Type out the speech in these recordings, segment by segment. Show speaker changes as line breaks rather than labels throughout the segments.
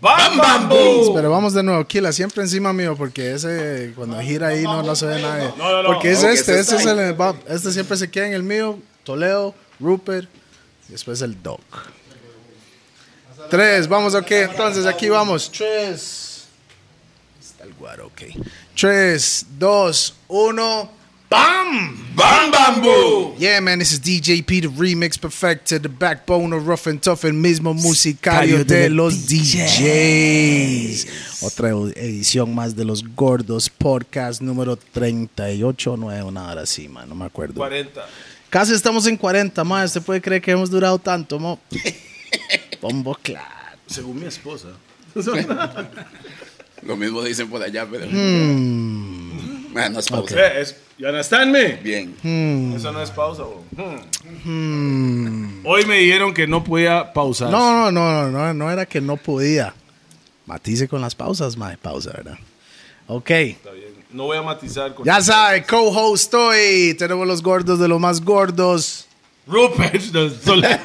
¡Bam, bam, boom!
Pero vamos de nuevo, Kila, siempre encima mío, porque ese cuando gira ahí no, no se ve nadie.
No, no, no.
Porque es
Ok,
este,
ese
este es
está ahí.
el en el bump. Este siempre se queda en el mío, Toledo, Rupert, y después el Doc. Tres, vamos, ok, entonces aquí vamos. Tres. Está el guaro, ok. Tres, dos, uno, ¡bam!
¡Bam, bam, boom!
Yeah, man, this is DJP, the remix perfected, the backbone of Rough and Tough, el mismo musicario de los DJs. Otra edición más de los Gordos Podcast número 38, 9, una hora sí, man, no me acuerdo.
40.
Casi estamos en 40, más. ¿Usted puede creer que hemos durado tanto, mo? Bombo claro.
Según mi esposa.
Lo mismo dicen por allá, pero.
Hmm.
Man, no es pausa.
Eh, es, you understand me?
Bien.
Mm.
Eso no es pausa, bro.
Hoy me dijeron que no podía pausar.
Mm, No, no, no, no, no, no era que no podía. Matice con las pausas, mae, pausa, ¿verdad? Ok.
Está bien. No voy a matizar con.
Ya sabe, co-host hoy. Tenemos los gordos de los más gordos.
Rupert, no, Toledo.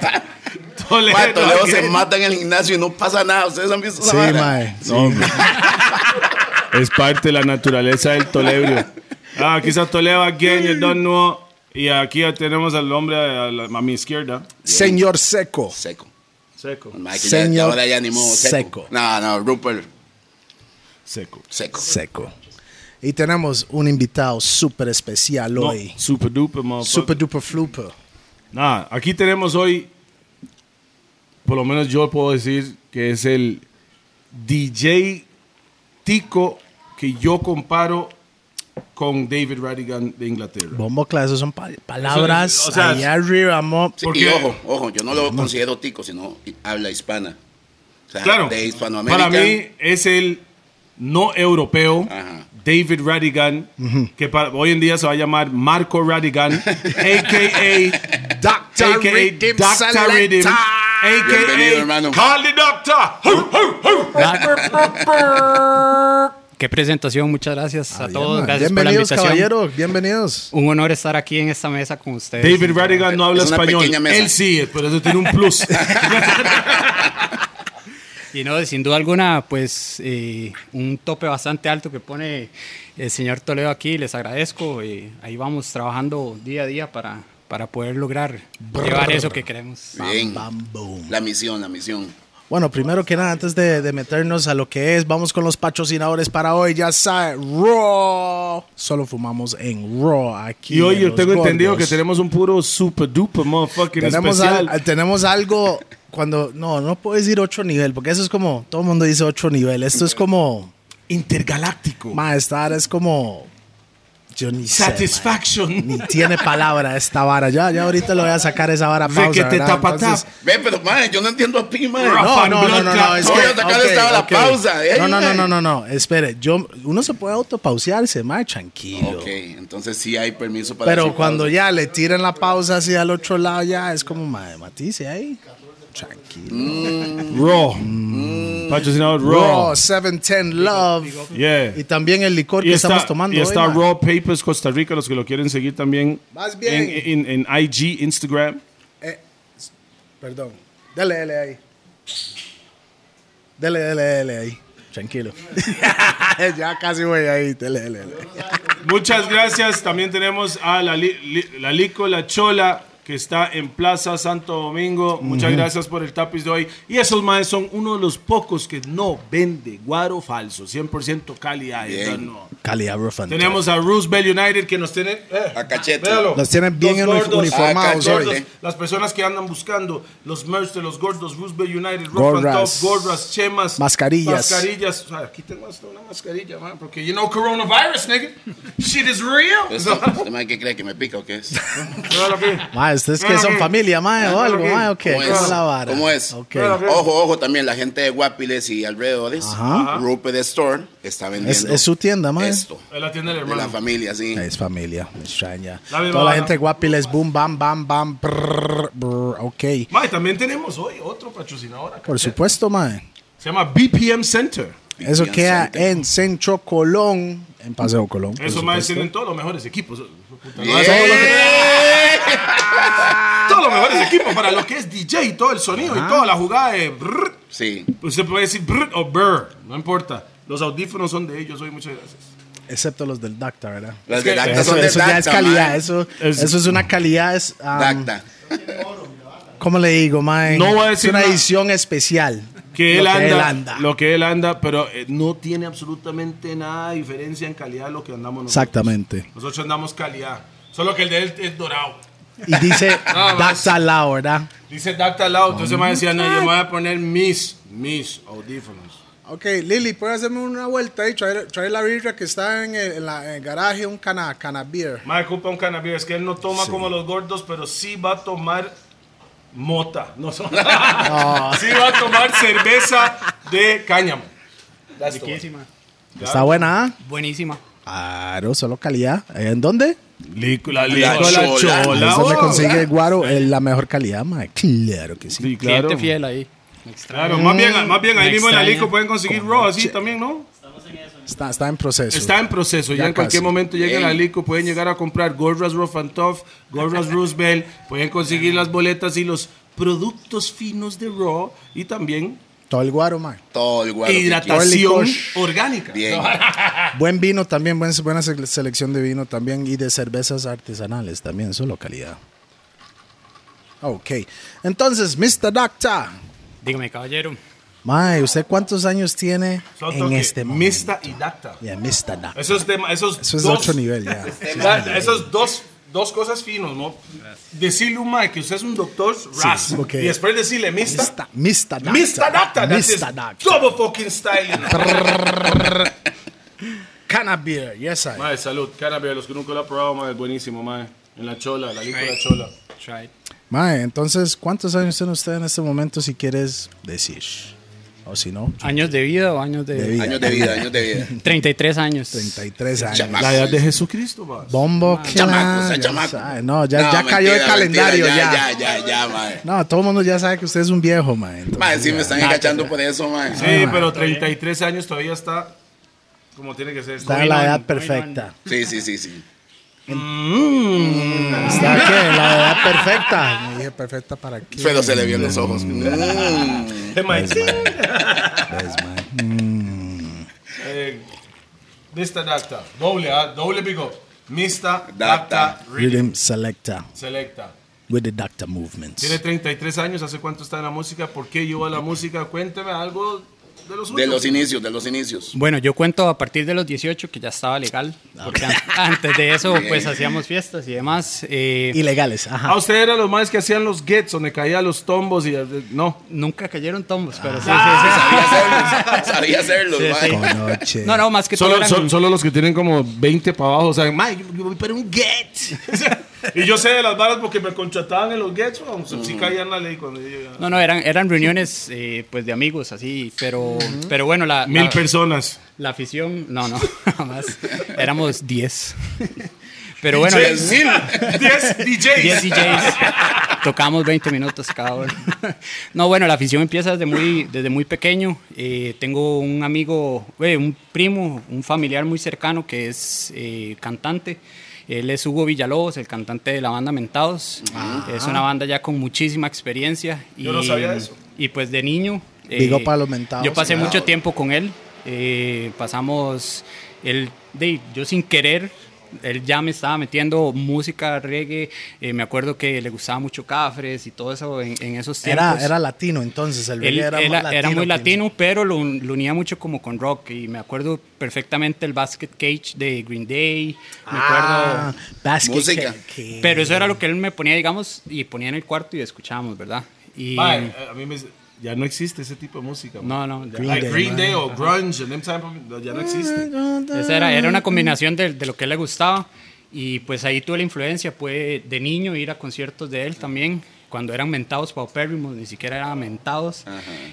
Toledo.
Ma, Toledo
¿qué?
se mata en el gimnasio y no pasa nada. ¿Ustedes han visto esa
Sí,
vara?
mae.
Sí, man. es parte de la naturaleza del tolebrio. Ah, aquí está Toledo, aquí en el Don Nuo. Y aquí ya tenemos al hombre a, la- a mi izquierda.
Señor Seco.
Seco.
Seco.
Ma, que ya-
Señor
ahora ya animó seco.
Seco.
No, no, Rupert,
Seco.
seco.
Seco. Y tenemos un invitado súper especial
No,
hoy.
super duper,
Super duper fluper.
Nada, aquí tenemos hoy, por lo menos yo puedo decir que es el DJ Tico que yo comparo con David Radigan de Inglaterra.
Bombo claro, esas son pa- palabras
Eso es- o sea,
allá arriba, mo.
Sí,
Porque-
y ojo, ojo, yo no
Ah,
lo considero tico, sino habla hispana. O sea,
Claro,
de Hispanoamérica.
para mí es el no europeo
Ajá.
David Radigan, que para- hoy en día se va a llamar Marco Radigan, a.k.a.
Dr.
AKA
Redeem
Dr. Redeem,
Selecta.
Bienvenido,
a.k.a.
hermano.
Call the Doctor.
Qué presentación, muchas gracias a todos.
Ah, Bien,
gracias por la
bienvenidos,
invitación.
caballero. Bienvenidos.
Un honor estar aquí en esta mesa con ustedes.
David Radigan no habla
Es una
español.
pequeña mesa.
Él sí, por eso tiene un plus.
Y no, sin duda alguna, pues eh, un tope bastante alto que pone el señor Toledo aquí. Les agradezco. y ahí vamos trabajando día a día para, para poder lograr llevar eso que queremos.
Bien.
Bam, boom.
La misión, la misión.
Bueno, primero que nada, antes de, de meternos a lo que es, vamos con los patrocinadores para hoy. Ya sabe, Raw. Solo fumamos en Raw aquí.
y hoy
en
yo
Los
tengo entendido que
Gordos.
tenemos un puro super duper motherfucking
tenemos,
especial.
al- tenemos algo cuando no no puedo decir otro nivel porque eso es como todo el mundo dice otro nivel esto es como
Intergaláctico.
maestar es como yo ni sé,
Satisfaction.
man. ni tiene palabra esta vara ya ya ahorita le voy a sacar esa vara pausa,
Requete
¿verdad?
tapa
Entonces-
tap.
Ve, pero madre, yo no entiendo a ti, madre.
Raw.
no, no, no, no, no,
Blood
es
Cup.
que-
Voy a sacar
ok,
esta la
ok.
pausa, eh,
No, no, no,
man.
no, no, no, espere, yo, uno se puede autopausearse, más tranquilo.
Ok, entonces sí hay permiso para
Pero
decir
cuando
pausa.
ya le tiran la pausa hacia el otro lado, ya es como, madre, matice ahí, tranquilo.
Raw. Patrocinador Raw.
Mm. Raw, 710 Love.
Yeah.
Y también el licor
Y
que
está,
estamos tomando.
y
hoy,
está
man.
Raw Papers Costa Rica, los que lo quieren seguir también.
Más bien.
En, en- en IG, Instagram.
Eh, s- perdón. Dale, dale ahí. Dale, dale, dale ahí. Tranquilo. ya casi voy ahí. Dale, dale, dale.
Muchas gracias. También tenemos a la, li- li- la Lico La Chola, que está en Plaza Santo Domingo. Muchas gracias por el tapiz de hoy. Y esos maes son uno de los pocos que no vende guaro falso. 100% calidad.
Bien.
entonces no.
Cali Rufan.
Tenemos a Roosevelt United, que nos tienen... eh,
A cachete.
véalo.
Los tienen bien
Los
uni-
gordos.
uniformados
Ah,
hoy.
cachorros.
Las personas que andan buscando los merch de los gordos, Roosevelt United, Rough and Top,
Gorras.
gorras, chemas,
Mascarillas.
mascarillas. O sea, aquí tengo hasta una mascarilla, man, porque you know coronavirus, nigga. Shit is real.
Esto, ¿Este madre qué cree que me pica o qué es?
Míralo aquí.
Ma, ustedes que
Míralo
son
aquí.
familia, ma, o
Míralo
algo,
aquí.
ma, ok.
¿Cómo
¿Cómo
es?
es la vara?
¿Cómo es?
Ok.
Mira,
Ojo, ojo, también la gente de Guapiles y alrededores. Rupert Store está
Es,
vendiendo
es su ¿eh? tienda, ma.
esto.
Es la tienda del
De la
hermano.
familia, sí.
Es familia, me extraña.
La
Toda
misma
la
vara.
gente guapi les boom, bam, bam, bam, brrr, brrr, ok.
Ma, y también tenemos hoy otro patrocinador acá.
Por supuesto, ma.
Se llama BPM Center.
Eso
Bien
queda
centro.
en Centro Colón, en Paseo Colón. por
Eso más "Eh".
supuesto.
tienen todos los mejores equipos. Puta,
Bien.
no, eso no lo que- Todos los mejores equipos para lo que es DJ y todo el sonido y toda la jugada de brrr.
Sí.
Usted puede decir brr o brr, no importa. Los audífonos son de ellos hoy, muchas gracias.
Excepto los del DACTA, ¿verdad?
Las de Dacta
Eso,
son de
eso
Dacta,
ya es calidad,
mae.
eso, eso es una calidad. Es, um,
Dacta.
¿Cómo le digo, mae?
No voy a
es
decir
una
nada.
edición especial.
que
Lo
él, anda, Lo que él anda, pero eh, no tiene absolutamente nada de diferencia en calidad de lo que andamos nosotros.
Exactamente.
Nosotros andamos calidad. Solo que el de él es dorado.
Y dice DACTA al lado, ¿verdad?
Dice Dacta al lado, entonces me decía, no, yo me voy a poner mis, mis audífonos.
Ok, Lili, ¿puedes hacerme una vuelta y traer, traer la birra que está en el, en la- en el garaje, un cana, cana beer?
Mae ocupa un cannabis, es que él no toma como los gordos, pero sí va a tomar mota. No, son- sí va a tomar cerveza de cáñamo. That's the one.
Riquísima.
Está buena, ¿ah?
Buenísima.
Claro, solo calidad. ¿En dónde?
Lícula,
La chola.
Ahí es donde
oh.
consigue el guaro eh, la mejor calidad, mae. Claro que sí.
Sí, claro.
Cliente fiel ahí. Me extraña.
Claro, más bien, más bien ahí
Me
mismo en la
extraña.
Lico pueden conseguir Raw así también, ¿no?
Está, está en proceso.
Está en proceso, ya,
Ya
en cualquier
casi.
momento llegan
Ey.
a Lico, pueden llegar a comprar gorras Rough and Tough, gorras Roosevelt, pueden conseguir las boletas y los productos finos de Raw y también
Todo el guaro, mae.
Todo el guaro. que
hidratación
Oil
orgánica.
Bien.
Buen vino también, buen- buena sele- selección de vino también y de cervezas artesanales también, su localidad. Ok, entonces, Mr. Doctor,
Dígame, caballero.
Mae, ¿usted cuántos años tiene
Son
en
toque,
este momento?
Mista y Dacta.
Ya, Mr. Doctor.
Esos, tema- esos
Eso es de
dos,
otro nivel ya.
¿verdad? Esos dos, dos cosas finos, ¿no? Decirle un mae que usted es un doctor, ras.
ok.
Y después decirle Mista.
Mr. Mr. Doctor.
Mr. Doctor, that is
Mr. Doctor.
double fucking styling.
Canna beer, yes I.
Mae, salud, cannabis, los que nunca lo han probado, mae, buenísimo, mae. En la chola, la licuadora chola.
Try it.
Mae, entonces, ¿cuántos años tiene usted en este momento si quieres decir? O si no,
¿Años de vida o años de.?
de vida.
Años de vida, años de vida.
33 años.
33 años.
Chamaco.
La edad de Jesucristo, mae.
Bombo, que
Chamaco,
la-
o sea,
ya
chamaco.
sabe, No, ya, ya
No,
cayó el
mentira, mentira,
calendario ya.
Ya, ya, ya, ya, mae.
No, todo el mundo ya sabe que usted es un viejo, mae. entonces,
Mae, sí me
ya.
están encachando por eso, mae.
Sí, pero 33 años todavía está como tiene que ser.
Está en la edad perfecta.
Sí, sí, sí, sí.
¿Está qué? En La edad perfecta. Me dije perfecta para qué.
Pero se le vio en los ojos. Mm.
Eh, mae, sí.
Pues, mae.
Eh, Mista Dacta, doble, ah, doble pico. Mista
Dacta.
Dacta Rhythm
Rhythm selecta
Selecta.
with the Dacta movements.
Tiene 33 años, ¿hace cuánto está en la música? ¿Por qué lleva la música? Cuénteme algo de los
De
últimos.
los inicios, de los inicios.
Bueno, yo cuento a partir de los 18 que ya estaba legal. Porque an- antes de eso, pues hacíamos fiestas y demás. eh,
Ilegales,
Ah,
ajá.
usted era los más que hacían los gets donde caían los tombos y no.
nunca cayeron tombos, pero sí, sí,
Sabía
sí,
hacerlos, sabía hacerlos,
Sí,
mae.
sí.
Oh, Conoche.
No, no, más que todo.
Solo,
eran-
sol- solo los que tienen como 20 para abajo, o sea, "Ma, yo, yo voy para un get. y yo sé de las balas porque me contrataban en los gets, o sí caían la ley cuando yo llegaba.
No, no, eran, eran reuniones eh, pues de amigos así, pero, pero bueno, la,
Mil
la-
personas.
la afición, no, no, jamás. Éramos 10. Pero bueno,
Diez mil.
10 DJs.
10 DJs. Tocamos 20 minutos cada uno. No, bueno, la afición empieza desde muy, desde muy pequeño. Eh, tengo un amigo, eh, un primo, un familiar muy cercano que es eh, cantante. Él es Hugo Villalobos, el cantante de la banda Mentados. Es una banda ya con muchísima experiencia. Y,
Ah. Yo no sabía eso.
Y pues de niño. eh,
Big up a los Mentados,
Yo pasé
claro.
mucho tiempo con él. eh, pasamos. Él, de, yo sin querer, él ya me estaba metiendo música, reggae. eh, me acuerdo que le gustaba mucho Cafres y todo eso en, en esos tiempos.
Era, era latino entonces, el
Él
reggae
era,
era, más
era muy
que-
latino, pero lo, un- lo unía mucho como con rock. Y me acuerdo perfectamente el Basket Cage de Green Day. Me
Ah,
acuerdo.
basket
Música.
que- que-
Pero eso era lo que él me ponía, digamos, y ponía en el cuarto y escuchábamos, ¿verdad? Y,
Mae, a mí me, ya no existe ese tipo de música. mae.
no, no. ya-
Like
Day,
Green
mae.
Day Oh o grunge, and them type of- ya no existe.
Esa era, era una combinación de, de lo que a él le gustaba y pues ahí tuve la influencia, pude de niño ir a conciertos de él también, cuando eran mentados paupérrimos, ni siquiera eran mentados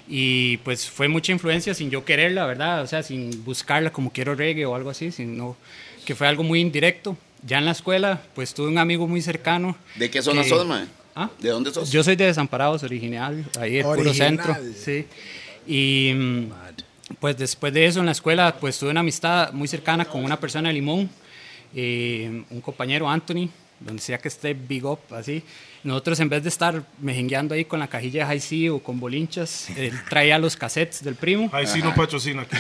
y pues fue mucha influencia sin yo quererla, ¿verdad? O sea, sin buscarla como quiero reggae o algo así, sino que fue algo muy indirecto. Ya en la escuela, pues tuve un amigo muy cercano.
¿De qué zona
que-
sos, mae?
¿Ah?
¿De dónde sos?
Yo soy de Desamparados, original, ahí es puro
Original.
centro. Sí. Y mm, pues después de eso en la escuela, pues tuve una amistad muy cercana con una persona de Limón, eh, un compañero Anthony, donde sea que esté Big Up, así. Nosotros en vez de estar mejengueando ahí con la cajilla de High C o con bolinchas, él traía los cassettes del primo.
Ahí sí no patrocina aquí.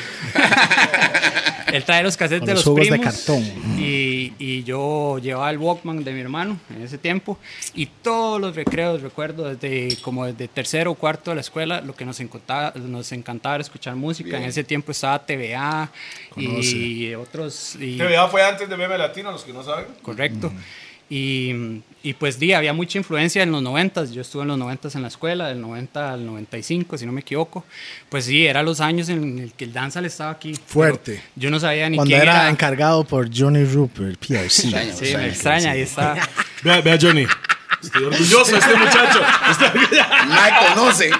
Él trae los cassettes
Con
de
los
los,
jugos de
primos.
cartón.
Y, y yo llevaba el Walkman de mi hermano en ese tiempo. Y todos los recreos, recuerdo, desde como desde tercero o cuarto de la escuela, lo que nos encantaba, nos encantaba era escuchar música. En ese tiempo estaba TVA y otros. y-
TVA fue antes de Meme Latino, los que no saben.
Correcto.
Mm.
Y, y pues di, había mucha influencia en los 90, yo estuve en los 90 en la escuela, del 90 al 95, si no me equivoco, pues sí, eran los años en el que el danzal estaba aquí. Pero
Fuerte.
Yo no sabía ni
Cuando
quién
era
era.
encargado por Johnny Rupert, PRC.
Extraño,
Sí,
extraño.
me extraña, ahí está.
Vea, vea Johnny. Estoy orgulloso de este muchacho.
Mike conoce.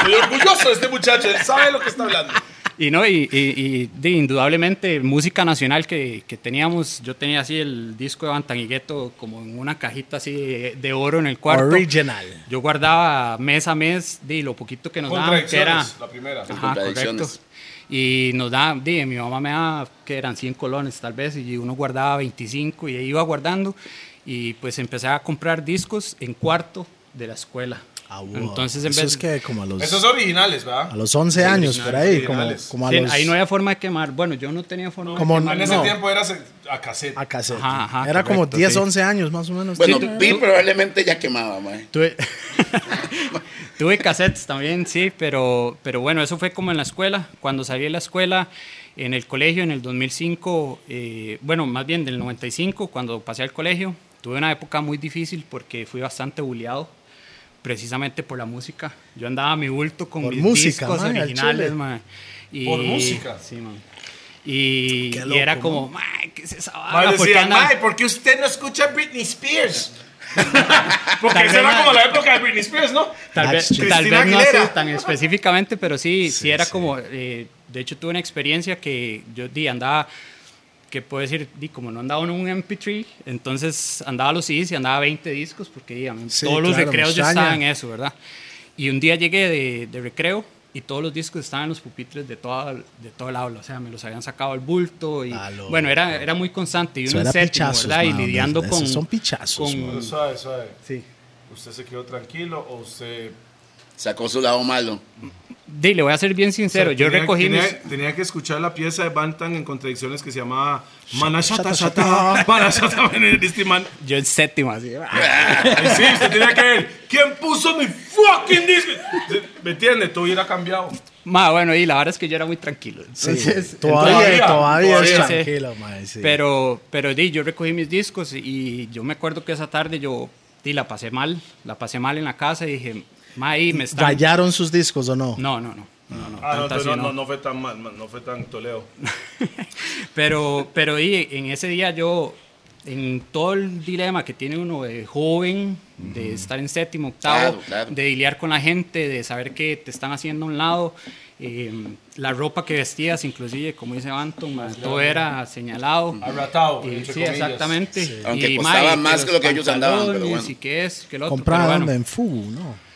Estoy orgulloso de este muchacho. Él sabe lo que está hablando.
Y no, y, y- y, di, indudablemente música nacional que, que teníamos, yo tenía así el disco de Bantanigueto como en una cajita así de, de oro en el cuarto.
Original.
Yo guardaba mes a mes di, lo poquito
Ah,
que nos daban, que era...
Contradicciones, la primera.
Ajá,
contradicciones.
correcto. Y nos da, di, mi mamá me daba que eran 100 colones tal vez, y uno guardaba 25 y ahí iba guardando. Y pues empecé a comprar discos en cuarto de la escuela.
Ah, wow.
Entonces, en
Eso
vez-
es que como a los,
Esos originales,
a
¿verdad?
los 11 años, por ahí, como,
originales.
como a
sí,
los...
ahí no había forma de quemar. Bueno, yo no tenía forma
Como
de
En
quemar.
ese
No.
tiempo eras a cassette.
a cassette.
Ajá, ajá,
Era como
correcto,
10,
sí.
11 años más o menos.
Bueno,
Sí.
Pi probablemente ya quemaba, mae.
Tuve, tuve cassettes también, sí, pero, pero bueno, eso fue como en la escuela. Cuando salí de la escuela, en el colegio, en el 2005, eh, bueno, más bien del 95, cuando pasé al colegio, tuve una época muy difícil porque fui bastante bulleado, precisamente por la música. Yo andaba a mi bulto con
Por
mis
música,
discos
man, al
originales,
chile.
man. Y-
Por música.
Sí, man. Y,
Qué
y
loco,
era como, "Mae, ¿qué es esa
Mae,
vara? ¿Por qué
decían,
andan-
"Mae, ¿por qué usted no escucha Britney Spears? Porque
Tal
esa
vez
era
no-
como la época de Britney Spears, ¿no?
Tal vez,
Backstreet.
tal
Cristina
vez no así
Aguilera.
tan específicamente, pero sí, sí,
Sí,
era
sí.
como, eh, de hecho tuve una experiencia que yo di, andaba, que puedo decir, di, como no andaba en un MP3, entonces andaba a los CDs y andaba 20 discos, porque di, a mí
Sí,
todos los
claro,
recreos yo
mostaña.
estaba en eso, ¿verdad? Y un día llegué de, de recreo y todos los discos estaban en los pupitres de toda, de todo el aula, o sea, me los habían sacado al bulto y
Ah, loco.
bueno, era, era muy constante y
Eso
uno en
era
séptimo,
pichazos,
¿verdad? Y
man,
lidiando
esos
con...
son pichazos, man.
con,
Pero suave, suave.
sí.
¿Usted se quedó tranquilo o usted...?
Sacó su lado malo.
Di, le voy a ser bien sincero,
O sea,
yo
tenía-
recogí
tenía,
mis...
tenía que escuchar la pieza de Bantan en contradicciones que se llamaba Manashata
Shata,
Shata Manashata Benedisti Man.
Yo en séptima, así. ah.
Ay, sí, usted tenía que ver. ¿Quién puso mi fucking disc? ¿Me entiende? Todo hubiera cambiado.
Ma, bueno, y la verdad es que yo era muy tranquilo. Entonces,
Todavía,
Todavía,
todavía es
todavía, sí.
tranquilo, mae, sí.
Pero, pero di, yo recogí mis discos y yo me acuerdo que esa tarde yo di, la pasé mal, la pasé mal en la casa y dije, ma, ahí me están...
¿Rayaron sus discos o no?
No, no, no. No, no,
Ah, no,
tanto así
no,
no.
no, no fue tan mal, no fue tan toleo.
Pero, pero di, en ese día yo, en todo el dilema que tiene uno de joven, de estar en séptimo, octavo,
Claro, claro.
de lidiar con la gente, de saber que te están haciendo a un lado, eh, la ropa que vestías, inclusive, como dice Banton, ma, todo era señalado.
Arratado,
Y
entre
sí,
comillas.
exactamente.
Aunque
Y,
costaba
ma, y
más que lo
los
que ellos andaban, pero
pantalones
bueno.
Y que es, que lo otro.
Compraron
pero bueno.
en Fugu, ¿no?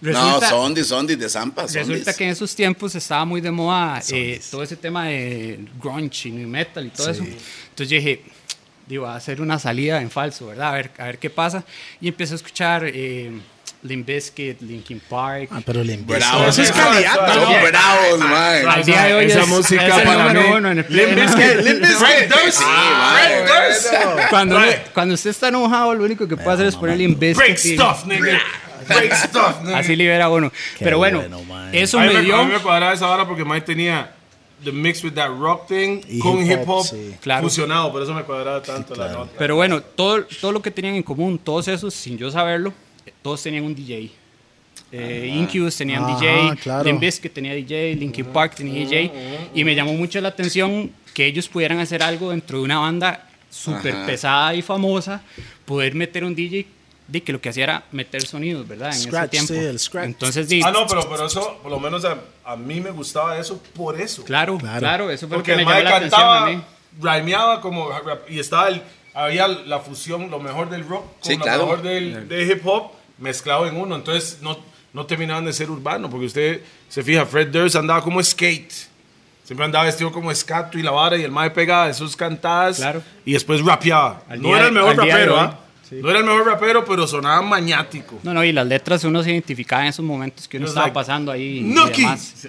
No,
Resulta-
Sondis, Sondis de Zampa.
Resulta
Sondis.
que en esos tiempos estaba muy de moda eh, todo ese tema de grunge y nu metal y todo eso. Entonces yo dije, digo, voy a hacer una salida en falso, ¿verdad? A ver, a ver qué pasa. Y empecé a escuchar eh, Limp Bizkit, Linkin Park.
Ah, pero le envié.
Bravos.
Eso es
mae.
calidad
Son
también.
bravos, mae.
Al día de hoy
esa
es,
música
es el
para
número
mí.
uno en el
Limp
pleno.
Bizkit,
Limp Bizkit.
Red Durst.
Sí,
Red Durst.
Cuando, cuando usted está enojado, lo único que puede hacer es poner Limp Bizkit
Break
y-
stuff, nigga. Break stuff, nigga.
Así libera uno.
Qué
Pero bueno,
bueno, man.
eso
a, mí
me
me, a mí
dio...
me cuadraba esa hora porque Mike tenía the mix with that rock thing
Y
con
hip hop,
hip hop,
sí.
Claro.
fusionado, por eso me cuadraba tanto la nota.
Pero bueno, todo, todo lo que tenían en común, todos esos, sin yo saberlo, eh, todos tenían un DJ. Eh, Incubus tenían
Ah, Ajá,
DJ,
claro.
Limp Bizkit tenía DJ, Linkin Park tenía DJ, y me llamó mucho la atención que ellos pudieran hacer algo dentro de una banda súper
Ajá.
pesada y famosa, poder meter un DJ de que lo que hacía era meter sonidos, ¿verdad? En ese
Scratch,
tiempo.
sí, el scratch.
Entonces, di-
Ah, no, pero, pero eso, por lo menos a, a mí me gustaba eso por eso.
claro,
Claro.
claro, eso fue
Porque
lo
el
que me llamó
Mike
la atención a
cantaba,
mí.
rhymeaba como rap- y estaba el- había la fusión, lo mejor del rock con
Sí,
lo
claro.
mejor del, de hip hop mezclado en uno. Entonces no, no terminaban de ser urbano, porque usted se fija, Fred Durst andaba como skate. Siempre andaba vestido como escato y la vara y el mae pegaba de sus cantadas
Claro.
y después rapeaba.
Al
no
día-
era el mejor
al día de
rapero,
hoy.
¿ah? No era el mejor rapero, pero sonaba maniático.
No, no, y las letras uno se identificaba en esos momentos que uno
Just
estaba
like,
pasando ahí. y
Nuki.
demás.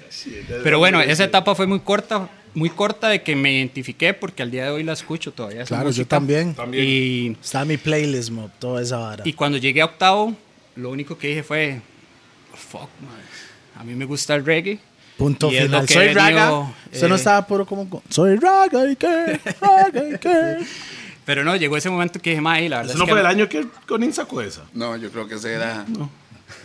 Pero bueno, esa etapa fue muy corta, muy corta de que me identifiqué porque al día de hoy la escucho todavía. esa
Claro, yo
música.
también.
También.
Y,
Está mi playlist, mob, toda esa vara.
y cuando llegué a octavo, lo único que dije fue, fuck, man, a mí me gusta el reggae.
Punto
y es
final.
lo que he
Soy
venido,
raga. Usted no
eh,
estaba puro como. con- Soy raga y que. Raga y que.
Pero no, llegó ese momento que dije, mae, la verdad
Eso
es
no
que
fue el año que Conin sacó esa.
No, yo creo que se era.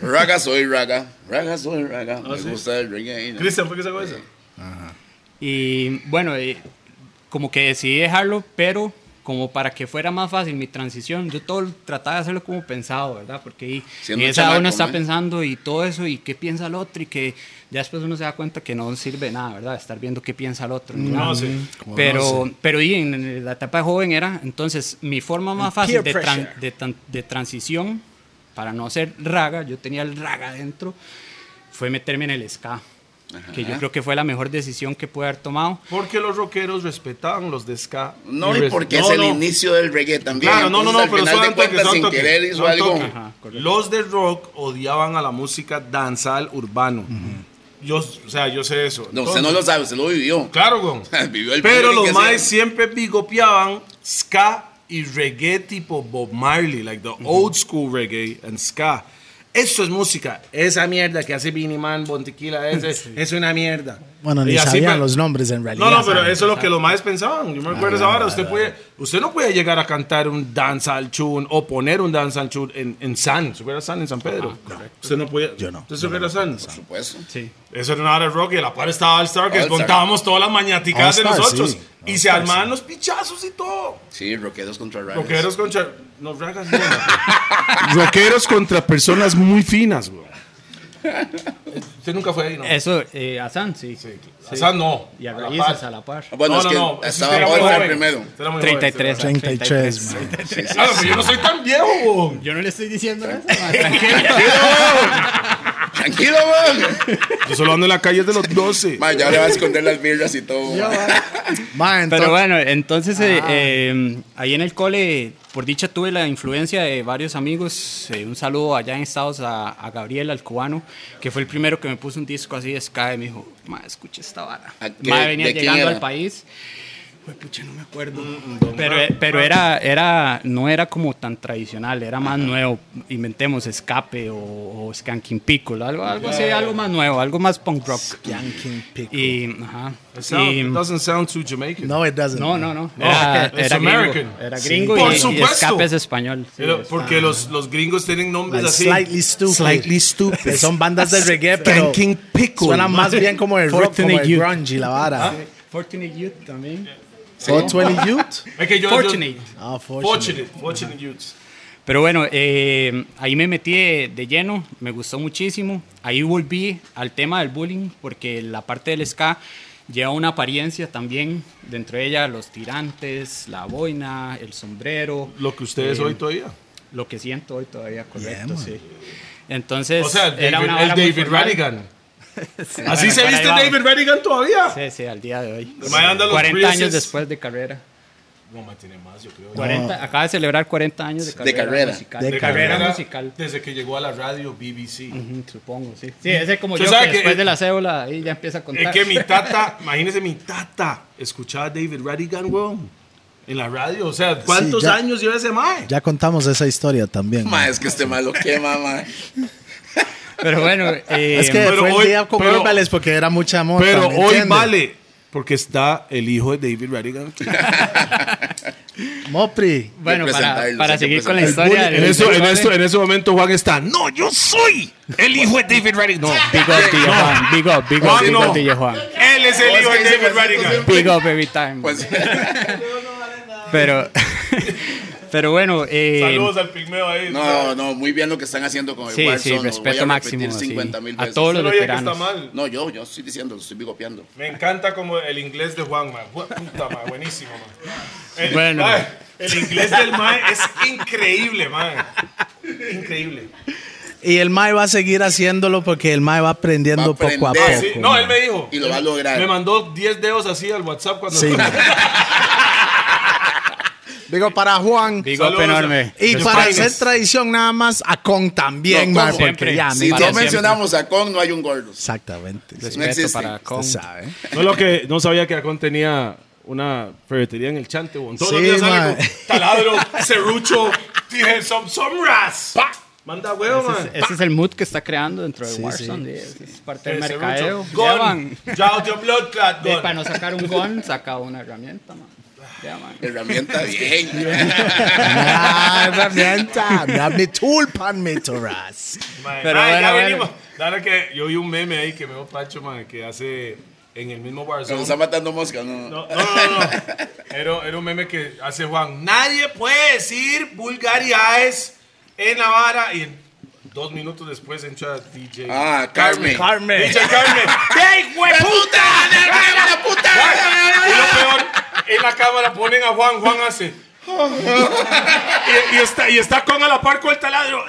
Raga soy raga, raga soy raga. Me gusta el reggae.
Ah, Cristian pues. fue que sacó esa.
Y bueno, eh, como que decidí dejarlo, pero como para que fuera más fácil mi transición, yo todo trataba de hacerlo como pensado, ¿verdad? Porque ahí en
Siendo
esa edad
chamaco,
uno está
¿no?
pensando y todo eso y qué piensa el otro y que ya después uno se da cuenta que no sirve nada, ¿verdad? Estar viendo qué piensa el otro. ni nada.
No sé.
Pero, pero y en- en la etapa de joven era, entonces, mi forma más fácil de,
peer pressure.
tran- de tran- de transición, para no ser raga, yo tenía el raga adentro, fue meterme en el ska, que yo creo que fue la mejor decisión que pude haber tomado.
Porque los rockeros respetaban los de ska.
No, y
res-
porque
No,
es el
no.
inicio del reggae también.
Claro, no, no, no,
Entonces,
pero
al final
son
de cuentas, sin
toques,
querer hizo
son
algo.
toques.
Ajá, correcto.
Los de rock odiaban a la música danzal urbano. Yo, o sea, yo sé eso.
No, usted no lo sabe, se lo vivió.
Claro, gon.
Vivió el
Pero
feeling
los
que
maes
hacían.
siempre bigopeaban ska y reggae tipo Bob Marley, like the old school reggae and ska. Eso es música. Esa mierda que hace Vinny Man, Bontequila, ese, es una mierda.
Bueno,
Y
ni
así,
sabían
pero-
los nombres en realidad.
no, no, pero
¿sabe?
eso es lo que los maes pensaban. Yo me acuerdo esa hora. Usted, puede, usted no podía llegar a cantar un dancehall tune o poner un dancehall tune en, en San. ¿Se acuerda San en San Pedro? usted no podía.
Yo no.
¿Usted se acuerda San?
Por supuesto.
Sí.
Eso era una hora de rock y a la par estaba All Star, que
All Star.
contábamos todas las mañaticadas de
All Star,
nosotros.
sí.
Y
All
se
Star,
armaban los pichazos y todo.
Sí, rockeros contra ragas.
Rockeros contra. No, ragas, no. Rockeros contra personas muy finas, güey. Usted nunca fue ahí, ¿no?
Eso, eh, Hassan, sí.
Sí, O sea, no.
Y a
la
raíces
par.
a la par.
Bueno,
No,
es
no,
que
no, ese
estaba
era muy
All
joven.
primero.
Usted era muy joven,
33.
usted
33, man.
Sí, sí.
era- Ah, pero yo no soy tan viejo, güey.
Yo no le estoy diciendo eso, ma, tranquilo.
Tranquilo, man.
Yo solo ando en la calle de los 12.
Man, ya le vas a esconder las birras y todo. man.
Ma,
Pero
entonces-
bueno, entonces eh, eh, ahí en el cole, por dicha, tuve la influencia de varios amigos. Eh, un saludo allá en Estados a, a Gabriel, al cubano, que fue el primero que me puso un disco así de Sky. Me dijo, ma, escucha esta vara.
¿A qué-
Ma, venía
de quién
llegando
era? Mm,
al país. Jue pucha, no me acuerdo. Pero, eh, pero era, era, no era como tan tradicional, era más nuevo. Inventemos escape o, o Skanking Pickle, algo, algo así, algo más nuevo, algo más punk rock.
Yanking Pico.
Y, ajá,
It sound-
y-
it doesn't sound too Jamaican.
No, it doesn't.
no, no, no.
No,
Era,
it's
era
American.
gringo. Era gringo
Sí. Por
y- y,
supuesto.
escape es español. Sí,
Era-
es-
porque los, los gringos tienen nombres
Like
así.
Slightly Stupid.
Slightly Stupid.
Que son bandas de reggae, pero.
Skanking Pickle,
Suena
man.
más bien como el rock, como
Fortunate
el
Youth.
grunge y la vara.
Ah,
Fortunate Youth también.
¿O 20 Youth?
Es que yo- yo-
Fortunate.
Ah, Fortunate.
Fortunate. Fortunate youths.
Pero bueno, eh, ahí me metí de, de lleno, me gustó muchísimo. Ahí volví al tema del bullying, porque la parte del ska lleva una apariencia también, dentro de ella los tirantes, la boina, el sombrero, lo,
Lo que ustedes
Eh,
hoy todavía.
que siento hoy todavía, correcto,
man.
sí. Entonces,
O sea, el
era
David,
una
el
vara muy
David
formal.
Radigan.
Sí,
Así
bueno,
se
por ahí
viste
vamos.
David Radigan todavía.
Sí, sí, al día de hoy.
De Miami a los
40 años
Breezes.
después de carrera.
No, ma, tiene más, yo creo.
40, Acaba de celebrar 40 años de carrera.
carrera.
musical.
De
De, carrera,
carrera,
musical.
Desde que llegó a la radio BBC.
Ujú, Supongo, sí. Sí, ese como
Tú
yo, que
sabes que-
después de la cédula ahí ya empieza a contar.
Es que mi tata, imagínese mi tata, escuchaba a David Radigan, weón. En la radio, o sea, ¿cuántos
ya-
años lleva ese mae?
Ya contamos esa historia también.
Man, es que este malo quema, man.
Pero bueno, eh,
Es que
Pero
fue
hoy-
el día con
pero-
Herbales porque era mucha amor.
Pero hoy vale, porque está el hijo de David Radigan.
Mopri.
bueno,
que
para,
presentarlo,
para
hay que
seguir con la
presentarlo.
historia. del- del-
en ese momento Juan está, no, yo soy el hijo de David Radigan. No,
Big up, DJ Juan. Big up, big up,
Juan,
big
no.
up, DJ Juan.
él es el hijo de David Radigan.
Big up every time.
Pues,
Pero, pero bueno, eh,
Saludos al pigmeo ahí.
no, no, muy bien lo que están haciendo con el
sí,
Warzone.
sí,
lo voy a
respeto
repetir
máximo. sí.
50 mil
a
veces.
todos los
Solo oye que está
veteranos.
mal.
No, yo, yo estoy diciendo, lo estoy bigopeando.
Me encanta como el inglés de Juan, man. Jue- Puta, man. Buenísimo, man. El,
Bueno.
mae, el inglés del mae es increíble, man. Increíble.
Y el Mae va a seguir haciéndolo porque el Mae va aprendiendo
Va a
poco a poco.
aprender.
Sí, no, él me dijo.
Y lo va a lograr.
Me mandó 10 dedos así al WhatsApp cuando
Sí, man. Digo, para Juan.
Big up
Saludos,
enorme.
y
Los
para
panes.
hacer tradición nada más, a Con también,
No,
mae,
¿cómo?
porque ya,
Si
Para
no
mira,
siempre.
mencionamos a Kong, no hay un gordo.
Exactamente. sí,
No
Respeto
existe.
para Con.
usted sabe.
No, lo que, no sabía que Acon tenía una ferretería en el Chante. weón. Todos los
Sí,
días sale
man.
con taladro, serrucho, dije, some, some ras. Pa. Manda huevo, man.
Ese es el mood que está creando dentro de
Sí,
Warzone. yeah, esa Es parte
Eh,
del
serrucho.
mercadeo.
Gun.
Llevan.
Draw your blood clot,
De,
gun.
para no sacar un gun, saca una herramienta, man. Ya, man.
Eh, Herramienta bien.
Ah, herramienta. Dame tulpan, mi toras.
Mae,
Pero
mae,
bueno,
ya
bueno.
venimos. Claro que yo vi un meme ahí que me dio Pacho, man, que hace en el mismo
Nos
Warzone.
está matando moscas, no.
No, no, no, no. Era, era un meme que hace Juan. Nadie puede decir vulgaridades en la vara. Y en- dos minutos después entra DJ.
Ah, Carmen.
Carmen.
DJ Carmen. ¡Ey, hueputa!
¡La puta!
Y lo peor, en la cámara ponen a Juan. Juan hace. y, y está, y está con a la par con el taladro.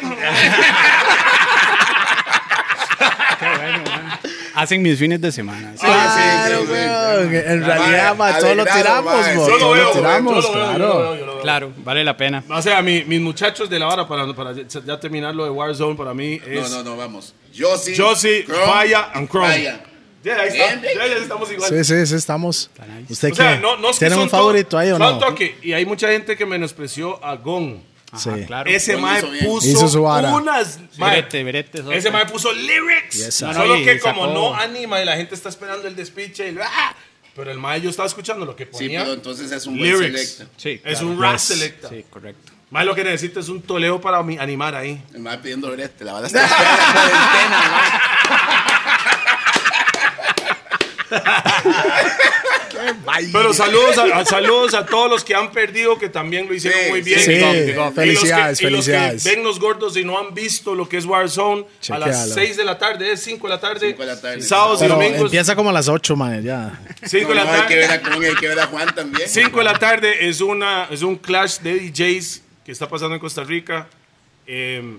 Hacen mis fines de semana. sí.
Ah.
Claro,
sí, sí, sí.
weón. En realidad,
Mae,
ma, todos lo
alegrado,
tiramos,
mae.
mo,
Yo lo
todos lo
veo, yo lo veo,
tiramos,
yo lo veo,
claro.
yo lo veo.
Claro, vale la pena.
O sea, mi- mis muchachos de la vara, para, para ya- ya terminar lo de Warzone, para mí es.
No, no, no, vamos. Josie.
Josie,
Chrome,
Falla and Chrome.
Falla.
Ya, ahí está.
Bien.
Ya, ya estamos igual.
Sí, sí, sí, estamos. ¿Usted
O sea,
qué?
no, no es que
¿Tiene
son
un favorito
todo-
ahí o no?
son toque. Y hay mucha gente que menospreció a Gon.
Ajá,
Sí.
Ah, claro.
Ese
Gon
mae
hizo bien.
puso
Hizo su vara.
unas. mae,
Brete, brete, eso.
ese mae puso lyrics.
Yes,
sir.
Solo
No, no,
que
y
como
sacó-
no anima y la gente está esperando el despiche. y- ¡ah! Pero el mae yo estaba escuchando lo que
Sí,
ponía.
pero entonces es un buen
lyrics.
selecto.
Sí,
es
claro.
un rap
Yes.
selecta.
Sí, correcto.
Mae lo que necesita es un toleo para mi- animar ahí.
Me va pidiendo brete, la bala está en la cuarentena, mae.
Pero saludos a, a- saludos a todos los que han perdido, que también lo hicieron
Sí,
muy bien.
sí,
Y los-
sí.
y los que-
Felicidades,
y los que
felicidades.
ven los gordos y no han visto lo que es Warzone a las
Chequealo.
6 de la tarde, es 5 de la tarde.
Cinco de la tarde.
Sábados y
Pero
domingos.
empieza como a las 8, man, ya.
5 de
No,
la
no, hay que
tarde.
ver a Kong, hay que ver a Juan también.
5 de la tarde es, una, es un clash de DJs que está pasando en Costa Rica. Eh,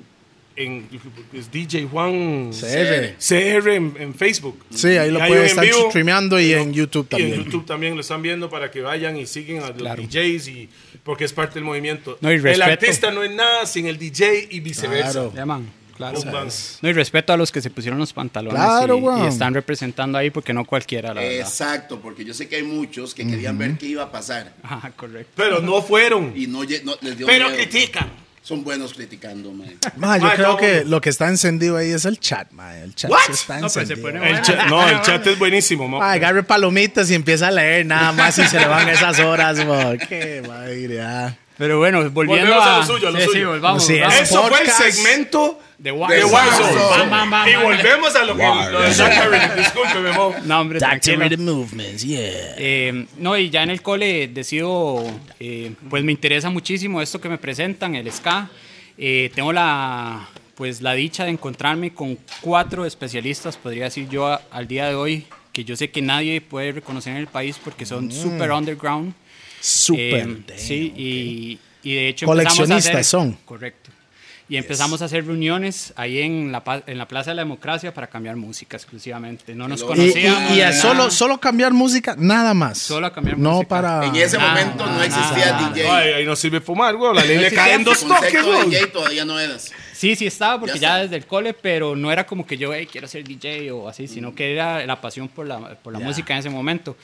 en, es DJ Juan
CR.
CR en, en Facebook.
Sí, ahí lo
Y hay
puede
un en
estar
vivo.
streameando y en YouTube
Y en
también.
YouTube también lo están viendo para que vayan y sigan a los DJs y, porque es parte del movimiento.
No, y
el
respeto.
artista no es nada sin el DJ y viceversa.
Claro.
Ya, man. Claro.
Un dance.
No, y respeto a los que se pusieron los pantalones
Claro,
y,
weón.
y están representando ahí porque no cualquiera, la verdad.
Exacto, porque yo sé que hay muchos que querían ver qué iba a pasar
Ajá, Ah, correcto.
Pero no fueron.
y no, lle- no les dio
Pero
miedo.
critican.
Son buenos criticando, man.
Ma, yo
Ma,
creo
no,
que
no.
lo que está encendido ahí es el chat, ma. El chat
What?
sí está
No, pero se
encendido.
pone
El chat- no, el chat es buenísimo. mo.
Ma, agarre palomitas y empieza a leer nada más y se le van esas horas, mo. Qué madre. ah.
Pero bueno, volviendo
Volvemos a
a,
lo suyo, a lo
sí,
suyo.
sí, volvamos,
Sí,
volvamos.
es-
Eso
podcast.
fue el segmento
De
de
Warzone.
Warzone.
Warzone.
Bam, bam,
Y
bam, bam.
volvemos a lo que. Lo de Zachary. Discúlpeme, mo.
No, hombre, tranquilo.
Movements, yeah.
Eh, no, y ya en el cole decido, eh, pues me interesa muchísimo esto que me presentan, el SCA. Eh, tengo la, pues, la dicha de encontrarme con cuatro especialistas, podría decir yo, a- al día de hoy, que yo sé que nadie puede reconocer en el país porque son super underground.
Super.
Eh,
damn.
sí, y- y, de hecho empezamos a
Coleccionistas
hacer-
son.
Correcto. Y empezamos a hacer reuniones ahí en la, pa- en la Plaza de la Democracia para cambiar música exclusivamente. No nos
Y,
Y- y-
y-
conocíamos.
y
ni
a
nada.
solo, solo cambiar música, nada más.
Solo a cambiar
no
música.
para.
En ese
Ah,
momento
no,
no,
no,
existía
no, no.
DJ.
Ay, ahí no sirve fumar, güey. La ley le caen dos toques,
Concepto de
güey.
DJ todavía no eras.
Sí, sí estaba, porque
Ya
ya,
está.
desde el cole, pero no era como que yo, "Hey, quiero ser DJ o así,
Mm.
sino que era la pasión por la, por la música en ese momento.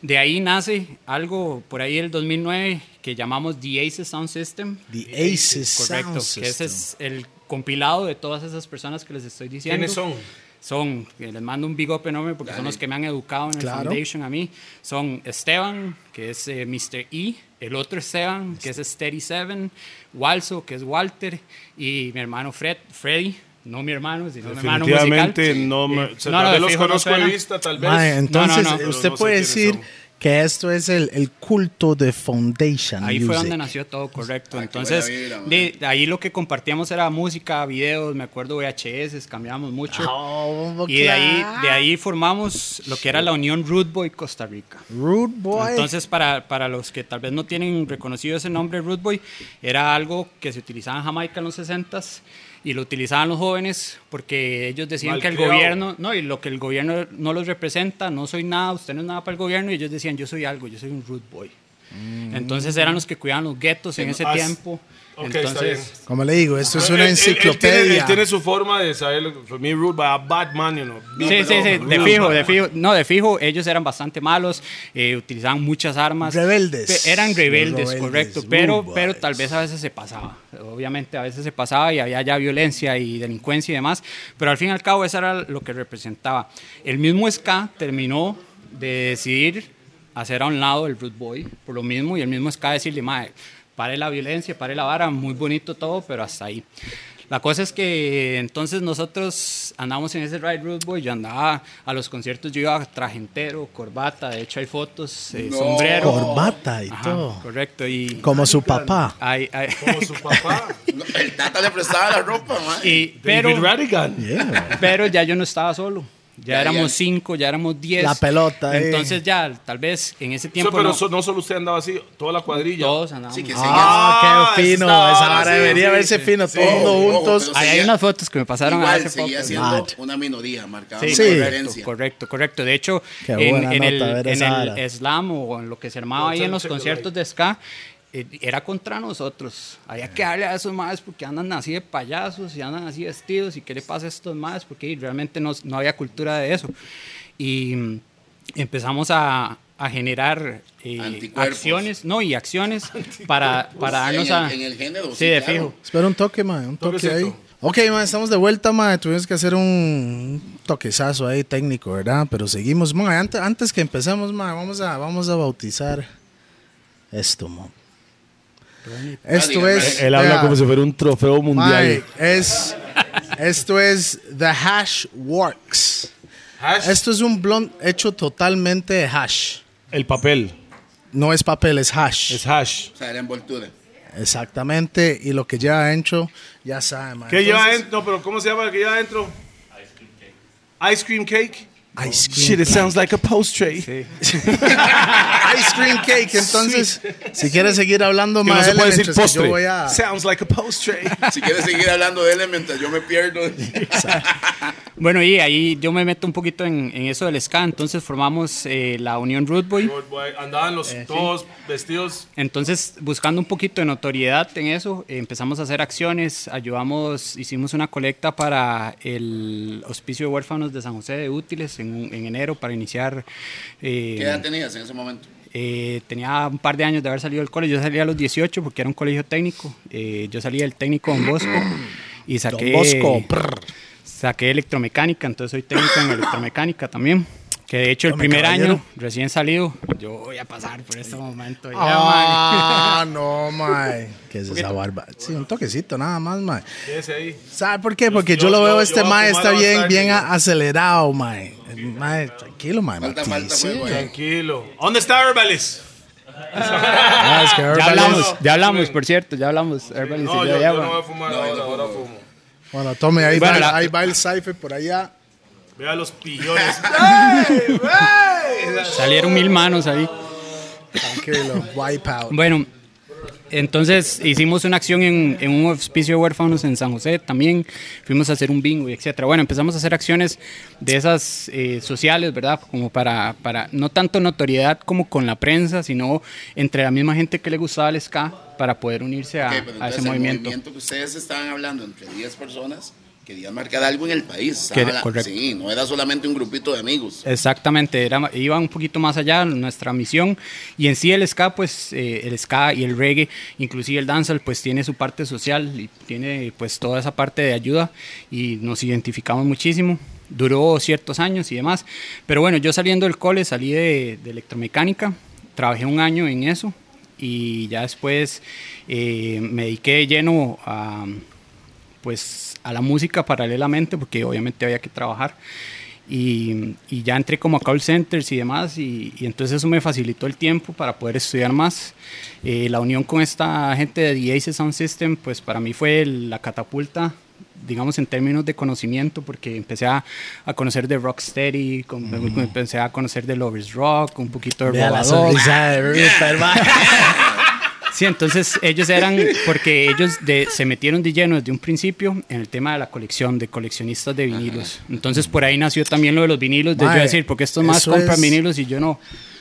De ahí nace algo por ahí el 2009 que llamamos The Aces Sound System.
The Aces
Correcto,
Sound
que ese es el compilado de todas esas personas que les estoy diciendo.
¿Quiénes son?
Son, eh, les mando un big up enorme porque son los que me han educado en el
Claro.
Foundation a mí. Son Esteban, que es eh, Mr. E, el otro Esteban, que es Steady Seven, Walso, que es Walter, y mi hermano Fred, Freddy. No mi hermano, sino mi
Ah,
hermano musical.
Definitivamente no me.
Eh,
o sea, tal vez
de
los
fijo no
conozco de
suena.
vista, tal vez.
Mae, entonces,
no, no,
pero
usted
no sé
puede
quiénes
decir
son.
que esto es el, el culto de Foundation.
Ahí fue
Music.
donde nació todo, correcto.
Ah, qué
Entonces,
buena vibra, man.
de, de ahí lo que compartíamos era música, videos, me acuerdo VHS, cambiábamos mucho.
Oh,
Y de ahí,
claro.
de ahí formamos lo que era la Unión Root Boy Costa Rica.
Rude Boy.
Entonces, para, para los que tal vez no tienen reconocido ese nombre, Root Boy, era algo que se utilizaba en Jamaica en los 60s y lo utilizaban los jóvenes porque ellos decían que el
Malcriado.
gobierno, no, y lo que el gobierno no los representa, no soy nada, usted no es nada para el gobierno, y ellos decían, yo soy algo, yo soy un Root Boy. Entonces eran los que cuidaban los guetos en ese
Ah,
tiempo.
Mm. ok, está bien.
Entonces,
Como le digo, esto es
Él- él-
una
él tiene- Él, tiene,
enciclopedia.
su forma de saber, lo que- for me, rude, but bad man, you know.
sí, sí, sí, de
Rude,
fijo,
bad
de
man.
fijo. No, de fijo, ellos eran bastante malos, eh, utilizaban muchas armas.
Rebeldes.
Pe- Eran rebeldes,
Rebeldes,
correcto,
rude
pero,
boys.
pero tal vez a veces se pasaba. Obviamente a veces se pasaba y había ya violencia y delincuencia y demás, pero al fin y al cabo eso era lo que representaba. El mismo Ska terminó de decidir hacer a un lado el Root Boy por lo mismo y el mismo Ska decirle, mae, pare la violencia, pare la vara, muy bonito todo, pero hasta ahí. La cosa es que entonces nosotros andamos en ese Ride Root Boy, yo andaba a los conciertos, yo iba traje entero, corbata, de hecho hay fotos, eh,
No.
sombrero.
Corbata y
Ajá,
todo.
correcto, y...
Como su papá.
Ay, ay.
Como su papá.
No, el tata le prestaba la ropa, man.
Y- pero,
David Radigan.
Yeah.
pero ya yo no estaba solo. Ya,
Ya,
éramos
ya.
cinco, ya éramos diez.
La pelota, eh.
Entonces ya, tal vez en ese
So,
tiempo
pero
no,
so- no solo usted andaba así, toda la cuadrilla.
todos andábamos.
Sí, que
Ah,
sí.
Ah,
Ah,
qué fino.
esa
Esa
vara,
vara
sí,
debería
sí,
verse
sí.
fino.
Sí.
todos
Ojo,
juntos.
pero
Hay,
seguía-
unas fotos que me pasaron
Igual
hace
seguía
poco.
siendo
Mad.
una minoría, marcaba
Sí,
Sí.
una
correcto,
diferencia.
correcto, correcto. De hecho,
Qué
en,
buena
en el,
nota ver
en
esa
el
vara.
slam o en lo que se armaba ahí en los
Check the
conciertos de ska, eh, era contra nosotros. Había que darle a esos madres porque andan así de payasos y andan así vestidos y qué le pasa a estos madres porque realmente no, no había cultura de eso. Y mm, empezamos a, a generar eh,
Anticuerpos.
acciones, no, y acciones para, para
En
darnos
el-
a...
en el género,
Sí, de
sí, claro.
fijo.
Espera un toque, ma, un toque
Toquecito.
ahí. Ok, ma, estamos de vuelta, ma. Tuvimos que hacer un- un toquezazo ahí técnico, ¿verdad? Pero seguimos, ma. Antes, antes que empecemos, ma, vamos a, vamos a bautizar esto, ma. Esto
diga,
es.
Ronnie.
Él habla
vea,
como si fuera un trofeo
ma,
mundial.
es, esto es The Hash Works.
Hash,
Esto es un blond hecho totalmente de hash.
el papel.
No es papel, es hash.
Es hash.
O sea, era envoltura.
Exactamente. Y lo que lleva adentro, ya saben, ma.
¿Qué lleva
Entonces,
adentro? No, pero ¿cómo se llama el que lleva adentro? Ice cream cake.
Oh,
Ice cream.
Shit, it sounds like a postre.
Ice cream cake. Entonces, si quieres seguir hablando,
no
más
se puede decir
mientras que yo
postre.
voy a.
Sounds like a postre.
Si quieres seguir hablando de él mientras yo me pierdo.
Bueno, y ahí yo me meto un poquito en, en eso del ska, entonces formamos eh, la Unión Root Boy.
Andaban los
Eh,
todos vestidos.
Entonces, buscando un poquito de notoriedad en eso, eh, empezamos a hacer acciones, ayudamos, hicimos una colecta para el Hospicio de Huérfanos de San José de Útiles en, un- en enero para iniciar. eh,
¿Qué edad tenías en ese momento?
eh, tenía un par de años de haber salido del colegio, yo salí a los 18 porque era un colegio técnico, eh, yo salí del técnico Don Bosco y saqué...
Bosco, prr.
Saqué electromecánica, entonces soy técnico en electromecánica también. Que de hecho el
Tome,
primer
caballero.
año, recién salido, yo voy a pasar por este momento. ya,
Ah, no, mae. ¿Qué es esa barba? Sí, un toquecito nada más, mae.
Ese ahí.
¿Sabe por qué? Porque yo,
Yo-
lo
yo-
veo,
yo
este
voy a
mae
fumar
está bien,
bastante,
bien
yo.
a- acelerado, mae. Mae, tranquilo, mae.
Falta,
Martín,
falta,
sí.
huevo, eh.
Tranquilo. ¿Dónde está Herbalis?
Ah, es que
Ya
Herbalife-
hablamos, ya hablamos, por cierto, ya hablamos. Herbalife,
No,
sí,
yo,
ya, ya,
yo no
bueno.
voy a fumar
No,
ahora,
yo
ahora
tampoco.
fumo.
Bueno, tome, ahí,
Bueno,
va,
la-
ahí va el cipher por allá.
Vea los pillones. Ah,
Salieron mil manos ahí.
Tranquilo, wipe out.
Bueno, entonces hicimos una acción en, en un hospicio de huérfanos en San José también. Fuimos a hacer un bingo, y etcétera. Bueno, empezamos a hacer acciones de esas eh, sociales, ¿verdad? Como para, para, no tanto notoriedad como con la prensa, sino entre la misma gente que le gustaba el ska para poder unirse Ah, a,
Ok, pero
a
entonces
ese
el
movimiento.
movimiento que ustedes estaban hablando entre 10 personas querían marcar algo en el país.
Que-
Estaban la-
correcto.
Sí, no era solamente un grupito de amigos.
Exactamente, era, iba un poquito más allá nuestra misión y en sí el ska, pues eh, el ska y el reggae, inclusive el dancehall, pues tiene su parte social y tiene pues toda esa parte de ayuda y nos identificamos muchísimo. Duró ciertos años y demás, pero bueno, yo saliendo del cole salí de, de electromecánica, trabajé un año en eso y ya después eh, me dediqué de lleno a pues a la música paralelamente porque obviamente había que trabajar y, y ya entré como a call centers y demás y, y entonces eso me facilitó el tiempo para poder estudiar más Eh, la unión con esta gente de The Aces Sound System pues para mí fue el- la catapulta digamos en términos de conocimiento porque empecé a, a conocer de Rocksteady con- empecé a conocer de Lovers Rock un poquito de
Vea la
Robadog
sonrisa de Rupert, mae.
Sí, entonces ellos eran, porque ellos de- se metieron de lleno desde un principio en el tema de la colección, de coleccionistas de vinilos. Entonces por ahí nació también lo de los vinilos, de
Mae,
yo decir, porque estos más
eso
compran
es-
vinilos y yo no.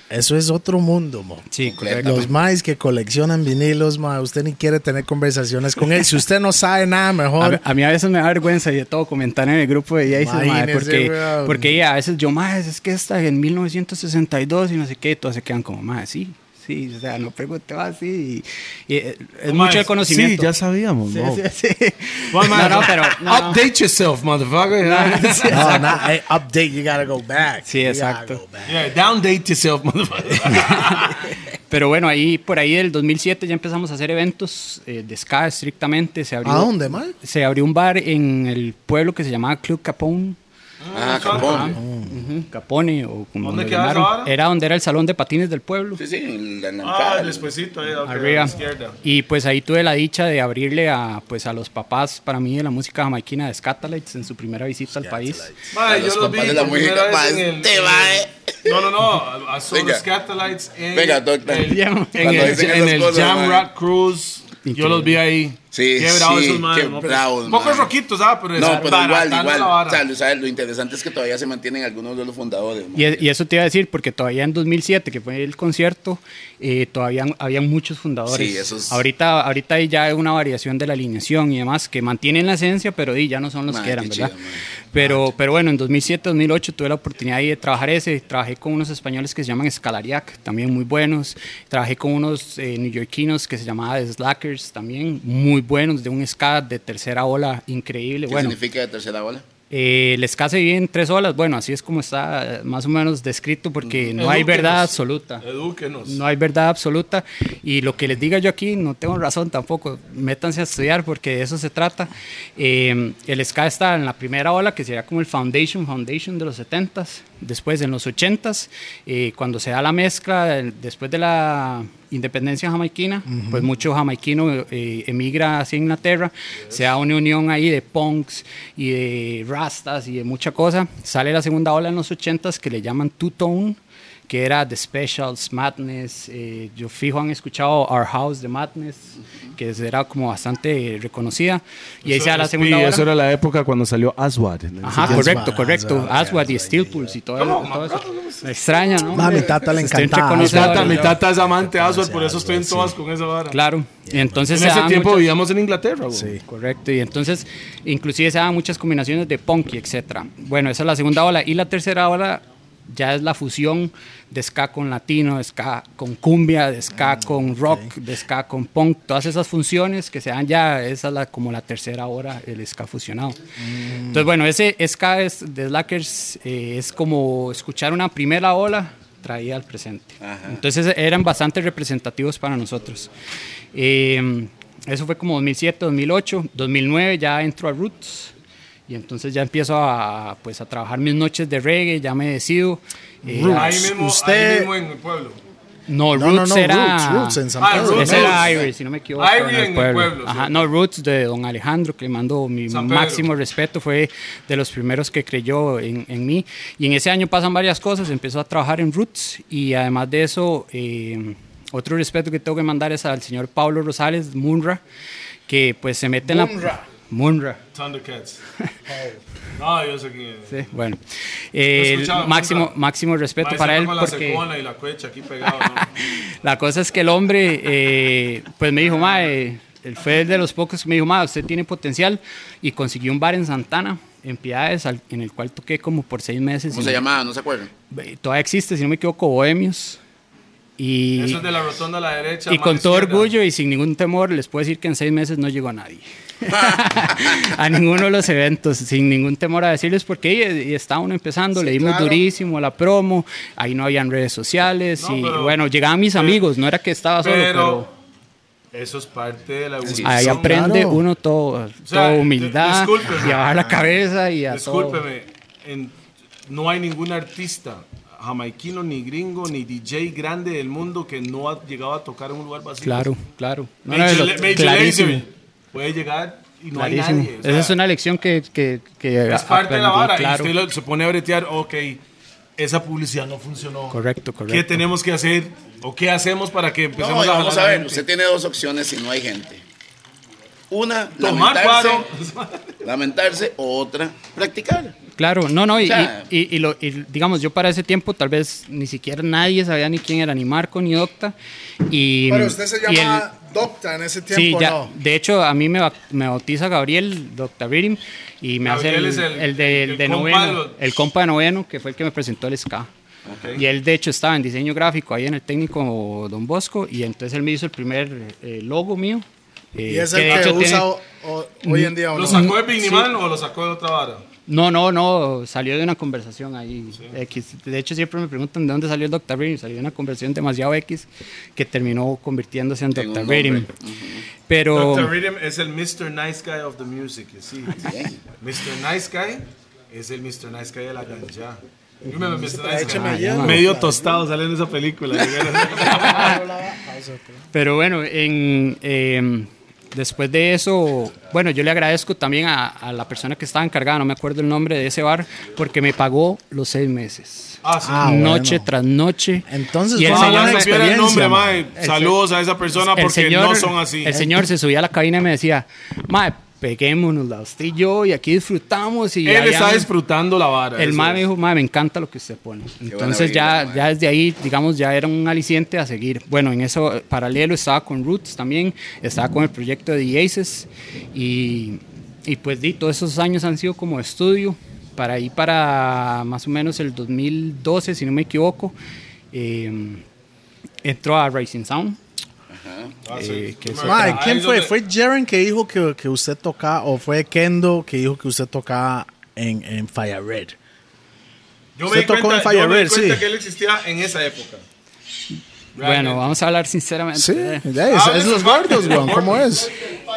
Eso es otro mundo, mo. Eh,
Sí,
Completo.
correcto.
Los maes que coleccionan vinilos, ma, usted ni quiere tener conversaciones con él. Si usted no sabe nada,
A,
mejor.
a mí a veces me da vergüenza y de todo comentar en el grupo de Jason, mae,
Imagínese,
porque,
weón.
porque ya, a veces yo, más es que esta en 1962 y no sé qué, y todos se quedan como, más sí, sí, o sea, no pregunté así. Y, y, eh, es
Mae,
mucho el conocimiento.
Sí, ya sabíamos.
Sí,
no.
sí, sí.
Bueno, mae, ah,
No, no, pero. no,
Ah.
no.
Update yourself, motherfucker.
Sí,
No, no, hey, update, you gotta go back.
Sí,
You gotta
exacto.
go back.
Yeah, downdate yourself, motherfucker.
Pero bueno, ahí por ahí del 2007 ya empezamos a hacer eventos eh, de ska estrictamente. Se abrió,
¿A dónde, ma?
Se abrió un bar en el pueblo que se llamaba Club Capone.
Ah, Capón.
Ujú, Capone o como
¿Dónde
lo
quedaba esa
llamaron.
vara?
Era donde era el salón de patines del pueblo.
Sí, sí, en la
Ah,
entrada.
despuésito, eh, ok, a
Arriba.
la izquierda.
Y pues ahí tuve la dicha de abrirle a, pues, a los papás, para mí, de la música jamaiquina de Scatalites en su primera visita al país.
Mae,
A
yo
los
los vi
papás de la
por
música,
primera vez
mae,
en el-
este
en el-
mae.
No, no, no. A, a solo
Venga.
Scatolites en,
Venga, doctor.
el-
Cuando
en el,
dicen
en
esas
el
cosas,
Jam
mae.
Rock Cruise. Yo
Increíble.
los vi ahí.
Sí,
qué bravos
sí,
esos manes,
qué
¿no?
bravos,
Pocos
mae.
roquitos, ah, pero,
No, pero igual,
desbaratando
igual.
la vara.
O sea, lo- o sea, lo interesante es que todavía se mantienen algunos de los fundadores. man.
Y, e- y eso te iba a decir, porque todavía en 2007, que fue el concierto, eh, todavía han- habían muchos fundadores.
Sí, esos-
Ahorita ahorita ahí ya hay una variación de la alineación y demás, que mantienen la esencia, pero di, ya no son los
Madre,
que eran,
qué
¿verdad?
chido, madre.
pero, pero bueno, en 2007, 2008 tuve la oportunidad ahí de trabajar ese. Trabajé con unos españoles que se llaman Escalariac, también muy buenos. Trabajé con unos eh, neoyorquinos que se llamaba The Slackers, también muy buenos, de un ska de tercera ola increíble.
¿Qué
bueno,
significa de tercera ola?
eh, el ska se vive en tres olas. Bueno, así es como está eh, más o menos descrito porque no hay verdad absoluta.
Edúquenos.
No hay verdad absoluta. Y lo que les diga yo aquí, no tengo razón tampoco. Métanse a estudiar porque de eso se trata. Eh, el ska está en la primera ola, que sería como el foundation, foundation de los 70s. Después, en los 80s, eh, cuando se da la mezcla, el- después de la independencia jamaiquina, pues mucho jamaiquino eh, emigra hacia Inglaterra. Se da una unión ahí de punks y de rastas y de mucha cosa. Sale la segunda ola en los 80s que le llaman two-tone que era The Specials, Madness. eh, yo fijo han escuchado Our House de Madness, que era como bastante reconocida. Y ahí se da la segunda hora.
era la época cuando salió Aswad.
Ajá,
Aswad,
correcto, correcto.
Aswad,
Aswad y Steel Pulse y todo, todo eso. Me extraña, ¿no?
Ma, mi tata le
Estoy
encantaba.
reconocido
Tata,
ahora.
mi tata es amante de Aswad, por eso estoy en todas con esa vara.
Claro. Y entonces
En
se
ese
daban
tiempo
muchas-
vivíamos en Inglaterra, güey.
Sí.
Correcto, y entonces inclusive se dan muchas combinaciones de punk y etcétera. Bueno, esa es la segunda ola. Y la tercera ola ya es la fusión de ska con latino, de ska con cumbia, de ska con rock, de ska con punk. Todas esas funciones que se dan ya, esa es la, como la tercera hora, el ska fusionado. Entonces, bueno, ese ska es, de Slackers eh, es como escuchar una primera ola traída al presente. Entonces eran bastante representativos para nosotros. Eh, eso fue como 2007, 2008, 2009 ya entro a Roots y entonces ya empiezo a, pues, a trabajar mis noches de reggae, ya me decido. Eh,
Ahí
Roots.
mismo,
Usted-
ahí mismo en el pueblo.
no,
No, no,
Roots
no,
era...
Roots, Roots en San
Ah,
Pedro.
Roots.
Ese era Irie, si no me equivoco.
Irie
el
en el pueblo,
Ajá,
sí.
no, Roots de don Alejandro, que le mando mi
San Pedro.
máximo respeto, fue de los primeros que creyó en, en mí. Y en ese año pasan varias cosas, empezó a trabajar en Roots y además de eso, eh, otro respeto que tengo que mandar es al señor Pablo Rosales, Munra, que pues se mete en la... Munra.
Thundercats. No, yo sé quién es.
Sí, bueno, Eh, el
escuchaba
máximo,
Munra.
máximo respeto
Mae,
para
siempre
él
con la
porque...
cecona y la cuecha aquí pegado, ¿no?
La cosa es que el hombre, eh, pues me dijo, mae, él fue de los pocos que me dijo, mae, usted tiene potencial y consiguió un bar en Santana, en Piedades, al- en el cual toqué como por seis meses.
¿Cómo
Y-
se llamaba? ¿No se acuerdan?
Pues
eh, Todavía existe, si no me equivoco, Bohemios. Y,
Eso es de la rotonda a la derecha.
y
mano
con todo
izquierda.
orgullo y sin ningún temor, les puedo decir que en seis meses no llegó a nadie. a ninguno de los eventos, sin ningún temor a decirles porque y, y estaba uno empezando, le dimos durísimo a la promo, ahí no habían redes sociales
No,
y
pero-
bueno, llegaban mis amigos, no era que estaba solo,
Pero
pero
eso es parte de la evolución.
ahí aprende
claro.
uno todo,
sea,
toda
di-
humildad,
discúlpeme.
y a bajar la cabeza y a todo.
Discúlpeme, en- no hay ningún artista jamaiquino, ni gringo, ni DJ grande del mundo que no ha llegado a tocar en un lugar vacío.
Claro, claro. No, no,
Major
lo-
Le- Major
clarísimo,
Lazer puede llegar y no
clarísimo.
hay nadie. o sea,
Esa es una lección que, que, que
es parte de la
aprendí,
vara.
claro.
Y usted lo- se pone a bretear, ok, esa publicidad no funcionó.
Correcto,
¿Qué
correcto.
tenemos que hacer? ¿O qué hacemos para que
No,
empecemos
y
a
vamos
jalar
a
la
ver,
gente?
usted tiene dos opciones si no hay gente. Una,
Tomar
lamentarse,
cuadro.
lamentarse, o otra, practicar.
Claro, no, no, y,
O sea-
y, y- y lo, y, digamos, yo para ese tiempo tal vez ni siquiera nadie sabía ni quién era, ni Marco, ni Docta. Y,
Pero usted se
y el-
llamaba Docta en ese
Sí,
tiempo,
ya,
¿no?
de hecho a mí me, ba- me bautiza Gabriel, Docta Birim, y me
Gabriel es
hace
el-
el, el de,
el
el de
compa
noveno,
de los-
el compa de noveno, que fue el que me presentó el SCA. Y él de hecho estaba en diseño gráfico ahí en el técnico Don Bosco, y entonces él me hizo el primer eh, logo mío. eh,
Y es el
de
que,
hecho
usa
tiene-
o- o- hoy en día, ¿o
¿Lo
no?
sacó de Bigniman o lo sacó de otra vara?
No, no, no, salió de una conversación ahí. X. De hecho, siempre me preguntan de dónde salió el Dr. Beating. Salió de una conversación demasiado X que terminó convirtiéndose en
En un
Dr.
nombre.
Beating. Pero.
Dr. Rhythm es el Mr. Nice Guy of the music, you see. Mr. Nice Guy es el Mr. Nice Guy de la ganja. You remember Mr. Nice
Écheme
Ah,
Guy?
ya,
hielo.
man.
Medio tostado sale en esa película. de verdad.
Pero bueno, en, eh, después de eso, bueno, yo le agradezco también a, a la persona que estaba encargada, no me acuerdo el nombre de ese bar, porque me pagó los seis meses.
ah, sí.
Ah, bueno.
noche tras noche.
Entonces,
Y el
fue
Ojalá
señor
buena
me-
supiera el nombre,
experiencia, man.
mae. Saludos a esa persona
el
porque
señor-
no son así.
El señor se subía a la cabina y me decía, mae, peguémonos la usted y yo y aquí disfrutamos. Y
Él
allá
está
nos-
disfrutando la vara.
El
eso
mae
es.
me dijo, mae, me encanta lo que usted pone.
buena
Entonces
vibra,
ya,
mae.
ya desde ahí, digamos, ya era un aliciente a seguir. Bueno, en eso eh, paralelo estaba con Roots también, estaba con el proyecto de The Aces y, y pues di, todos esos años han sido como estudio para ahí para más o menos el 2012, si no me equivoco. eh, entró a Racing Sound.
Ah, sí.
eh, que es
Mae,
Mae,
ahí
¿quién
es
fue?
donde-
¿Fue Jaren que dijo que, que usted tocaba, o fue Kendo que dijo que usted tocaba en, en Fire Red?
Yo
Usted
me di
tocó en
cuenta,
Fire
yo me di
Red,
cuenta
sí.
que él existía en esa época.
Bueno, vamos a hablar sinceramente.
Sí,
eh.
Ah,
ya es, es los gordos, weón. ¿Cómo es?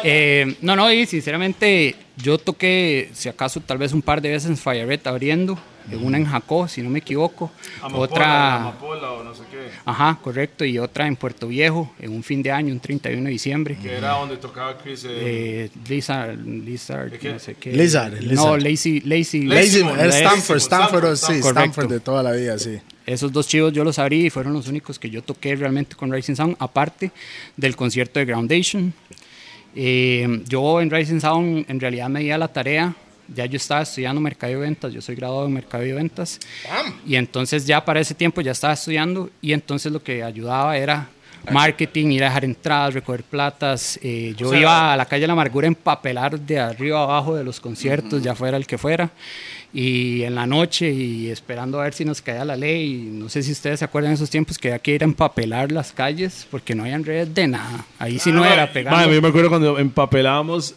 Eh, no, no, y sinceramente yo toqué, si acaso, tal vez un par de veces en Fire Red abriendo, eh, una en Jacó, si no me equivoco,
Amapola,
otra,
Amapola o no sé qué.
ajá, correcto, y otra en Puerto Viejo, en un fin de año, un 31 de diciembre.
Que era donde tocaba Chris. eh,
Eh, Lizard, Lizard,
qué?
no sé qué.
Lizard,
No,
Lizard.
Lazy,
Lazy,
Lazy.
es
Lazy,
Stanford,
Stanford,
Stanford,
Stanford,
sí,
Correcto.
Stanford de toda la vida, sí.
Esos dos chivos yo los abrí y fueron los únicos que yo toqué realmente con Rising Sound, aparte del concierto de Groundation. Eh, yo en Rising Sound en realidad me di a la tarea, ya yo estaba estudiando mercado y ventas, yo soy graduado en mercado y ventas. Y entonces ya para ese tiempo ya estaba estudiando y entonces lo que ayudaba era marketing, ir a dejar entradas, recoger platas. eh, yo
sea,
iba a la calle de la amargura a empapelar de arriba a abajo de los conciertos, ya fuera el que fuera. Y en la noche y esperando a ver si nos caía la ley. No sé si ustedes se acuerdan de esos tiempos que había que ir a empapelar las calles porque no habían redes de nada. Ahí sí no
Ah,
era
mae,
pegar.
mae, yo me acuerdo cuando empapelábamos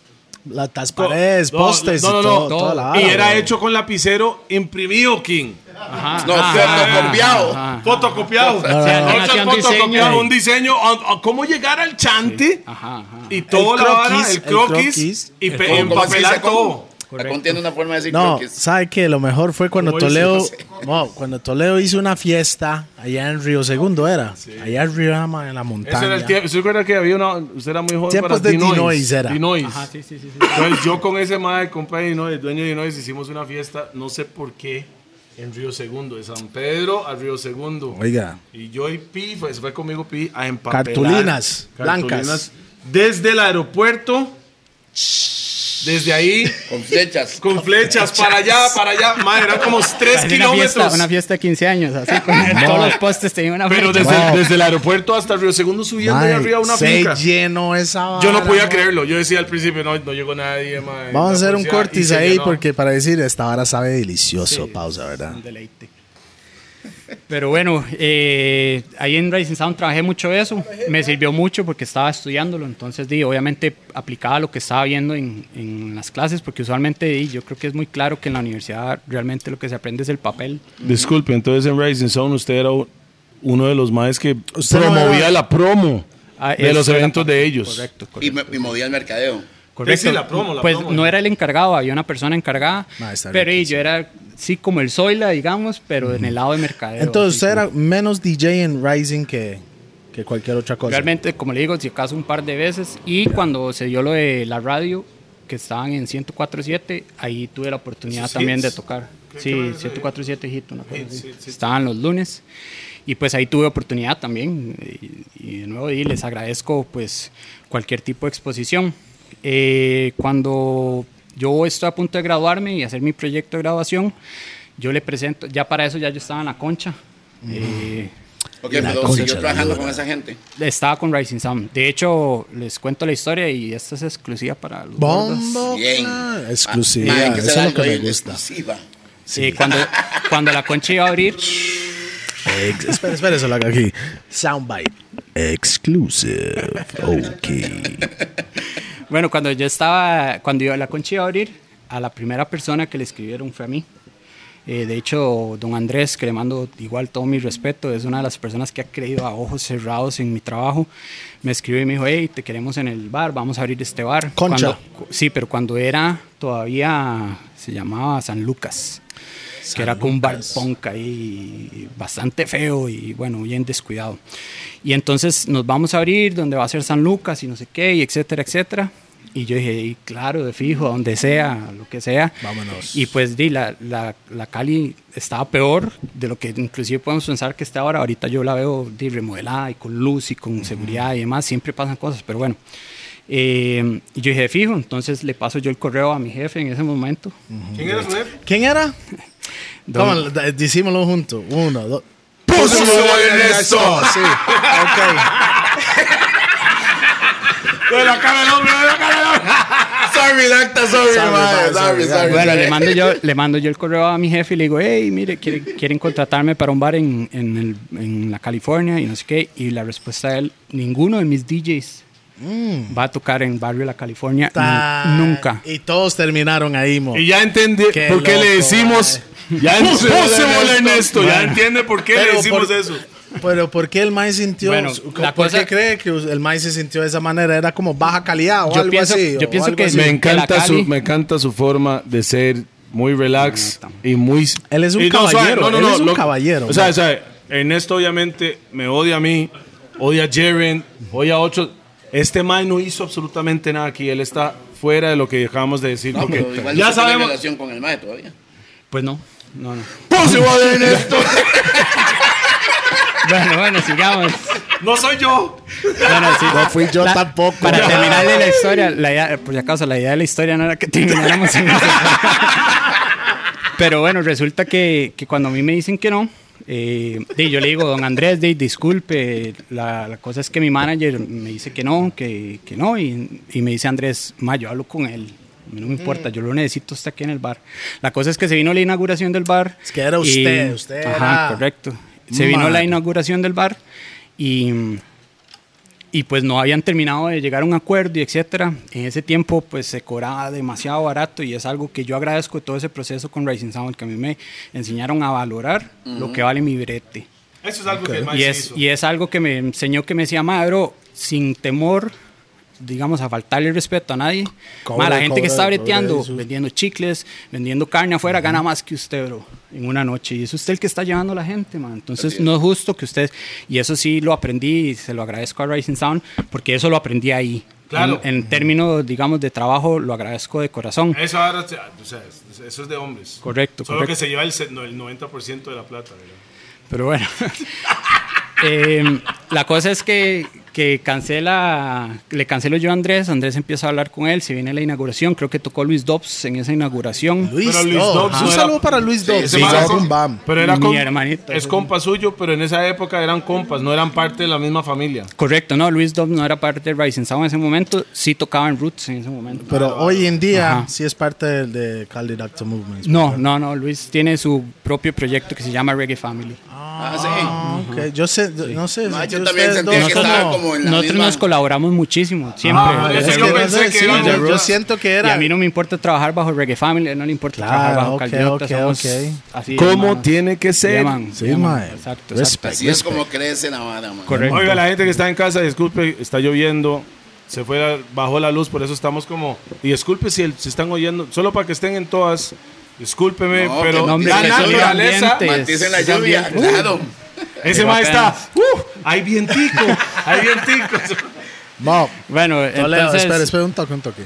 La, las paredes,
No,
postes
no, no,
y
no,
todo,
todo.
toda la
Y
vara,
era
weón.
hecho con lapicero imprimido, King.
Ajá,
No,
ajá,
fotocopiado.
ajá, ajá.
Fotocopiado.
No, no,
no.
ah. Ocho
Hacían diseño
fotocopiado,
ahí.
un diseño. a- a ¿Cómo llegar al chante?
Ajá, ajá.
Y todo
El
la vara,
croquis,
el
el
croquis.
croquis.
Y
¿Cómo-
pe-
cómo se
empapelar
dice? ¿Cómo?
todo.
Acón tiene una forma de decir
No,
croquis.
¿sabe qué? Lo mejor fue cuando
¿Cómo dice?
Toledo,
No sé.
no, cuando Toledo hizo una fiesta allá en Río Segundo, ¿era? Allá arriba, ma, en la montaña.
Eso era el tiempo. ¿Se acuerda que había una. Usted era muy joven
Tiempos
para
de
Dinois?
Dinois era.
Dinois.
Ajá, sí, sí, sí, sí.
Entonces yo con ese madre, compa de Dinois, dueño de Dinois, hicimos una fiesta, no sé por qué, en Río Segundo, de San Pedro a Río Segundo.
Oiga,
Y yo y Pi, pues, fue conmigo Pi a empapelar.
Cartulinas blancas.
Desde el aeropuerto, desde ahí,
Con flechas.
con flechas para allá, para allá. Madre, eran como 3
Hacía una fiesta,
kilómetros.
una fiesta de 15 años, así con todos los postes tenía una
Pero
flecha.
desde,
Wow.
desde el aeropuerto hasta Río Segundo subiendo
mae,
ahí arriba a una
se
finca.
llenó esa
Yo no
vara,
podía
ma.
creerlo. Yo decía al principio, no, no llegó nadie, madre.
Ah, Vamos a
La
hacer un
policía, Pues y
cortis
se
ahí
llenó.
porque para decir esta vara sabe delicioso, pausa, ¿verdad?
un deleite. Pero bueno, eh, ahí en Rising Sound trabajé mucho eso, me sirvió mucho porque estaba estudiándolo, entonces di, obviamente aplicaba lo que estaba viendo en, en las clases, porque usualmente di, yo creo que es muy claro que en la universidad realmente lo que se aprende es el papel.
Disculpe, entonces en Rising Zone usted era u- uno de los más que
Usted no
promovía
era-
la promo
Ah,
de
eso
los
era
eventos
papel,
de ellos.
Correcto, correcto.
Y me, y movía el mercadeo.
Correcto.
Sí, sí, la promo, la
pues
promo.
no era el encargado, había una persona encargada,
Ah, está
pero y
riquísimo.
yo era sí como el Zoila, digamos, pero en el lado de mercadeo.
Entonces
así
usted
como-
era menos DJ en Rising que, que cualquier otra cosa.
Realmente, como le digo, si acaso un par de veces. Y cuando se dio lo de la radio, que estaban en 104.7, ahí tuve la oportunidad
¿Esos
también
hits?
de tocar.
¿Qué-
Sí,
qué banda es
104.7 hit, una cosa
Hits,
así.
hits, hits.
Estaban los lunes. Y pues ahí tuve oportunidad también. Y, y de nuevo, y les agradezco pues cualquier tipo de exposición. Eh, cuando yo estoy a punto de graduarme y hacer mi proyecto de graduación. Yo le presento, ya para eso ya yo estaba en la concha. Eh,
Ok,
La
pero
concha
siguió
de
trabajando
la
con esa gente.
estaba con Rising Sound. De hecho, les cuento la historia y esta es exclusiva para los gordos.
Bombo.
Bien.
claro,
Ah, mae,
Exclusiva.
hay que
Eso
hacer
es lo que
algo
me
ahí,
gusta.
exclusiva.
Sí, cuando, cuando la concha iba a abrir,
Ex- espera, espera, eso lo hago aquí. Soundbite. Exclusive. Ok.
bueno, cuando yo estaba, cuando iba- la concha iba a abrir, a la primera persona que le escribieron fue a mí. Eh, de hecho, don Andrés, que le mando igual todo mi respeto, es una de las personas que ha creído a ojos cerrados en mi trabajo. Me escribió y me dijo, hey, te queremos en el bar, vamos a abrir este bar.
Concha.
Cuando- cu- sí, pero cuando era todavía, se llamaba San Lucas. que era con un bar punk ahí bastante feo y bueno, bien descuidado. Y entonces nos vamos a abrir donde va a ser San Lucas y no sé qué, y etcétera, etcétera. Y yo dije, "Y claro, de fijo, a donde sea, a lo que sea.
Vámonos.
Y pues di, la, la, la Cali estaba peor de lo que inclusive podemos pensar que está ahora. Ahorita yo la veo di, remodelada y con luz y con seguridad y demás. Siempre pasan cosas, pero bueno. Eh, y yo dije, fijo, entonces le paso yo el correo a mi jefe en ese momento.
¿Quién era su jefe?
¿Quién era?
Don-
Vamos, da- dicímoslo juntos. Uno, dos.
Pues
eso!
Sí. Ok.
De la cara del hombre, de la cara del hombre.
Sorry, Lacta, sorry,
Sorry,
mae,
mae, sorry,
Sorry, sorry.
Bueno,
sorry.
le mando, yo, le mando yo el correo a mi jefe y le digo, hey, mire, ¿quieren, quieren contratarme para un bar en, en, el- en la California y no sé qué. Y la respuesta de él, ninguno de mis DJs va a tocar en Barrio La California ni-
Ta- Eh.
nunca.
Y todos terminaron ahí, mo.
Y ya entiende
Qué
por qué le
loco,
decimos. Ya
Puse bola en
bola en
esto.
esto. Ya entiende por qué le decimos
por-
eso.
Pero ¿por qué el maíz sintió?
Bueno,
¿Por
la
qué
cosa-
cree que el maíz se sintió de esa manera? Era como baja calidad o
Yo
algo
pienso-
así.
yo
o
pienso
algo
que
así.
Sí,
me,
de
encanta
la
su,
Cali.
me encanta su forma de ser muy relax
Ah, está.
y muy...
Él es un
Y no, suave,
caballero.
no, no,
él
no,
es un
lo-
caballero.
O sea, o sea, Ernesto obviamente me odia a mí, odia a Jaren, odia a otros. Este Mae no hizo absolutamente nada aquí. Él está fuera de lo que acabamos de decir.
No,
porque
pero igual
ya
no se tiene
sabemos.
relación con el mae todavía.
Pues no, no, no.
¡Puse bola en esto!
Bueno, bueno, sigamos.
No soy yo.
Bueno, sí.
no fui yo
La-
tampoco.
Para terminar de la historia, la idea- por si acaso, la idea de la historia no era que termináramos en eso. Pero bueno, resulta que, que cuando a mí me dicen que no, eh, di, yo le digo, don Andrés, di, disculpe, la, la cosa es que mi manager me dice que no, que, que no, y, y me dice Andrés, ma, yo hablo con él. a mí No me importa, yo lo necesito hasta aquí en el bar. La cosa es que se vino la inauguración del bar.
Es que era usted, usted
Ajá,
era-
correcto. Se vino la
Madre.
inauguración del bar y y pues no habían terminado de llegar a un acuerdo y etcétera. En ese tiempo pues se cobraba demasiado barato y es algo que yo agradezco de todo ese proceso con Rising Sound que a mí me enseñaron a valorar lo que vale mi brete.
Eso es algo que el Mae
Y
sí
es,
hizo.
y es algo que me enseñó que me decía, madro, sin temor, digamos, a faltarle el respeto a nadie.
Cobra,
Ma, la gente
cobra,
que está
cobra
breteando,
eso.
vendiendo chicles, vendiendo carne afuera, gana más que usted, bro, en una noche. Y es usted el que está llevando a la gente, man. Entonces, no es justo que usted. Y eso sí lo aprendí y se lo agradezco a Rising Sound, porque eso lo aprendí ahí.
Claro.
En, en términos, digamos, de trabajo, lo agradezco de corazón.
Eso ahora, se- o sea, es- eso es de hombres.
Correcto,
Eh, Solo
correcto.
que se lleva el, se- no, el 90% de la plata, ¿verdad?
Pero bueno. Eh, la cosa es que, que cancela, le cancelo yo a Andrés, Andrés empieza a hablar con él, se viene la inauguración, creo que tocó Luis Dobbs en esa inauguración.
Luis,
Pero Luis
Dobbs.
Dobbs no
Ah, Un
era-
saludo para Luis Dobbs.
ese
Sí,
mae
Dobbs,
era com-
bam.
Pero era
Mi
com-
hermanito.
Es compa suyo, pero en esa época eran compas, no eran parte de la misma familia.
Correcto, no, Luis Dobbs no era parte de Rising Sound en ese momento, sí tocaba en Roots en ese momento.
Pero hoy en día
Ajá.
sí es parte del de Cali Acto Movement.
no, no, no, Luis tiene su propio proyecto que se llama Reggae Family.
Ah, sí.
Ah, ok. Yo sé, yo- no sé.
Ma, Ah, yo
sentí
también
ustedes
sentía
dos
que estaba
como-
como en la
Nosotros
misma...
nos colaboramos muchísimo, siempre.
Ah,
O
Es
sea,
eso
que
yo
no
pensé
sé,
que
sí,
era-
yo, yo siento que
Y
era.
a mí no me importa trabajar bajo Reggae Family, no le importa
Claro,
trabajar bajo
ok,
Caldiota,
ok,
somos
ok.
así,
¿Cómo
hermanos.
tiene que ser?
Llaman,
Sí,
llaman.
mae.
Exacto, exacto.
Respect.
Así es como crece la vara, man.
Correcto.
Oiga, la gente que está en casa, disculpe, está lloviendo. Se fue, la- bajó la luz, por eso estamos como. Y disculpe si el- si están oyendo, solo para que estén en todas. Discúlpeme,
No,
pero
que no, hombre,
la
que eso es
naturaleza.
ambiente.
Mantiene la
Es
lluvia,
ambiente.
claro.
Ese
Qué
maestro está.
bacanas.
¡Uh! Hay vientico, hay vientico.
Mo,
Bueno,
Troleo,
entonces,
espera, espera, un toque, un toque.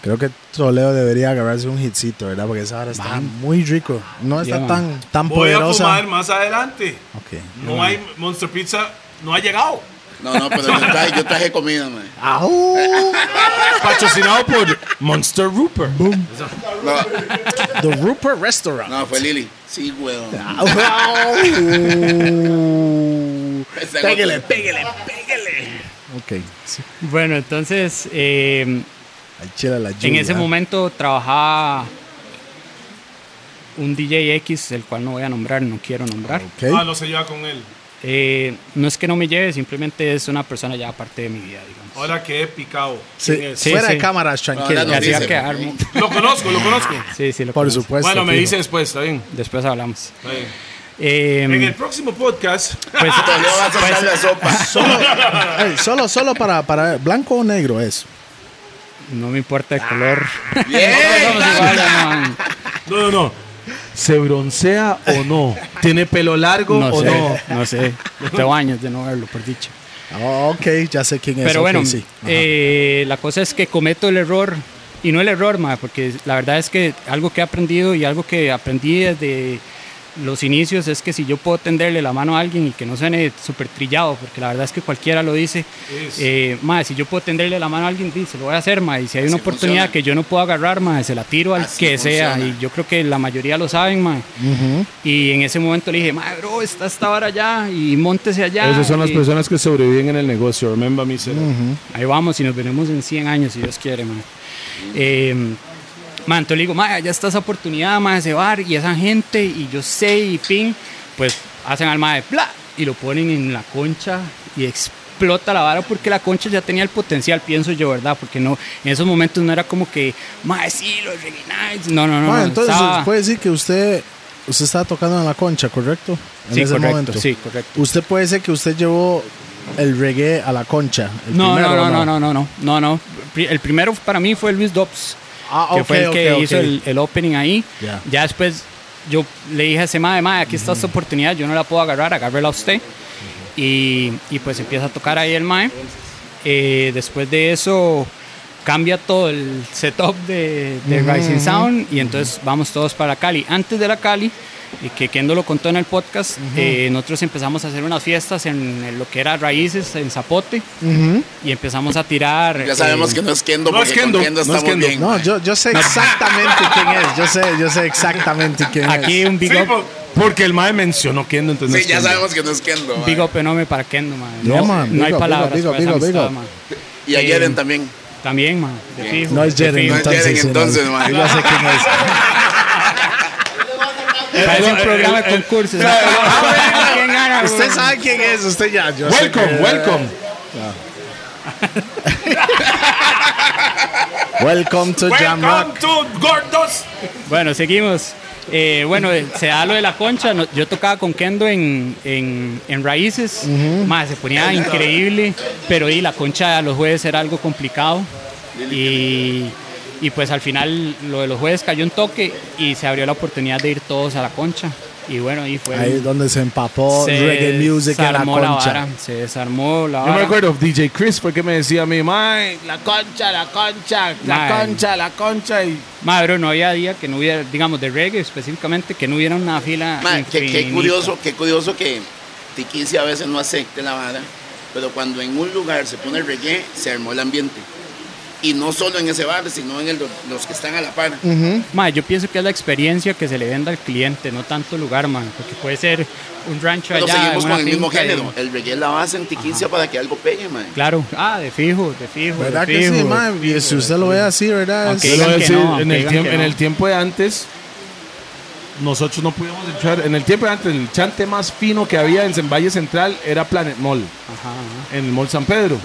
Creo que Troleo debería agarrarse un hitcito, ¿verdad? Porque esa hora está muy rico. No está
Yeah,
tan, tan
Voy a
poderosa.
fumar más adelante.
Ok.
No hay. Monster Pizza no ha llegado.
No, no, pero yo traje, yo traje comida, man.
Patrocinado por Monster Rupert.
No,
The Rupert Restaurant.
no, fue Lili. Sí, weón.
Ah,
Au.
Ese
pégale,
gote.
pégale, pégale. Ok, sí.
Bueno, entonces eh,
Al chela la lluvia.
en ese momento trabajaba un DJ X, el cual no voy a nombrar, no quiero nombrar.
Ok.
Ah, no se lleva con él.
Eh, no es que no me lleve, simplemente es una persona ya parte de mi vida, digamos.
Ahora que he picado.
Sí,
¿Quién es?
sí,
fuera de
sí.
cámaras, tranquilo.
Ahora nos
Que hacía
dice,
quedar
¿ok?
mu-
Lo conozco, lo conozco.
Sí, sí, lo
Por
conozco.
supuesto.
Bueno, me
fijo.
dice después, está bien.
Después hablamos.
Está bien.
Eh,
En el próximo podcast,
pues,
Todavía vas a sacar la sopa.
Solo, ey, solo, solo para, para blanco o negro es.
no me importa el color.
Bien.
Somos iguales, man.
no, no, no.
¿Se broncea o no? ¿Tiene pelo largo
No
o
sé,
no?
no sé. Tengo años eh, de no verlo, por dicho.
Ah, ok, ya sé quién es.
Pero
ok,
bueno,
sí. Ajá.
eh, la cosa es que cometo el error, y no el error, ma, porque la verdad es que algo que he aprendido y algo que aprendí desde los inicios es que si yo puedo tenderle la mano a alguien y que no suene súper trillado, porque la verdad es que cualquiera lo dice, eh, ma, si yo puedo tenderle la mano a alguien, dice, lo voy a hacer, ma, y si hay una
Así
oportunidad
funciona.
que yo no puedo agarrar, ma, se la tiro al
Así
que sea,
funciona.
y yo creo que la mayoría lo saben, ma. Y en ese momento le dije, ma, bro, está esta hora allá y montese allá.
Esas son las
y-
personas que sobreviven en el negocio. Remember me, Sera.
Ahí vamos y nos veremos en 100 años, si Dios quiere, man. Eh, man, entonces le digo, man, ya está esa oportunidad, man, ese bar y esa gente, y yo sé, y pin, pues hacen al de bla, y lo ponen en la concha y explota la vara porque la concha ya tenía el potencial, pienso yo, ¿verdad? Porque no, en esos momentos no era como que, man, sí, los Reggae Nights", no, no, no,
Ah,
no,
entonces
estaba-
puede decir que usted usted estaba tocando en la concha, ¿correcto? En
Sí,
ese
correcto,
momento.
sí, correcto.
Usted puede decir que usted llevó el reggae a la concha. el
no,
primero,
no,
¿o
no, no, no, no, no, no, Pri- el primero para mí fue Luis Dobbs.
Ah,
que
ok,
fue el que
ok,
hizo
ok.
el, el opening ahí.
Ya.
Ya después yo le dije a ese madre, madre, aquí está esta oportunidad, yo no la puedo agarrar, agárrela usted. Y, y pues empieza a tocar ahí el mae. Eh, después de eso cambia todo el setup de, de Rising Sound y entonces vamos todos para Cali. Antes de la Cali, y que Kendo lo contó en el podcast, eh, nosotros empezamos a hacer unas fiestas en, en lo que era Raíces, en Zapote, y empezamos a tirar...
Ya sabemos
eh,
que no es Kendo,
No es
porque con
Kendo,
Kendo
no es
estamos
Kendo.
bien.
No, yo, yo sé exactamente quién es. Yo sé, yo sé exactamente quién
Aquí
es.
un big
Sí,
up
po-
Porque el mae mencionó que no
Sí,
entendés.
ya sabemos que no es Kendo. ¿eh? man.
Big up enorme para Kendo, man.
Yeah,
no,
man.
no
Big
hay
up,
palabras
big up,
para
big
esa
up, big
amistad,
up.
man.
Y a Jeren también.
También, man. de
Bien.
fijo,
No es
de
Jerry,
fijo.
No
entonces.
es Jeren,
sí, no.
entonces, man.
Yo ya sé quién es.
Parece un
Eh,
programa
eh,
de
eh,
concursos. ¿Quién gana,
Usted
weón?
sabe quién es, usted ya. yo sé
Welcome,
Eh,
que-
welcome.
Welcome to Jam Rock.
Welcome to Gordos.
Bueno, seguimos. Eh, bueno, eh, se da lo de la concha. no- Yo tocaba con Kendo en, en, en Raíces. Más, se ponía increíble. Pero y la concha a los jueves era algo complicado. Y, y pues al final lo de los jueves cayó un toque y se abrió la oportunidad de ir todos a la concha. Y bueno, ahí fue.
Ahí es donde se empapó
se
reggae music en la
desarmó
concha.
vara, se desarmó la
Yo me
vara.
acuerdo de DJ Chris porque me decía a mí, mae, la concha, la concha, la
Mae.
concha, la concha. Y
Madre, no había día que no hubiera, digamos, de reggae específicamente, que no hubiera una fila.
Man, que- qué,
infinita.
curioso, qué curioso que Tiquisi a veces no acepte la vara, pero cuando en un lugar se pone reggae, se armó el ambiente. Y no solo en ese bar, sino en el do- los que están a la par.
Madre, yo pienso que es la experiencia que se le vende al cliente, no tanto el lugar, man, porque puede ser un rancho
Pero
allá.
seguimos
una
con el mismo
finca y-
género. El reggae es la base en Tiquicia para que algo pegue, man.
Claro, ah, de fijo, de fijo.
¿Verdad
de
que
fijo,
sí,
de
man? Y
fijo,
si
de
usted lo
fijo.
ve así, ¿verdad?
Aunque
yo
Es-
le voy a
digan que
decir,
no, aunque
en, el
digan
tiempo,
que
en
no.
el tiempo de antes, nosotros no podíamos entrar. En el tiempo de antes, el chante más fino que había en Valle Central era Planet Mall,
Ajá, ajá.
en el Mall San Pedro.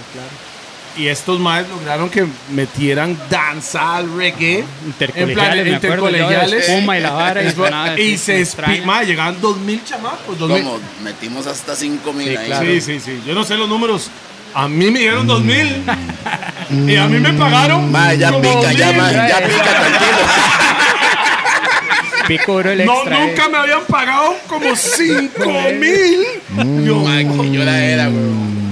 Y estos maes lograron que metieran danza al reggae. En
Intercolegiales,
plan,
me acuerdo yo,
intercolegiales.
espuma y la vara y empanadas,
Y
sí,
se
extraña.
espima, llegan 2000 chamacos. 2000.
Como metimos hasta 5 mil
Sí,
ahí.
claro.
Sí, sí, sí. Yo no sé los números. A mí me dieron 2000.
Mm.
y a mí me pagaron.
Ma, ya
como
pica, ya,
2000.
ma, ya pica, tranquilo.
Pico duro el
No,
extra, eh.
nunca me habían pagado como 5 mil.
Yo, que yo la era, weón.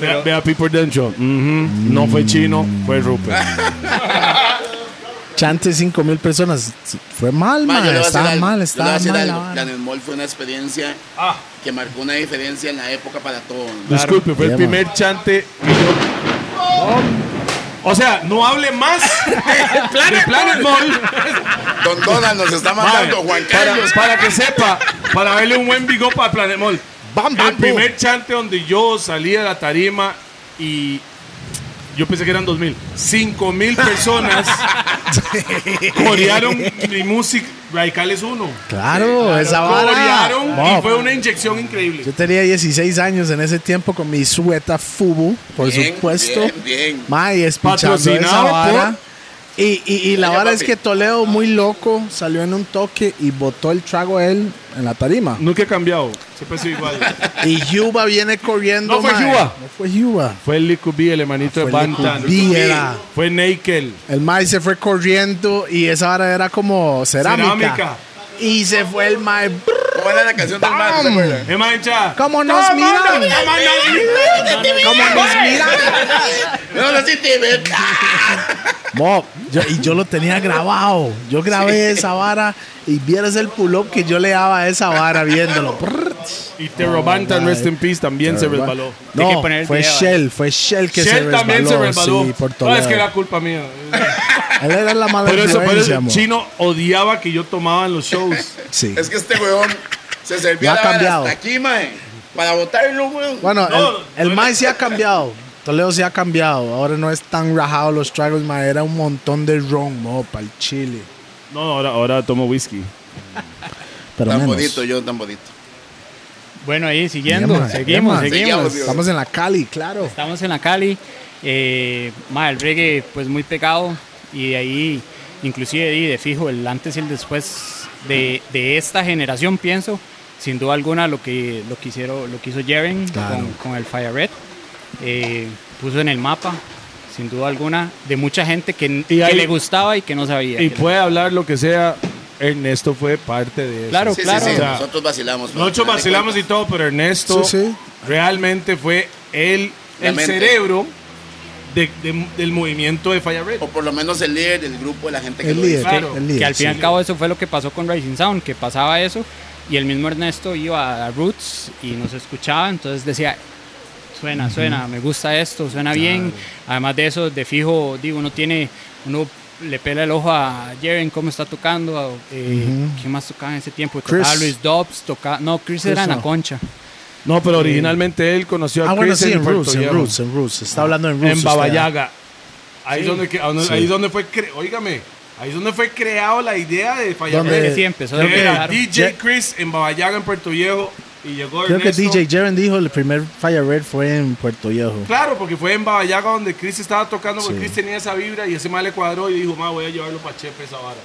Vea, vea People Dentro. Ujú. No fue chino, fue Rupert.
Chante 5 mil personas. Fue mal,
Ma,
man.
yo le voy a decir
Estaba
algo,
mal,
yo le voy a
estaba
decir
mal.
algo.
la
La
vara.
Nemol fue una experiencia
Ah.
que marcó una diferencia en la época para todo. ¿no?
Disculpe, fue el
Ya,
primer chante que yo.
O sea, no hable más de Planet, Mall.
Don Donald nos está mandando,
Mae,
Juan
para,
Carlos.
para que sepa, para verle un buen bigote para Planet Mall.
Bam, bam,
el primer chante donde yo salí a la tarima y yo pensé que eran 2000, 5000 personas corearon mi música Radicales 1.
Claro, esa vara.
Corearon y
Wow.
fue una inyección increíble.
Yo tenía 16 años en ese tiempo con mi sueta Fubu, por
Bien,
supuesto.
bien, bien.
Ma, y es pichando esa
Patrocinado
vara. Y, y, y la
Ya,
vara
papi.
es que Toledo, muy loco, salió en un toque y botó el trago él en la tarima.
Nunca he cambiado.
Siempre soy igual.
Y Yuba viene corriendo.
No fue
mae.
Yuba.
No fue Yuba.
Fue el Lico B, el hermanito de
Ah, Fue
Bantan.
Viera.
Fue Nakel.
El Mae se fue corriendo y esa vara era como cerámica.
Cerámica.
Y se fue el Mae. brr,
¿Cómo era la canción del mar? ¿Se
¡Bam!
acuerdan?
Es Eh, mancha.
¿Cómo nos miran? ¿Cómo nos miran?
No, no, sí, te ve.
Mo, yo- y yo lo tenía grabado. Yo grabé esa vara y vieras el pull-up que yo le daba a esa vara viéndolo. Brr.
Y Terro Bantan,
madre.
rest in peace, también se resbaló.
Hay
eh. No,
que poner el
fue
video, eh.
Shell, fue Shell que se
Shell
resbaló.
también se resbaló.
Sí, por
no, es
Toledo.
que era culpa mía.
Él era la mala
Pero eso, pero
influencia,
el
mo.
chino odiaba que yo tomaba en los shows.
Sí.
Es que este weón se
Ya
servía
ha
la vara
cambiado.
hasta aquí, mae. Para botarlo, weón.
Bueno,
No,
el, el
no
Mae sí ha cambiado. Toledo sí ha cambiado. Ahora no es tan rajado los tragos, Mae. Era un montón de ron, mo, para el chile.
No, ahora, ahora tomo whisky.
Pero
tan
menos.
bonito, yo tan bonito.
Bueno, ahí siguiendo,
Yeah, man,
seguimos,
yeah, man.
seguimos.
Seguimos.
Estamos en la Cali, claro.
Estamos en la Cali, eh, ma, el reggae pues muy pegado y de ahí inclusive di, de fijo el antes y el después de, de esta generación pienso, sin duda alguna lo que, lo que, hicieron, lo que hizo Jaren
Claro.
con, con el Fire Red, eh, puso en el mapa sin duda alguna de mucha gente que, que
ahí-
le gustaba y que no sabía.
Y
Que-
puede hablar lo que sea. Ernesto fue parte de eso.
Claro,
Sí,
claro.
sí, sí.
O sea,
Nosotros vacilamos. pero
Nosotros
al final de
vacilamos y todo, pero Ernesto
Sí, sí.
realmente fue el,
La
el
mente.
cerebro de- de- del movimiento de Fire Red.
cuentas, O por lo menos el líder del grupo, la gente que
El
lo
líder,
hizo.
Claro.
el líder.
que al fin y
sí.
al cabo eso fue lo que pasó con Rising Sound, que pasaba eso y el mismo Ernesto iba a Roots y nos escuchaba, entonces decía, suena, suena, me gusta esto, suena bien. Además de eso, de fijo, digo, uno tiene, uno le pela el ojo a Jaren, cómo está tocando, a, eh, ¿quién más tocaba en ese tiempo?
Chris.
Tocaba Luis Dobbs, tocaba, no, Chris, era
no.
Ana Concha.
No, pero originalmente él conoció a
Eh, Ah,
Chris
bueno, sí, en
Puerto
Roots, en
Viejo.
Roots, en Roots. Está hablando en Roots.
En
usted,
Babayaga.
Ahí es donde, que- ahí es donde fue, cre- óigame, ahí es donde fue creado la idea de Fire
¿Dónde?
Red.
Desde siempre, eso es lo que
Era
dejaron.
DJ Chris en Babayaga, en Puerto Viejo, y llegó
Creo que
Ernesto.
DJ Jaren dijo el primer Fire Red fue en Puerto Viejo.
Claro, porque fue en Babayaga donde Chris estaba tocando, porque
Sí.
Chris tenía esa vibra y ese mal le cuadró y dijo, ma, voy a llevarlo para Chepe esa vara.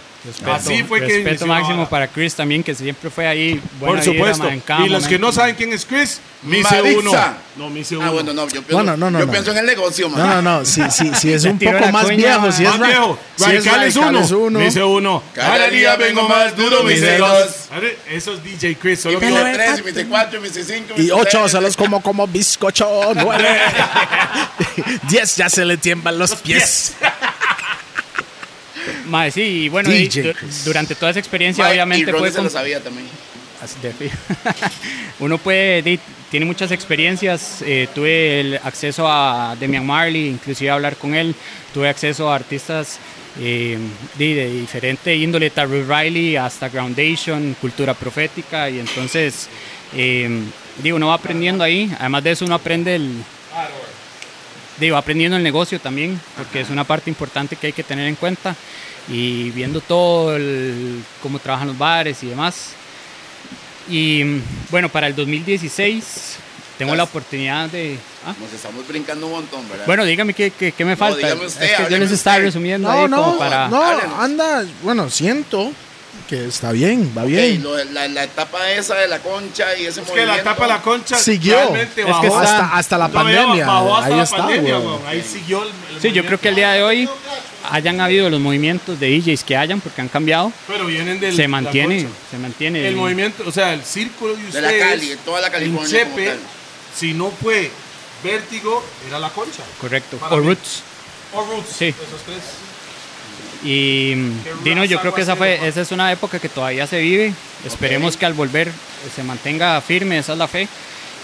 Así fue que
Respeto
inició la
máximo
vara.
para Chris también, que siempre fue ahí.
Por
buena vibra,
supuesto.
man, en cada
y los que
momento.
no saben quién es Chris, me hice
Maritza.
uno. No, me hice uno.
Ah, bueno, no, yo pienso,
Bueno, no, no,
yo
no.
pienso en el negocio, mae.
No, no, no. Si, si, si es un
tiró
poco
la
más
coña,
viejo, si es
Más
ra-
viejo,
si es
radicales
radicales
uno.
uno.
Me hice uno. Cada día vengo más duro, me hice dos. A ver, Eso es DJ Chris. Solo
Y
que
me hice
yo-
tres, y me hice cuatro, y me hice cinco. me
Y
hice
ocho
seis.
se los como como bizcocho, nueve. Diez ya se le tiemblan los pies.
Mae, sí, y bueno,
DJ
y du-
Chris.
durante toda esa experiencia,
Mae,
obviamente,
Y Ronnie
fue
se
con-
lo sabía también.
Así de fijo. Uno puede, di- tiene muchas experiencias. eh, tuve el acceso a Demian Marley, inclusive hablar con él. Tuve acceso a artistas eh, di- de diferente índole, Tarry Riley hasta Groundation, Cultura Profética. Y entonces, eh, di, uno va aprendiendo ahí. Además de eso, uno aprende el. Digo, aprendiendo el negocio también, porque es una parte importante que hay que tener en cuenta y viendo todo el- cómo trabajan los bares y demás. Y mm, bueno, para el 2016 tengo la oportunidad de... ah,
Nos estamos brincando un montón, ¿verdad?
bueno, dígame qué, qué- qué me falta.
dígame usted,
es que yo
hábleme
les estaba
usted.
resumiendo
No,
ahí
no,
como para...
no,
Háblenos.
anda, bueno, siento que está bien, va
Ok,
bien.
lo- la, la etapa esa de la concha y ese
Es que la
movimiento.
tapa la concha.
Siguió.
realmente
Es que
bajó.
está-
hasta, hasta la
No,
pandemia.
bajó hasta
ahí
la
está,
pandemia,
weón.
weón. Ahí siguió el, el
Sí, yo creo que al día de hoy hayan habido los movimientos de DJs que hayan, porque han cambiado,
Pero vienen del.
se
la
mantiene,
concha.
se mantiene.
El
y-
movimiento, o sea, el círculo de
De
ustedes.
la Cali, de toda la
en
California. como
Chepe,
tal.
si no fue Vértigo, era la concha.
Correcto.
Para
O
mí.
Roots.
O Roots.
Sí.
Esos tres.
Y mm, Dino, yo creo que esa fue, esa es una época que todavía se vive. Esperemos que al volver eh, se mantenga firme, esa es la fe.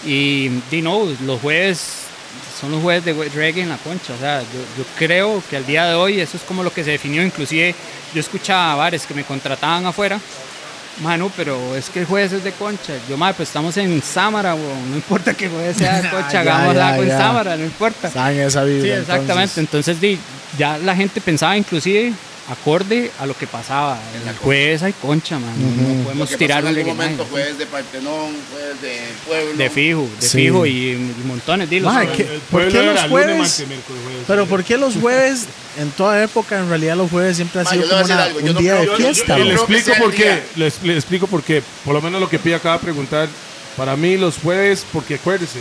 Y Dino, los jueves son los jueves de we- reggae en la concha. O sea, yo, yo creo que al día de hoy eso es como lo que se definió. Inclusive yo escuchaba bares que me contrataban afuera. Mano, pero es que el jueves es de concha. Yo, madre, pues estamos en Sámara, weón. no importa que el jueves sea de
Ah, Ya,
concha, hagamos
ya,
algo en
ya.
Sámara, no importa.
Estaban en esa vibra.
Sí, exactamente.
entonces.
Entonces, di, ya la gente pensaba inclusive acorde a lo que pasaba. El jueves hay concha, man. No
Lo
podemos
que
tirar
pasó
un
en algún
reggae,
momento
man.
jueves de Partenón, jueves de Pueblo.
De fijo, de
Sí.
fijo y, y montones, dilo.
Mae,
son-
¿qué-
El
¿Por
pueblo
qué
era
los
lunes,
jueves?
martes, miércoles, jueves.
Pero ¿por qué los jueves, en toda época, en realidad los jueves siempre ha
Ma,
sido
yo le voy a
como
decir
una-
algo, yo
un
no
día
creo-
de
yo- yo-
fiesta? pues,
Y
yo-
le
güey?
creo que sea
explico
el
por qué.
día.
Les, les explico por qué. Por lo menos lo que pide acaba de preguntar. Para mí los jueves, porque acuérdese,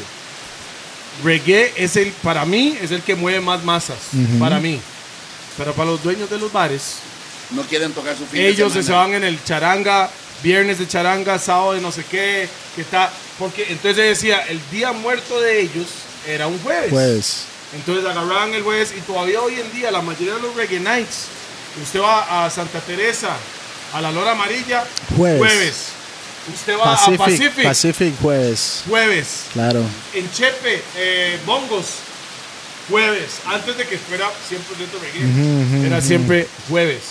reggae es el, para mí, es el que mueve más masas. Para mí. Pero para los dueños de los bares,
No quieren tocar su fin de
ellos se
semana.
van en el charanga, viernes de charanga, sábado de no sé qué, que está. Porque entonces decía, el día muerto de ellos era un jueves.
Jueves.
Entonces agarraban el jueves y todavía hoy en día la mayoría de los reggae nights, usted va a Santa Teresa, a la Lora Amarilla,
Jueves.
jueves. Usted
Ah,
va a
Pacific,
Pacific,
Pacific jueves.
jueves.
Claro.
En Chepe, eh, Bongos, jueves. Antes de que fuera 100% reggae, era siempre jueves.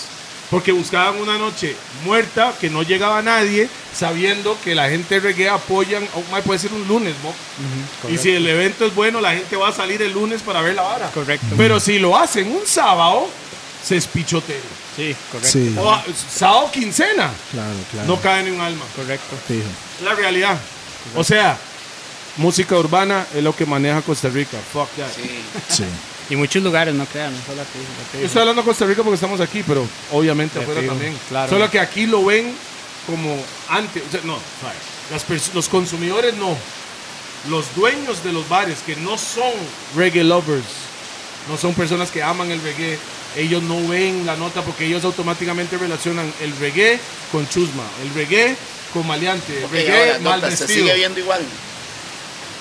Porque buscaban una noche muerta, que no llegaba nadie, sabiendo que la gente reggae apoyan, oh, mae, puede ser un lunes, ¿no? Y si el evento es bueno, la gente va a salir el lunes para ver la vara.
Correcto.
Pero si lo hacen un sábado, se es pichotero.
Sí, correcto.
Sí,
O a- sábado quincena,
claro, claro.
no cae ni un alma.
Correcto.
Fijo.
La realidad. O sea, música urbana es lo que maneja Costa Rica. Fuck that.
Sí.
Sí.
Y muchos lugares, no crean, no solo aquí. lo que
Yo
digo.
estoy hablando de Costa Rica porque estamos aquí, pero obviamente afuera
fijo,
también.
claro.
Solo que aquí lo ven como antes. O sea, no, sorry. Las pers- los consumidores no. Los dueños de los bares que no son reggae lovers, no son personas que aman el reggae, ellos no ven la nota porque ellos automáticamente relacionan el reggae con chusma, el reggae con maleante, el
Ok,
reggae
ahora,
mal
Doctor, se
vestido.
sigue viendo igual.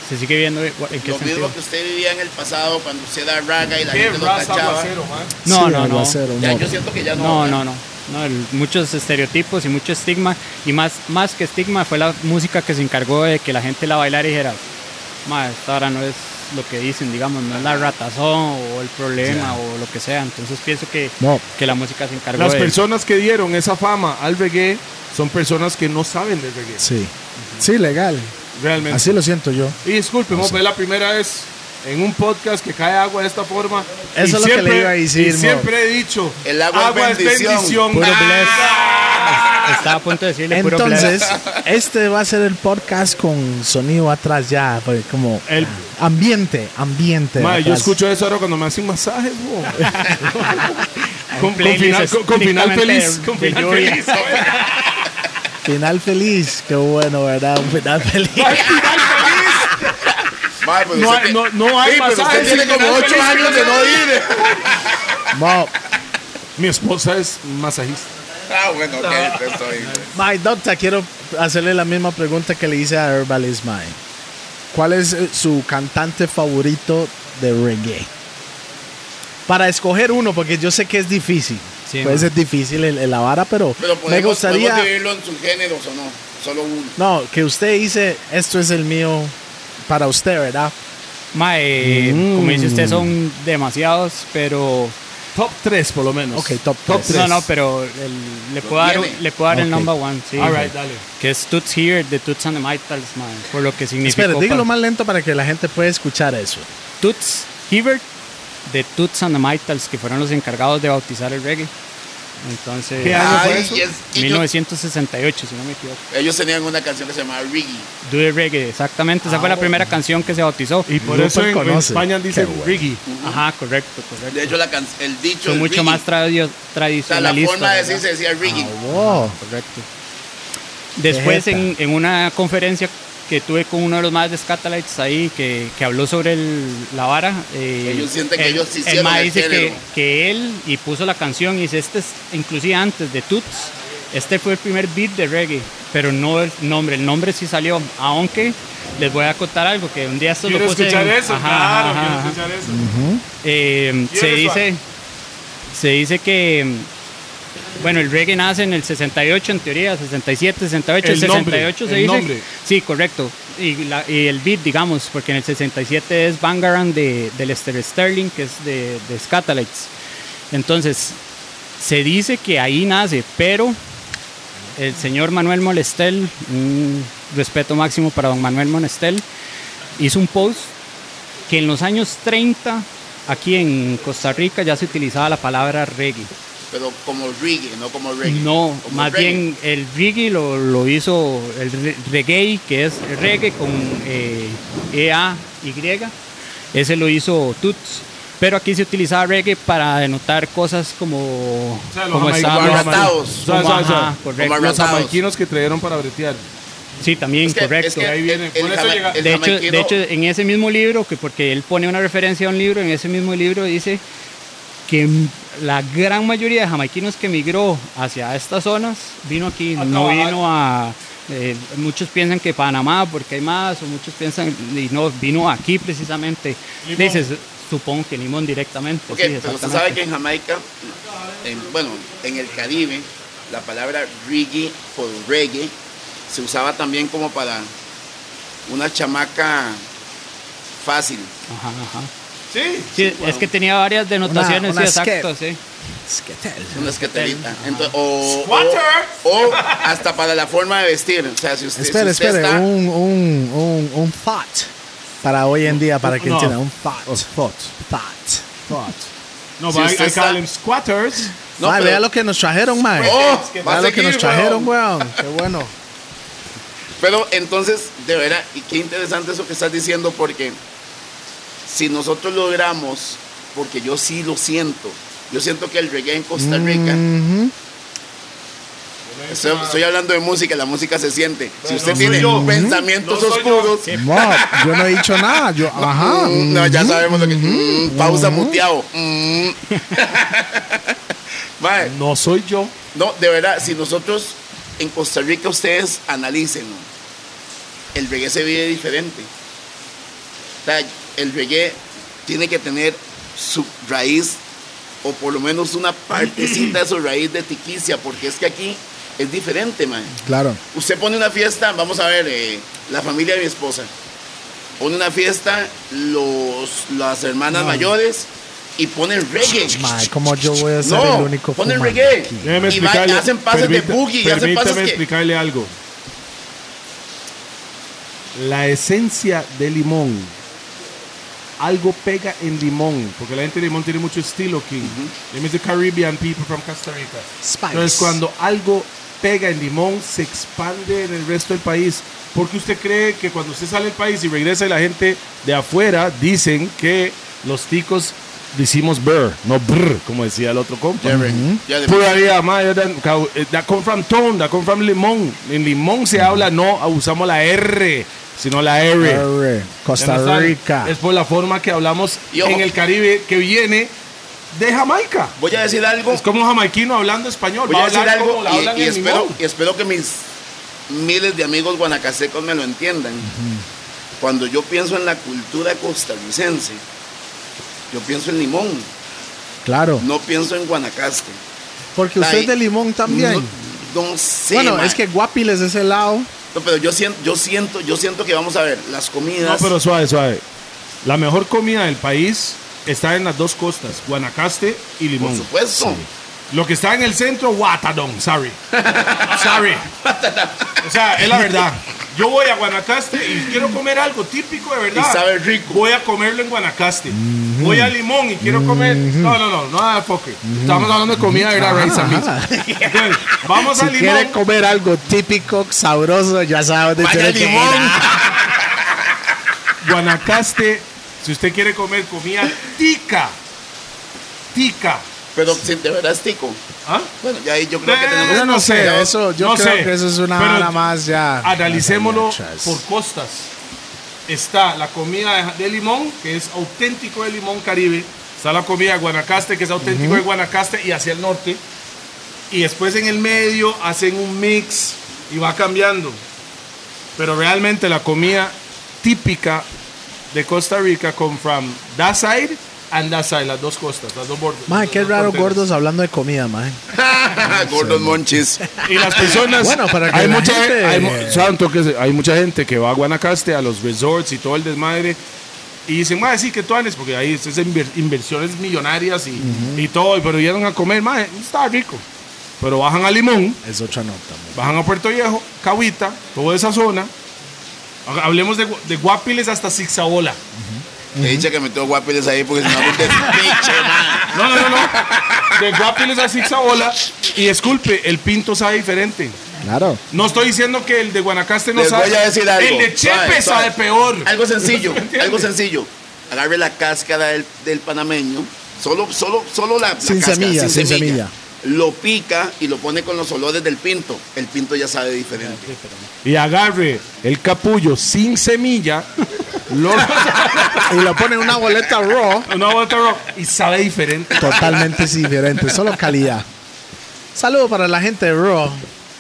Se sigue viendo eh, en qué
Lo
sentido.
mismo que usted vivía en el pasado cuando usted da raga y la
Qué
gente lo
raza
tachaba.
aguacero, man.
No,
Sí,
no, no.
aguacero,
Ya,
no.
yo siento que ya no.
No, no, no. No, el- muchos estereotipos y mucho estigma. Y más, más que estigma fue la música que se encargó de que la gente la bailara y dijera, "Ma, esta ahora no es lo que dicen, digamos, no es la ratazón o el problema o lo que sea. Entonces pienso que,
No.
que la música se encargó
Las
de...
personas que dieron esa fama al reggae son personas que no saben del reggae.
Sí. Sí, legal.
Realmente.
Así lo siento yo.
Y disculpen, Mope, es la primera vez en un podcast que cae agua de esta forma.
Eso es lo que le iba a decir,
y
Mo.
siempre he dicho,
El agua es bendición.
Puro bless.
Ah.
Estaba a punto de decirle puro bless.
Entonces, este va a ser el podcast con sonido atrás ya, pues, como
El-
ambiente, ambiente.
Ma, yo
atrás.
escucho eso ahora cuando me hacen masajes, Mo. con, con
playlist
final, con- con final
estrictamente
feliz.
de-
Con
de
final
lluvia.
feliz. ¿sabes?
Final feliz, qué bueno, ¿verdad? Un final feliz.
Ma, pues
No
usted
hay-
que-
no- no hay
Sí, pero
masaje
usted tiene
sin
como
ganar
ocho
feliz,
años de no ir.
Mo,
Mi esposa es masajista.
Ah, bueno, ok, te estoy.
my doctor, quiero hacerle la misma pregunta que le hice a Herbalist Mike. ¿Cuál es eh, su cantante favorito de reggae? Para escoger uno, porque yo sé que es difícil.
Sí,
Puede
ma.
ser difícil el- el la vara, pero,
Pero
me
podemos,
gustaría.
podemos dividirlo en subgéneros o no. Solo uno.
No, que usted dice, esto es el mío para usted, ¿verdad?
Ma, eh, como dice usted,
Mm.
son demasiados, pero...
Top 3 por lo menos.
Ok, top tres.
Pues, No, no, pero el- le, puedo dar,
tiene?
le puedo dar el
Ok.
number one, sí.
All right, dale.
que es Toots Here de Toots and the Mitals, man, por lo que significa.
Espera, dígalo más lento para que la gente pueda escuchar eso.
Toots Hibbert de Toots and the Mitals, que fueron los encargados de bautizar el reggae. Entonces,
¿Qué año fue
Ay,
eso?
y es- y yo-
1968, si no me equivoco.
ellos tenían una canción que se llamaba Riggy.
Do the Reggae, exactamente. Esa fue la primera canción que se bautizó.
Ah, Y por
Grupo
eso en, en
conoce.
España dicen
Qué bueno.
Riggy.
Ajá, correcto, correcto.
De hecho, la can- el dicho.
Son
es
mucho
Riggy.
más tradio-
O sea, la
tradicionalista.
forma de
¿verdad?
decir se decía
Ah,
Riggy.
Wow.
Correcto. Después,
Vegeta.
en, en una conferencia que tuve con uno de los más de Scatalites ahí, que, que habló sobre el- la vara. eh,
Ellos sienten que
el-
ellos
el
hicieron
mae
el
dice que,
género.
que él, y puso la canción, y dice, este es, inclusive antes de Toots, este fue el primer beat de reggae, pero no el nombre, el nombre sí salió, aunque les voy a contar algo, que un día esto
Quiero
lo puse... en-
escuchar eso,
Ajá,
claro,
ajá,
quiero
ajá.
escuchar eso.
Eh, se
Quiero eso.
dice se dice que mm, Bueno, el reggae nace en el 68, en teoría, 67, 68, el,
El nombre,
68 se
el
dice.
nombre.
Sí, correcto. Y, la- y el beat, digamos, porque en el 67 es Bangarang de, de Lester Sterling, que es de, de Scatalites. Entonces, se dice que ahí nace, pero el señor Manuel Molestel, un respeto máximo para don Manuel Molestel, hizo un post que en los años 30, aquí en Costa Rica, ya se utilizaba la palabra reggae.
Pero como reggae, no como reggae.
No,
Como
más
reggae.
bien el reggae lo, lo hizo el re- reggae, que es reggae con eh, E-A-Y. Ese lo hizo Toots. Pero aquí se utilizaba reggae para denotar cosas como.
sea, los
como
jamaicanos,
estábamos-
los arratados,
como,
o sea, o sea,
ajá,
como
correcto.
arratados.
Los jamaiquinos que trajeron para bretear.
Sí, también,
Es que-
correcto.
es que
ahí viene.
el-
Por
el
eso
jama-
llega-
el
de, hecho, de
jamaiquino-
hecho, en ese mismo libro, que porque él pone una referencia a un libro, en ese mismo libro dice que m- la gran mayoría de jamaiquinos que emigró hacia estas zonas vino aquí,
A
no
trabajar.
vino a... eh, muchos piensan que Panamá, porque hay más, o muchos piensan, y no, vino aquí precisamente. Dices, supongo que Limón directamente.
Ok,
sí,
pero usted
exactamente.
sabe que en Jamaica, en- bueno, en el Caribe, la palabra reggae por reggae se usaba también como para una chamaca fácil.
Ajá, ajá.
Sí.
Sí, es que tenía varias denotaciones,
una
sí,
skep.
exacto, sí.
Una esqueterita. Entonces, o,
Squatter.
o- o hasta para la forma de vestir. O sea, si usted, si
Espere,
usted
espere,
está-
un, un, un, un thought para hoy en día, para que
No.
entiendan, un thought. Oh, Thought. Thought.
No,
Si
but I,
usted
I
está-
call them squatters.
No,
Mae,
pero-
vea lo que nos trajeron, mae.
Oh, va
vea
a
lo que
seguir,
nos trajeron, weón. Qué bueno.
Pero entonces, de verdad, y qué interesante eso que estás diciendo, porque si nosotros logramos, porque yo sí lo siento, yo siento que el reggae en Costa Rica,
Mhm.
estoy, estoy hablando de música, la música se siente. Si usted
no soy
tiene
yo.
pensamientos
No soy yo.
oscuros,
Mo, yo no he dicho nada. Yo, ajá.
mm, no, ya
mhm.
sabemos lo que. mm, pausa muteado. mm. Mae,
No soy yo.
No, de verdad, si nosotros en Costa Rica ustedes analicen, el reggae se vive diferente. O sea, el reggae tiene que tener su raíz o por lo menos una partecita de su raíz de tiquicia, porque es que aquí es diferente, man.
Claro.
Usted pone una fiesta, vamos a ver, eh, la familia de mi esposa. Pone una fiesta, los, las hermanas mayores, y ponen reggae.
Mae, ¿cómo yo voy a ser
No,
el único
ponen
fumante
reggae.
aquí?
Déjeme
Y va-
explicarle.
hacen pases de boogie, y hacen
Permítame
pases que-
explicarle algo. La esencia de limón. Algo pega en limón. Porque la gente de limón tiene mucho estilo, King. Them is the Caribbean people from Costa Rica.
Spice.
Entonces, cuando algo pega en limón, se expande en el resto del país. Porque usted cree que cuando usted sale del país y regresa, y la gente de afuera dicen que los ticos decimos brr, no brr, como decía el otro compa.
Ya de-
Pura vida, madre, that, that come from tone, that come from limón. En limón
Mm.
se habla, no usamos la R, sino la R.
Arre,
Ya no
Ah, Costa
saben,
Rica.
Es por la forma que hablamos
Y ojo.
en el Caribe que viene de Jamaica.
Voy a decir algo.
Es como un jamaiquino hablando español.
Voy
va
a decir
hablar
algo
como la
y-
hablan
y,
en
espero,
Limón.
y espero que mis miles de amigos guanacasecos me lo entiendan. Cuando yo pienso en la cultura costarricense, yo pienso en Limón,
Claro.
no pienso en Guanacaste.
Porque usted
Ahí-
es de limón también.
No, no sé.
bueno,
ma.
es que Guapiles es el lado.
No, pero yo siento, yo siento, yo siento que vamos a ver las
No,
comidas.
pero suave, suave. La mejor comida del país está en las dos costas, Guanacaste y Limón.
por supuesto.
Lo que está en el centro, Watadón, sorry. sorry. O sea, es la verdad. Yo voy a Guanacaste y quiero comer algo típico de verdad.
Y sabe rico.
Ah. Voy a comerlo en Guanacaste. Voy a Limón y quiero comer. No, no, no, no, foque. Estamos hablando de comida de verdad, rice and
Ajá.
beans. Entonces, vamos
Si
a Limón.
quiere comer algo típico, sabroso, ya sabe dónde
Vaya
tiene que
Limón.
ir.
Guanacaste, si usted quiere comer comida tica. Tica.
Pero si de verdad es tico.
¿ah?
Bueno, ya ahí yo creo que tenemos.
Eh,
Yo no sé, eso, yo
No
creo
sé,
que eso es una
pero
vara más ya.
Analicémoslo
más allá atrás.
por costas. Está la comida de de limón, que es auténtico de limón caribe. Está la comida de Guanacaste, que es auténtico de Guanacaste y hacia el norte. Y después en el medio hacen un mix y va cambiando. Pero realmente la comida típica de Costa Rica come from that side andaza de las dos costas, las dos bordas.
Mae,
los
qué
dos
raro
fronteras.
gordos hablando de comida, mae.
Gordos monchis.
Y las personas.
Bueno, para que
hay
la
mucha,
gente-
hay mu- santo que se- hay mucha gente que va a Guanacaste, a los resorts y todo el desmadre. Y dicen, madre, sí, que tuanes, porque ahí es es inver- inversiones millonarias y, y todo. Pero llegan a comer, madre, está rico. Pero bajan a Limón,
Es otra nota, mae.
bajan a Puerto Viejo, Cahuita, toda esa zona. Ha- Hablemos de, gu- de Guapiles hasta Zigzabola.
Te dije que metió guapiles ahí porque si no, porque es pinche, man.
No, no, no, no. De Guapiles a Zigzabola. Y disculpe, el pinto sabe diferente.
Claro.
No estoy diciendo que el de Guanacaste no
Les
sabe.
voy a decir algo.
El
Suave,
de Chepe sabe
suave.
peor.
Algo sencillo,
¿Me entiendes?
algo sencillo. Agarre la cáscara del, del panameño, solo, solo, solo la, la
Sin
cáscara,
semilla, sin semilla.
Lo pica y lo pone con los olores del pinto. El pinto ya sabe diferente.
Y agarre el capullo sin semilla, lo,
Y lo ponen en una boleta raw.
una vuelta ro- y sabe diferente.
Totalmente es diferente, solo calidad. Saludos para la gente de Raw.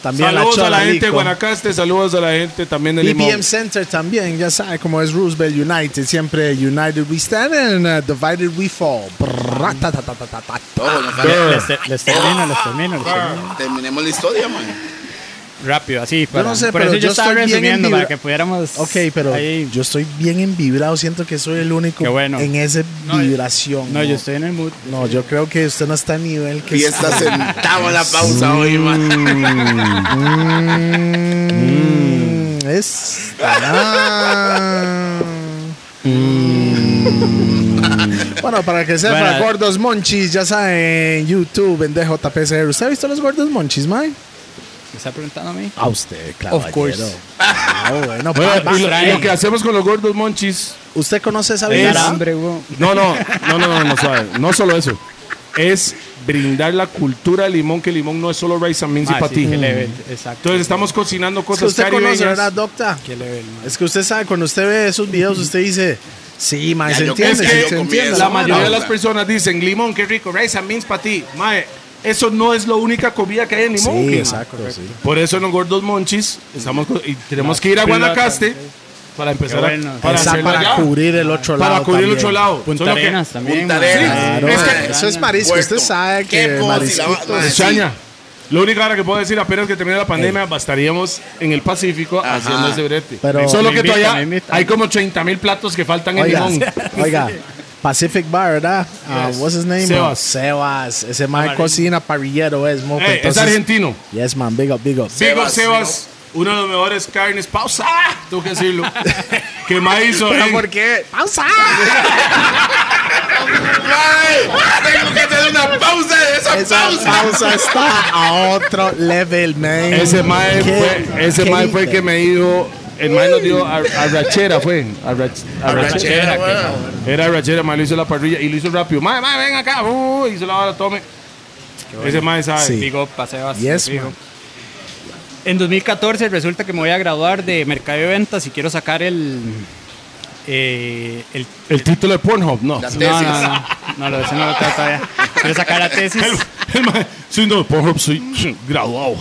También
Saludos
la
a la
Chola
gente de
Lico.
Guanacaste, saludos a la gente también de Limón.
BPM Center también, ya sabe cómo es Roosevelt United. Siempre United we stand and uh, divided we fall. Brrra, ta, ta, ta, ta, ta, ta.
Ah,
Ojo, no
Brr.
sabe.
Les, te- les termino, les termino, les
Ah.
termino.
Terminemos la historia, man.
Rápido, así. Para,
no sé,
por
pero
eso yo,
yo
estaba
estoy bien
resumiendo, para
envibra-
que pudiéramos.
Ok, pero
ahí-
yo estoy bien envibrado. Siento que soy el único
Qué bueno.
en esa
No,
vibración.
No, yo estoy en el mood.
No, yo creo que usted no está a nivel que
Fiesta
está.
sentado en la pausa hoy, man.
Mm, es. Ah. Mm. Bueno, para que sepa,
Mm. Bueno.
Gordos Monchis, ya saben, YouTube, en DJPCR. ¿Usted ha visto los Gordos Monchis, Mike?
¿Me está preguntando a mí?
A usted, claro.
Of course.
Ah, bueno,
Bueno,
pa-
y lo,
traen.
y lo que hacemos con los gordos monchis.
¿Usted conoce esa
Me
vida?
da hambre, huevón.
No, no, no, no, no, no, suave, no solo eso. Es brindar la cultura de Limón, que Limón no es solo rice and beans y
Ah, sí,
patí.
qué level, exacto.
Entonces estamos cocinando
Es que
cosas
usted conoce,
caribeñas.
¿verdad, docta?
Qué level, man.
Es que usted sabe, cuando usted ve esos videos, usted dice, sí, Mike,
Ya,
se
yo
entiende,
comí
se
eso, yo comí
entiende.
eso.
La
Ah,
mayoría
no,
de las
claro.
personas dicen limón, qué rico, rice and beans para ti. Mae, eso no es la única comida que hay en limón.
Sí,
que-
exacto, sí.
Por eso en los gordos monchis estamos co- y tenemos
Las
que ir a
pilotas,
Guanacaste
sí.
para empezar
Qué
a-
bueno.
para,
Esa-
hacerlo
para
allá,
cubrir el otro
para
lado.
cubrir el
también.
otro lado.
Punta
Solo que-
Arenas también.
Punta
man.
Arenas.
Claro,
Es que-
eso es marisco.
Puerto.
Usted sabe que
Qué cosa,
marisquitos-
la- la-
Chaña, Lo único ahora que puedo decir, apenas que termine la pandemia, bastaríamos en el Pacífico
Ajá.
haciendo ese brete.
Pero-
Solo
Me
que
invitan,
todavía
me invitan.
hay como 30 mil platos que faltan en
Oiga,
limón.
oiga, Pacific Bar, ¿verdad? Ah,
Yes.
what's his name?
Sebas.
Sebas. Ese man cocina parrillero es moco.
Ey, es
entonces-
argentino.
Yes, man. Big up, big up.
Big up
Sebas,
Sebas, uno de los mejores carnes. Pausa, tengo que decirlo. que más hizo. en-
qué? ¡Pausa!
Ah,
Ay, Tengo que hacer una pausa de esa,
Esa
pausa.
pausa está a otro level, man.
Ese mae
¿Qué-
fue, ese
qué
mae fue el
dice?
que me dijo. El mae nos dio a, a Rachera, fue. A, Rach- a Rachera.
Ranchera, weón.
Era Rachera, mae lo hizo la parrilla y lo hizo rápido. Mae, mae, ven acá. Uh, hizo la hora, tome. Ese mae sabe.
Sí.
Digo, paseo así,
Yes,
fijo.
man.
En 2014 resulta que me voy a graduar de mercado de ventas y quiero sacar el. eh, el
El título de Pornhub, no.
Las
no, no,
tesis.
no, no, lo de eso no lo tengo todavía. Quiero sacar la tesis
El, el mae, sí, no, Pornhub, soy graduado.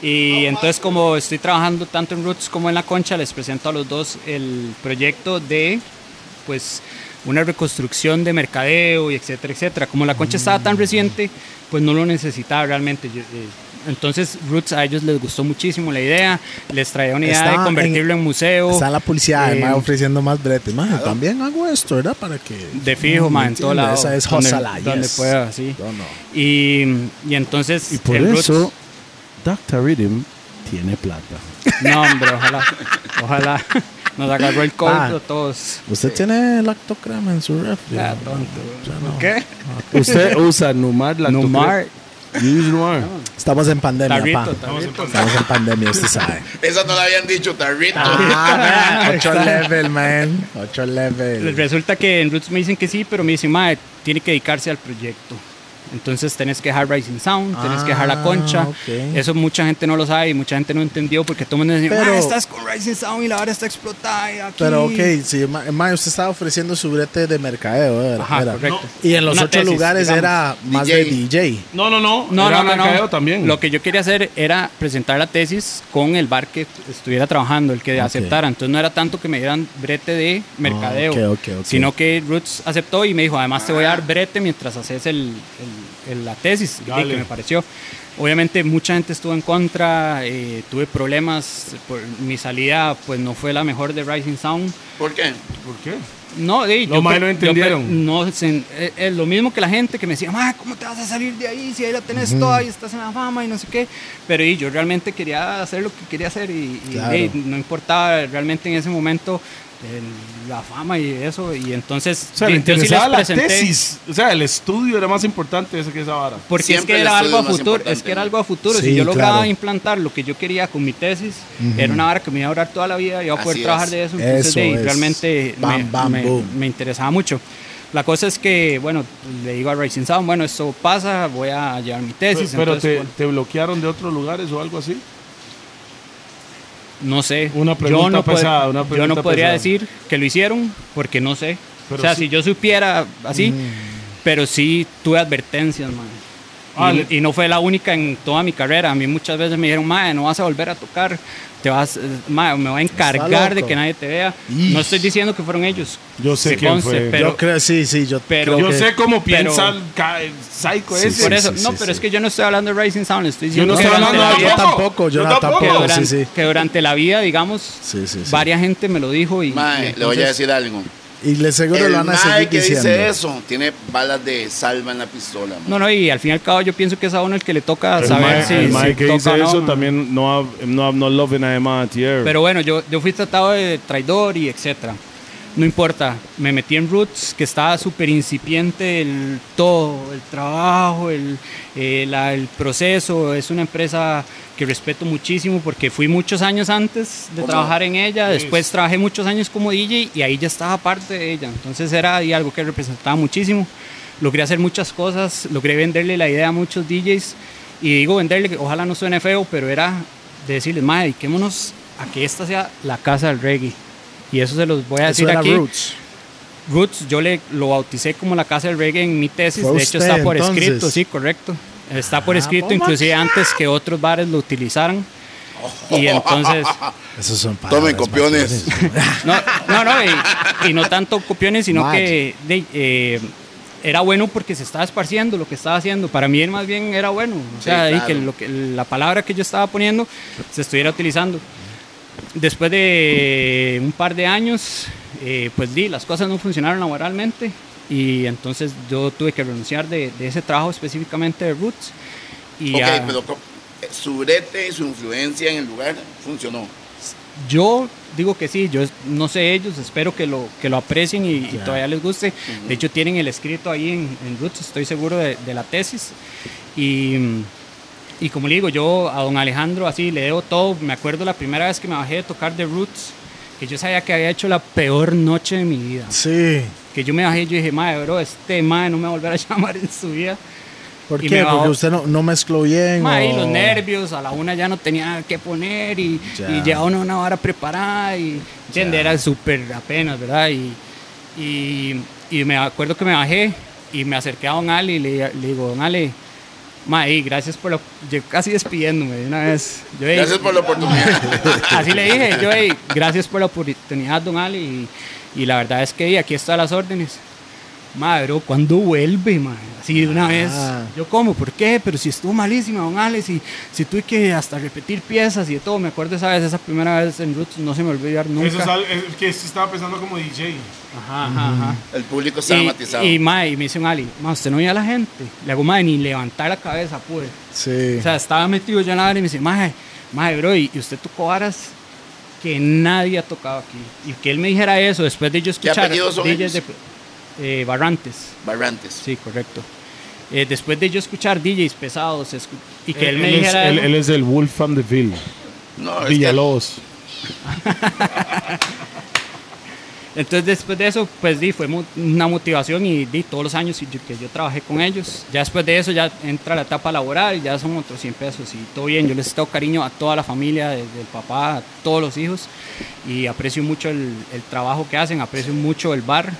y entonces como estoy trabajando tanto en Roots como en La Concha, les presento a los dos el proyecto de pues una reconstrucción de mercadeo y etcétera, etcétera. Como La Concha estaba tan reciente, pues no lo necesitaba realmente. Yo- eh, entonces Roots a ellos les gustó muchísimo la idea, les traía una idea
Está
de
en-
convertirlo en, museo.
Está la publicidad, el
Eh,
mae ofreciendo más brete. Mae, también hago esto, ¿verdad? Para que...
De fijo, man, en todo
¿Entiende?
lado.
Mm, Esa es
donde-
Hosala,
Donde
yes.
pueda, sí.
No, no.
Y, y entonces.
Y por
el Roots-
eso, Dr. Rhythm tiene plata.
No, hombre, ojalá. Ojalá. Nos agarró el cold
Ah.
a todos.
Usted tiene lactocrema en su refri.
Ah, tonto. ¿Qué?
Usted usa Numar la
Numar.
Use Numar.
Estamos en pandemia,
Tarrito,
pa.
tarrito.
Estamos en pandemia, usted sabe.
Esa no la habían dicho, Tarrito.
Ah, man, ocho level, man. Ocho level.
Resulta que en Roots me dicen que sí, pero me dicen, madre, tiene que dedicarse al proyecto. Entonces tenés que dejar Rising Sound, tenés que dejar
Ah,
la concha.
ok.
Eso mucha gente no lo sabe y mucha gente no entendió porque todo el mundo decía,
Pero-
"Ah, estás con Rising Sound y la hora está explotada. y aquí".
Pero ok, sí, ma- ma, usted estaba ofreciendo su brete de mercadeo, era-
Ajá,
era.
correcto.
Y en los
Una
otros
tesis,
lugares
digamos.
era más de DJ.
No, no, no.
No,
era
no, no,
mercadeo
no.
también.
Lo que yo quería hacer era presentar la tesis con el bar que estuviera trabajando, el que aceptara. Entonces no era tanto que me dieran brete de mercadeo,
Ah,
ok, ok, ok.
sino que Roots aceptó y me dijo, además te voy a dar brete mientras haces el, el- el- la tesis, y
Dale.
que me pareció. Obviamente mucha gente estuvo en contra, eh, tuve problemas, por, mi salida pues no fue la mejor de Rising Sound.
¿Por qué?
¿Por qué?
No, de,
Los maes no entendieron.
no, se- eh, eh, lo mismo que la gente que me decía, "Ma, ¿cómo te vas a salir de ahí? Si ahí la tenés toda y estás en la fama y no sé qué. Pero y, yo realmente quería hacer lo que quería hacer y, y,
Claro.
eh, no importaba realmente en ese momento el- la fama y eso. Y entonces,
O sea,
di-
le
yo sí les
interesaba la
presenté,
tesis. O sea, el estudio era más importante esa que esa vara.
Porque
Siempre
es
el
que era
estudio
algo a
es más
futuro, es
importante,
que era
¿no?
algo a futuro.
Sí,
si yo lograba
claro.
implantar lo que yo quería con mi tesis, era una vara que me iba a durar toda la vida, iba a poder
Así
trabajar
es.
de eso. Entonces,
Eso
de-
es.
realmente me-
Bam, bam,
me,
boom.
me interesaba mucho. La cosa es que, bueno, le digo a Racing Sound, bueno, esto pasa, voy a llevar mi tesis.
pero
entonces,
te,
bueno,
te bloquearon de otros lugares o algo así.
no sé.
una pregunta
yo no pod-
pesada, una
Yo
pregunta
no podría
pesada.
decir que lo hicieron porque no sé.
Pero
o sea,
sí- Mm.
si yo supiera así, pero sí tuve advertencias, man. Y-
Ah, le-
y, no fue la única en toda mi carrera. A mí muchas veces me dijeron, mae, no vas a volver a tocar, te vas, eh, mae, me voy a encargar de
loco.
que nadie te vea. No estoy diciendo que fueron ellos.
Yo sé
Que
quién
conste,
fue.
Pero,
yo creo, sí, sí, yo
pero-
creo
Yo
que-
sé cómo piensa
pero-
el ca- el psycho
Sí,
ese.
por
sí,
eso,
sí,
no,
sí,
pero
sí.
es que yo no estoy hablando de Rising Sound, estoy
Yo
diciendo
no
que
estoy
durante
hablando
la
de
yo
vida-
tampoco, yo
Yo
no
tampoco.
que,
tampoco, sí,
durante,
sí.
que durante la vida, digamos,
Sí, sí, sí.
varias gente me lo dijo y,
Mae,
y
le voy a
entonces-
decir algo.
Y le seguro
El
lo van a
mae
seguir
que
diciendo.
dice eso tiene balas de salva en la pistola. mae.
No, no, y al fin y al cabo yo pienso que es a uno el que le toca
El
saber
mae-
si,
el
si
mae que
toca
dice
o no,
eso
man.
también no ha- no ha- no love nada tierra.
Pero bueno, yo, yo fui tratado de traidor y etcétera. No importa, me metí en Roots, que estaba súper incipiente el todo, el trabajo, el, eh, la- el proceso. Es una empresa que respeto muchísimo porque fui muchos años antes de
¿Cómo?
trabajar en ella. Después trabajé muchos años como DJ y ahí ya estaba parte de ella. Entonces era ahí algo que representaba muchísimo. Logré hacer muchas cosas, logré venderle la idea a muchos DJs. Y digo venderle, que ojalá no suene feo, pero era de decirles, más dediquémonos a que esta sea la casa del reggae. Y eso se los voy a
Eso
decir
era
aquí.
Roots.
Roots, yo le, lo bauticé como la casa del reggae en mi tesis.
Fue
De hecho,
usted,
está por
entonces.
escrito, sí, correcto. Está por
Ah,
escrito,
oh my
inclusive antes que otros bares lo utilizaran. Y entonces,
Esos son palabras
Tomen copiones.
no, no, no, y, y no tanto copiones, sino
Vaya.
que de- eh, era bueno porque se estaba esparciendo lo que estaba haciendo. Para mí, más bien era bueno. O
Sí,
sea, ahí
claro.
que, lo que la palabra que yo estaba poniendo se estuviera utilizando. Después de un par de años, eh, pues di, las cosas no funcionaron laboralmente y entonces yo tuve que renunciar de, de ese trabajo específicamente de Roots. Y
ok,
a-
pero co- su brete y su influencia en el lugar funcionó.
Yo digo que sí, yo es- no sé ellos, espero que lo, que lo aprecien y, y todavía les guste. De hecho, tienen el escrito ahí en, en Roots, estoy seguro de, de la tesis. Y, mm, y como le digo, yo a don Alejandro así le debo todo. Me acuerdo la primera vez que me bajé de tocar de Roots, que yo sabía que había hecho la peor noche de mi vida.
Sí.
Que yo me bajé y yo dije, madre, bro, este madre no me va a volver a llamar en su vida.
¿Por
Y
qué?
me va-
Porque usted no, no mezcló bien.
Ma, y
o-
los nervios, a la una ya no tenía que poner y
Ya.
ya, y ya uno una hora preparada y ¿entiende? era súper apenas, ¿verdad? Y, y, y me acuerdo que me bajé y me acerqué a don Ali y le, le digo, don Ali, ma, y gracias por la... Yo casi despidiéndome de una vez. Yo, "Ey,
Gracias por la oportunidad.
Así le dije, yo, "Ey, gracias por la oportunidad, don Ali, y, y la verdad es que ey, aquí están las órdenes. Madre, bro, ¿cuándo vuelve, madre? Así de una vez. Yo, como, ¿Por qué? Pero si estuvo malísima, don Alex, y si tuve que hasta repetir piezas y de todo. Me acuerdo esa vez, esa primera vez en Roots, no se me olvidar nunca.
Eso es algo es que sí estaba pensando como DJ.
Ajá, ajá, ajá.
El público estaba
Y-
matizado.
Y, mae, y me dice un Ali, "Ma, usted no veía a la gente. Le hago, madre, ni levantar la cabeza pues". pude.
Sí.
O sea, estaba metido yo en la vara y me dice, mae, mae, bro, y, y usted tocó varas que nadie ha tocado aquí. Y que él me dijera eso después de yo
¿Qué
escuchar
apellidos son
DJs
ellos?
de eh, Barrantes.
Barrantes.
Sí, correcto. Eh, después de yo escuchar DJs pesados escu- y que él, me
es,
dijera...
Eh, él,
eso,
él es el Wolf and the Ville.
No, es que-
Villalobos.
Entonces después de eso, pues di, fue mu- una motivación y di todos los años y yo- que yo trabajé con ellos. Ya después de eso ya entra la etapa laboral, ya son otros 100 pesos y todo bien. Yo les he estado cariño a toda la familia, desde el papá, a todos los hijos y aprecio mucho el, el trabajo que hacen, aprecio mucho el bar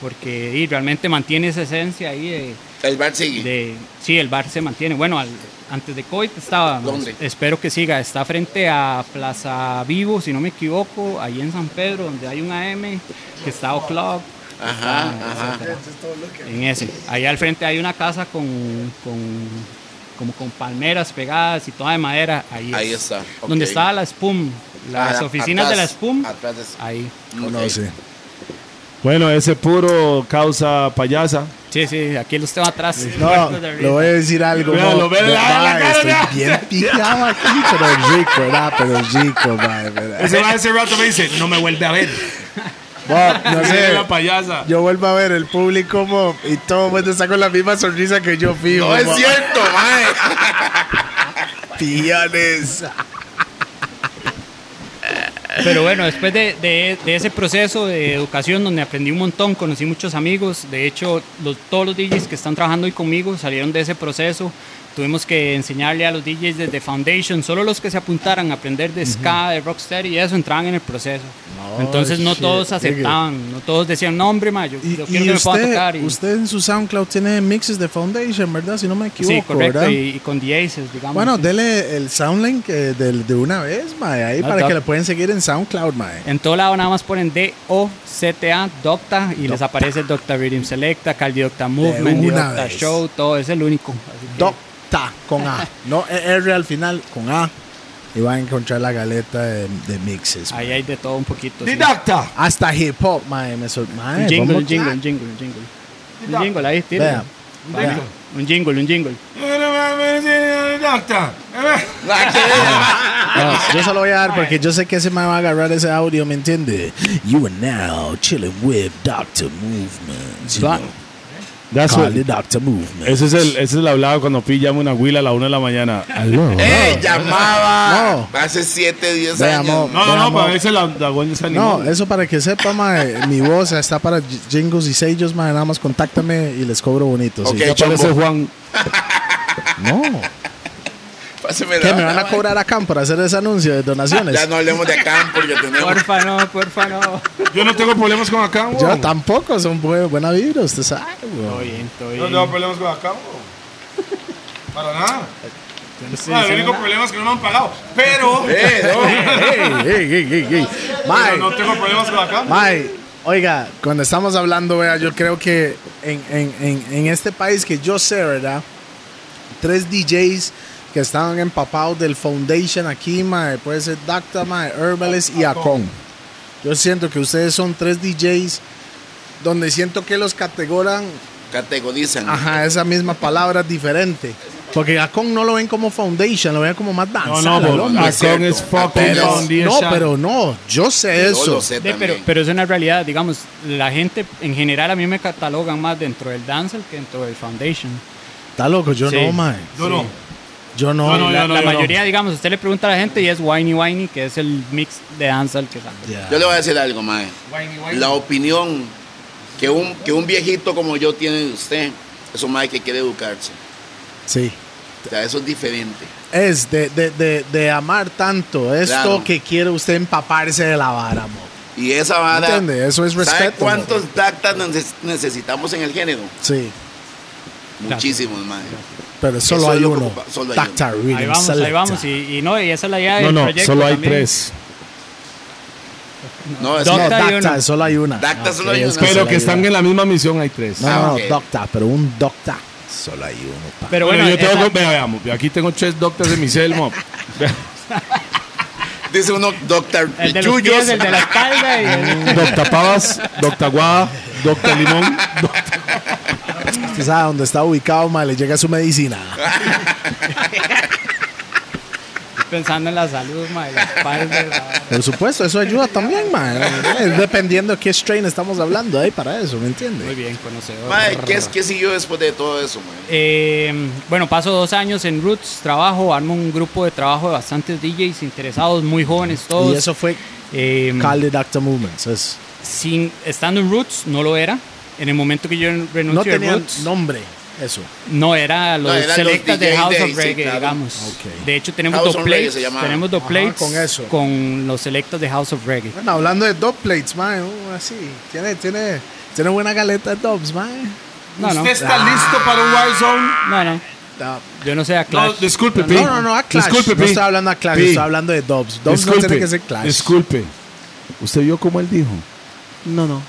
porque di, realmente mantiene esa esencia ahí de,
El bar sigue.
de- sí, el bar se mantiene. Bueno, al- antes de COVID estaba.
¿Dónde?
es- Espero que siga. Está frente a Plaza Vivo, si no me equivoco, ahí en San Pedro, donde hay un AM, que está O Club.
Ajá,
está,
ajá.
etcétera. En ese. Ahí al frente hay una casa con, con- como con palmeras pegadas y toda de madera. Ahí,
Ahí
es.
está, ok.
Donde estaba la SPUM, las
Ah,
oficinas de la
atrás,
SPUM.
atrás de eso.
Ahí.
Ok.
No sé.
Bueno, ese puro causa payasa.
Sí, sí, aquí los tengo atrás.
No,
Muertos de
le
risa.
voy a decir algo.
Vea,
no,
lo ve
de-
la- la
mae,
cara, vea.
estoy bien picado aquí, pero rico, ¿verdad? Pero rico, mae, ¿verdad?
Ese va ese rato me dice, no me vuelve a ver.
Bob, no
Ese es
sé.
la payasa.
Yo vuelvo a ver el público Bob, y todo el mundo está con la misma sonrisa que yo fijo.
No es
Bob.
cierto, mae.
Pillanes.
Pero bueno, después de, de- de ese proceso de educación donde aprendí un montón, conocí muchos amigos, de hecho los, todos los DJs que están trabajando hoy conmigo salieron de ese proceso, tuvimos que enseñarle a los DJs desde Foundation, solo los que se apuntaran a aprender de ska, de rockstar y eso entraban en el proceso. Entonces no
shit,
todos aceptaban, no todos decían, no hombre, ma, yo,
Y,
yo
y
quiero que me puedan
usted,
tocar. y-
usted en su SoundCloud tiene mixes de Foundation, ¿verdad? Si no me equivoco,
sí, correcto,
¿verdad?
y, y con DJs, digamos.
Bueno,
sí.
dele el Soundlink eh, del- de una vez, mae, ahí
Ah,
para
está.
que lo pueden seguir en SoundCloud, mae.
En todo lado nada más ponen D-O-C-T-A, Docta, y les aparece Docta Rhythm Selecta, Caldi Docta Movement,
una
Docta
vez.
Show, todo, es el único. Así que-
Docta con A, no E, R al final, con A. Y va a encontrar la galeta de, de mixes. mae.
Ahí hay de todo un poquito. sí.
Didacta.
Hasta hip hop, mae, me sor- mae,
Un jingle,
Eh, vamos-
un jingle, un jingle, un jingle. Un jingle, ahí
Vea,
tira. Un jingle, un jingle.
Didacta.
vea, yo se lo voy a dar porque yo sé que ese mae va a agarrar ese audio, ¿me entiende? You are now chilling with Doctor Movement. you know.
That's
Call
what,
the Doctor Movement.
ese, es el, ese es el hablado cuando Pi llama una huila a la una de la mañana. Aló.
Eh, llamaba
No.
hace 7, 10
Vea,
años.
mo-
No, no,
vea,
no,
mo-
para ese la, la güey se animó.
No, eso para que sepa, mae, mi voz está para j- jingles y sellos, mae, nada más contáctame y les cobro bonito. sí.
Ok,
Ya parece
chombo.
Juan.
No,
Páseme la
que me van
vara,
a cobrar acá por hacer ese anuncio de
mae.
donaciones.
Ya no hablemos de acá porque tenemos.
Porfa no, porfa no.
Yo no tengo problemas con acá, güey.
Yo tampoco, son bu- buena vibra, usted sabe. weón.
Todo bien, todo
No
bien.
tengo problemas con acá, güey. Para nada.
Yo no estoy
Ah, el
diciendo
único
nada.
problema es que no me han pagado. Pero
Eh, no.
Ey, ey, ey, ey, ey.
pero
Mae,
no tengo problemas con acá.
mae, oiga, cuando estamos hablando, vea, yo creo que en, en- en- en este país que yo sé, ¿verdad? Tres DJs que estaban empapados del Foundation aquí, mae, puede ser Dacta, mae, Herbalist y Acon. Yo siento que ustedes son tres DJs donde siento que los categoran,
Categorizan.
ajá, esa misma palabra diferente. Porque Acon no lo ven como Foundation, lo ven como más
No,
danza.
no,
no,
bo-
ah,
no es
Acon
cierto.
es fucking
Apenas.
on the
No,
shot.
pero no, yo sé
Yo
eso.
lo sé
Ve, pero,
también.
pero es una realidad, digamos, la gente en general a mí me catalogan más dentro del dancehall que dentro del foundation.
Está loco, yo
Sí.
no, mae.
Yo no.
Yo no.
No, no,
la
yo
la
yo
mayoría, digamos, usted le pregunta a la gente y es Whiny Whiny, que es el mix de dancehall que sale.
Ya.
Yo le voy a decir algo, mae. La opinión que un, que un viejito como yo tiene de usted, eso mae que quiere educarse.
Sí.
O sea, eso es diferente.
Es de, de, de, de amar tanto esto
Claro.
que quiere usted empaparse de la vara, mo.
Y esa vara.
¿Entiende? Eso es
¿sabe
respeto,
cuántos dactas neces- necesitamos en el género?
Sí.
Muchísimos, mae.
Pero solo
Eso es
hay
lo que
uno.
ocupa- solo hay
Tactile Reading
Ahí vamos, ahí
Selecta.
vamos. Y, y no, y esa es la idea
No,
del
no,
proyecto
solo hay
también.
tres.
No, es
No,
Docta hay
Docta,
uno.
solo hay una.
Docta
Ah,
solo
ok,
hay
es
una.
Pero
solo
que
hay
están
una.
en la misma misión hay tres.
No, no,
Ah, ok.
Docta, pero un Docta. Solo hay uno. pa.
Pero
Bueno,
bueno,
yo tengo,
esa-
vea, veamos, aquí tengo tres doctores de mi selmo.
Dice uno, doctor
el de los
Chuyos.
pies, el de la espalda y el-
Doctor Pavas, Doctor Guada, Doctor Limón. Doctor-
Usted sabe dónde está ubicado, mae, le llega su medicina.
pensando en la salud, ma, de la espalda. la-
Por supuesto, eso ayuda también, mae. Es Dependiendo de qué strain estamos hablando ahí para eso, ¿me
Muy
entiende?
bien, conocedor.
Mae, ¿qué, es, ¿qué siguió después de todo eso, mae?
Eh, bueno, paso dos años en Roots, trabajo, armo un grupo de trabajo de bastantes DJs interesados, muy jóvenes todos.
Y eso fue
Eh,
Mm.
Call the Doctor Movements. Es
sin, estando en Roots no lo era. En el momento que yo renuncié
No
a
tenía
Roots, no,
nombre, eso.
era los
No, eran los
selectas de
DJ
House
Days,
of
sí,
Reggae,
claro.
digamos.
Ok.
De hecho, tenemos
House
dos
on Reggae
plates,
se llamaba.
tenemos dos
Ajá,
plates
con eso.
con los selectos de House of Reggae.
Bueno, hablando de dub plates, mae, uh, así. Tiene, tiene, tiene buena galeta de dubs, eh. mae.
No, no,
¿Usted está listo para un Warzone?
no, no.
Dub.
Yo no sé a
No,
Clash.
disculpe, Pi.
No, no, no, a Clash.
Disculpe,
no
Pi.
estaba hablando a Clash,
Pi.
estaba hablando de dubs. Dubs no tiene que ser Clash.
Disculpe. ¿Usted vio cómo él dijo?
No, no.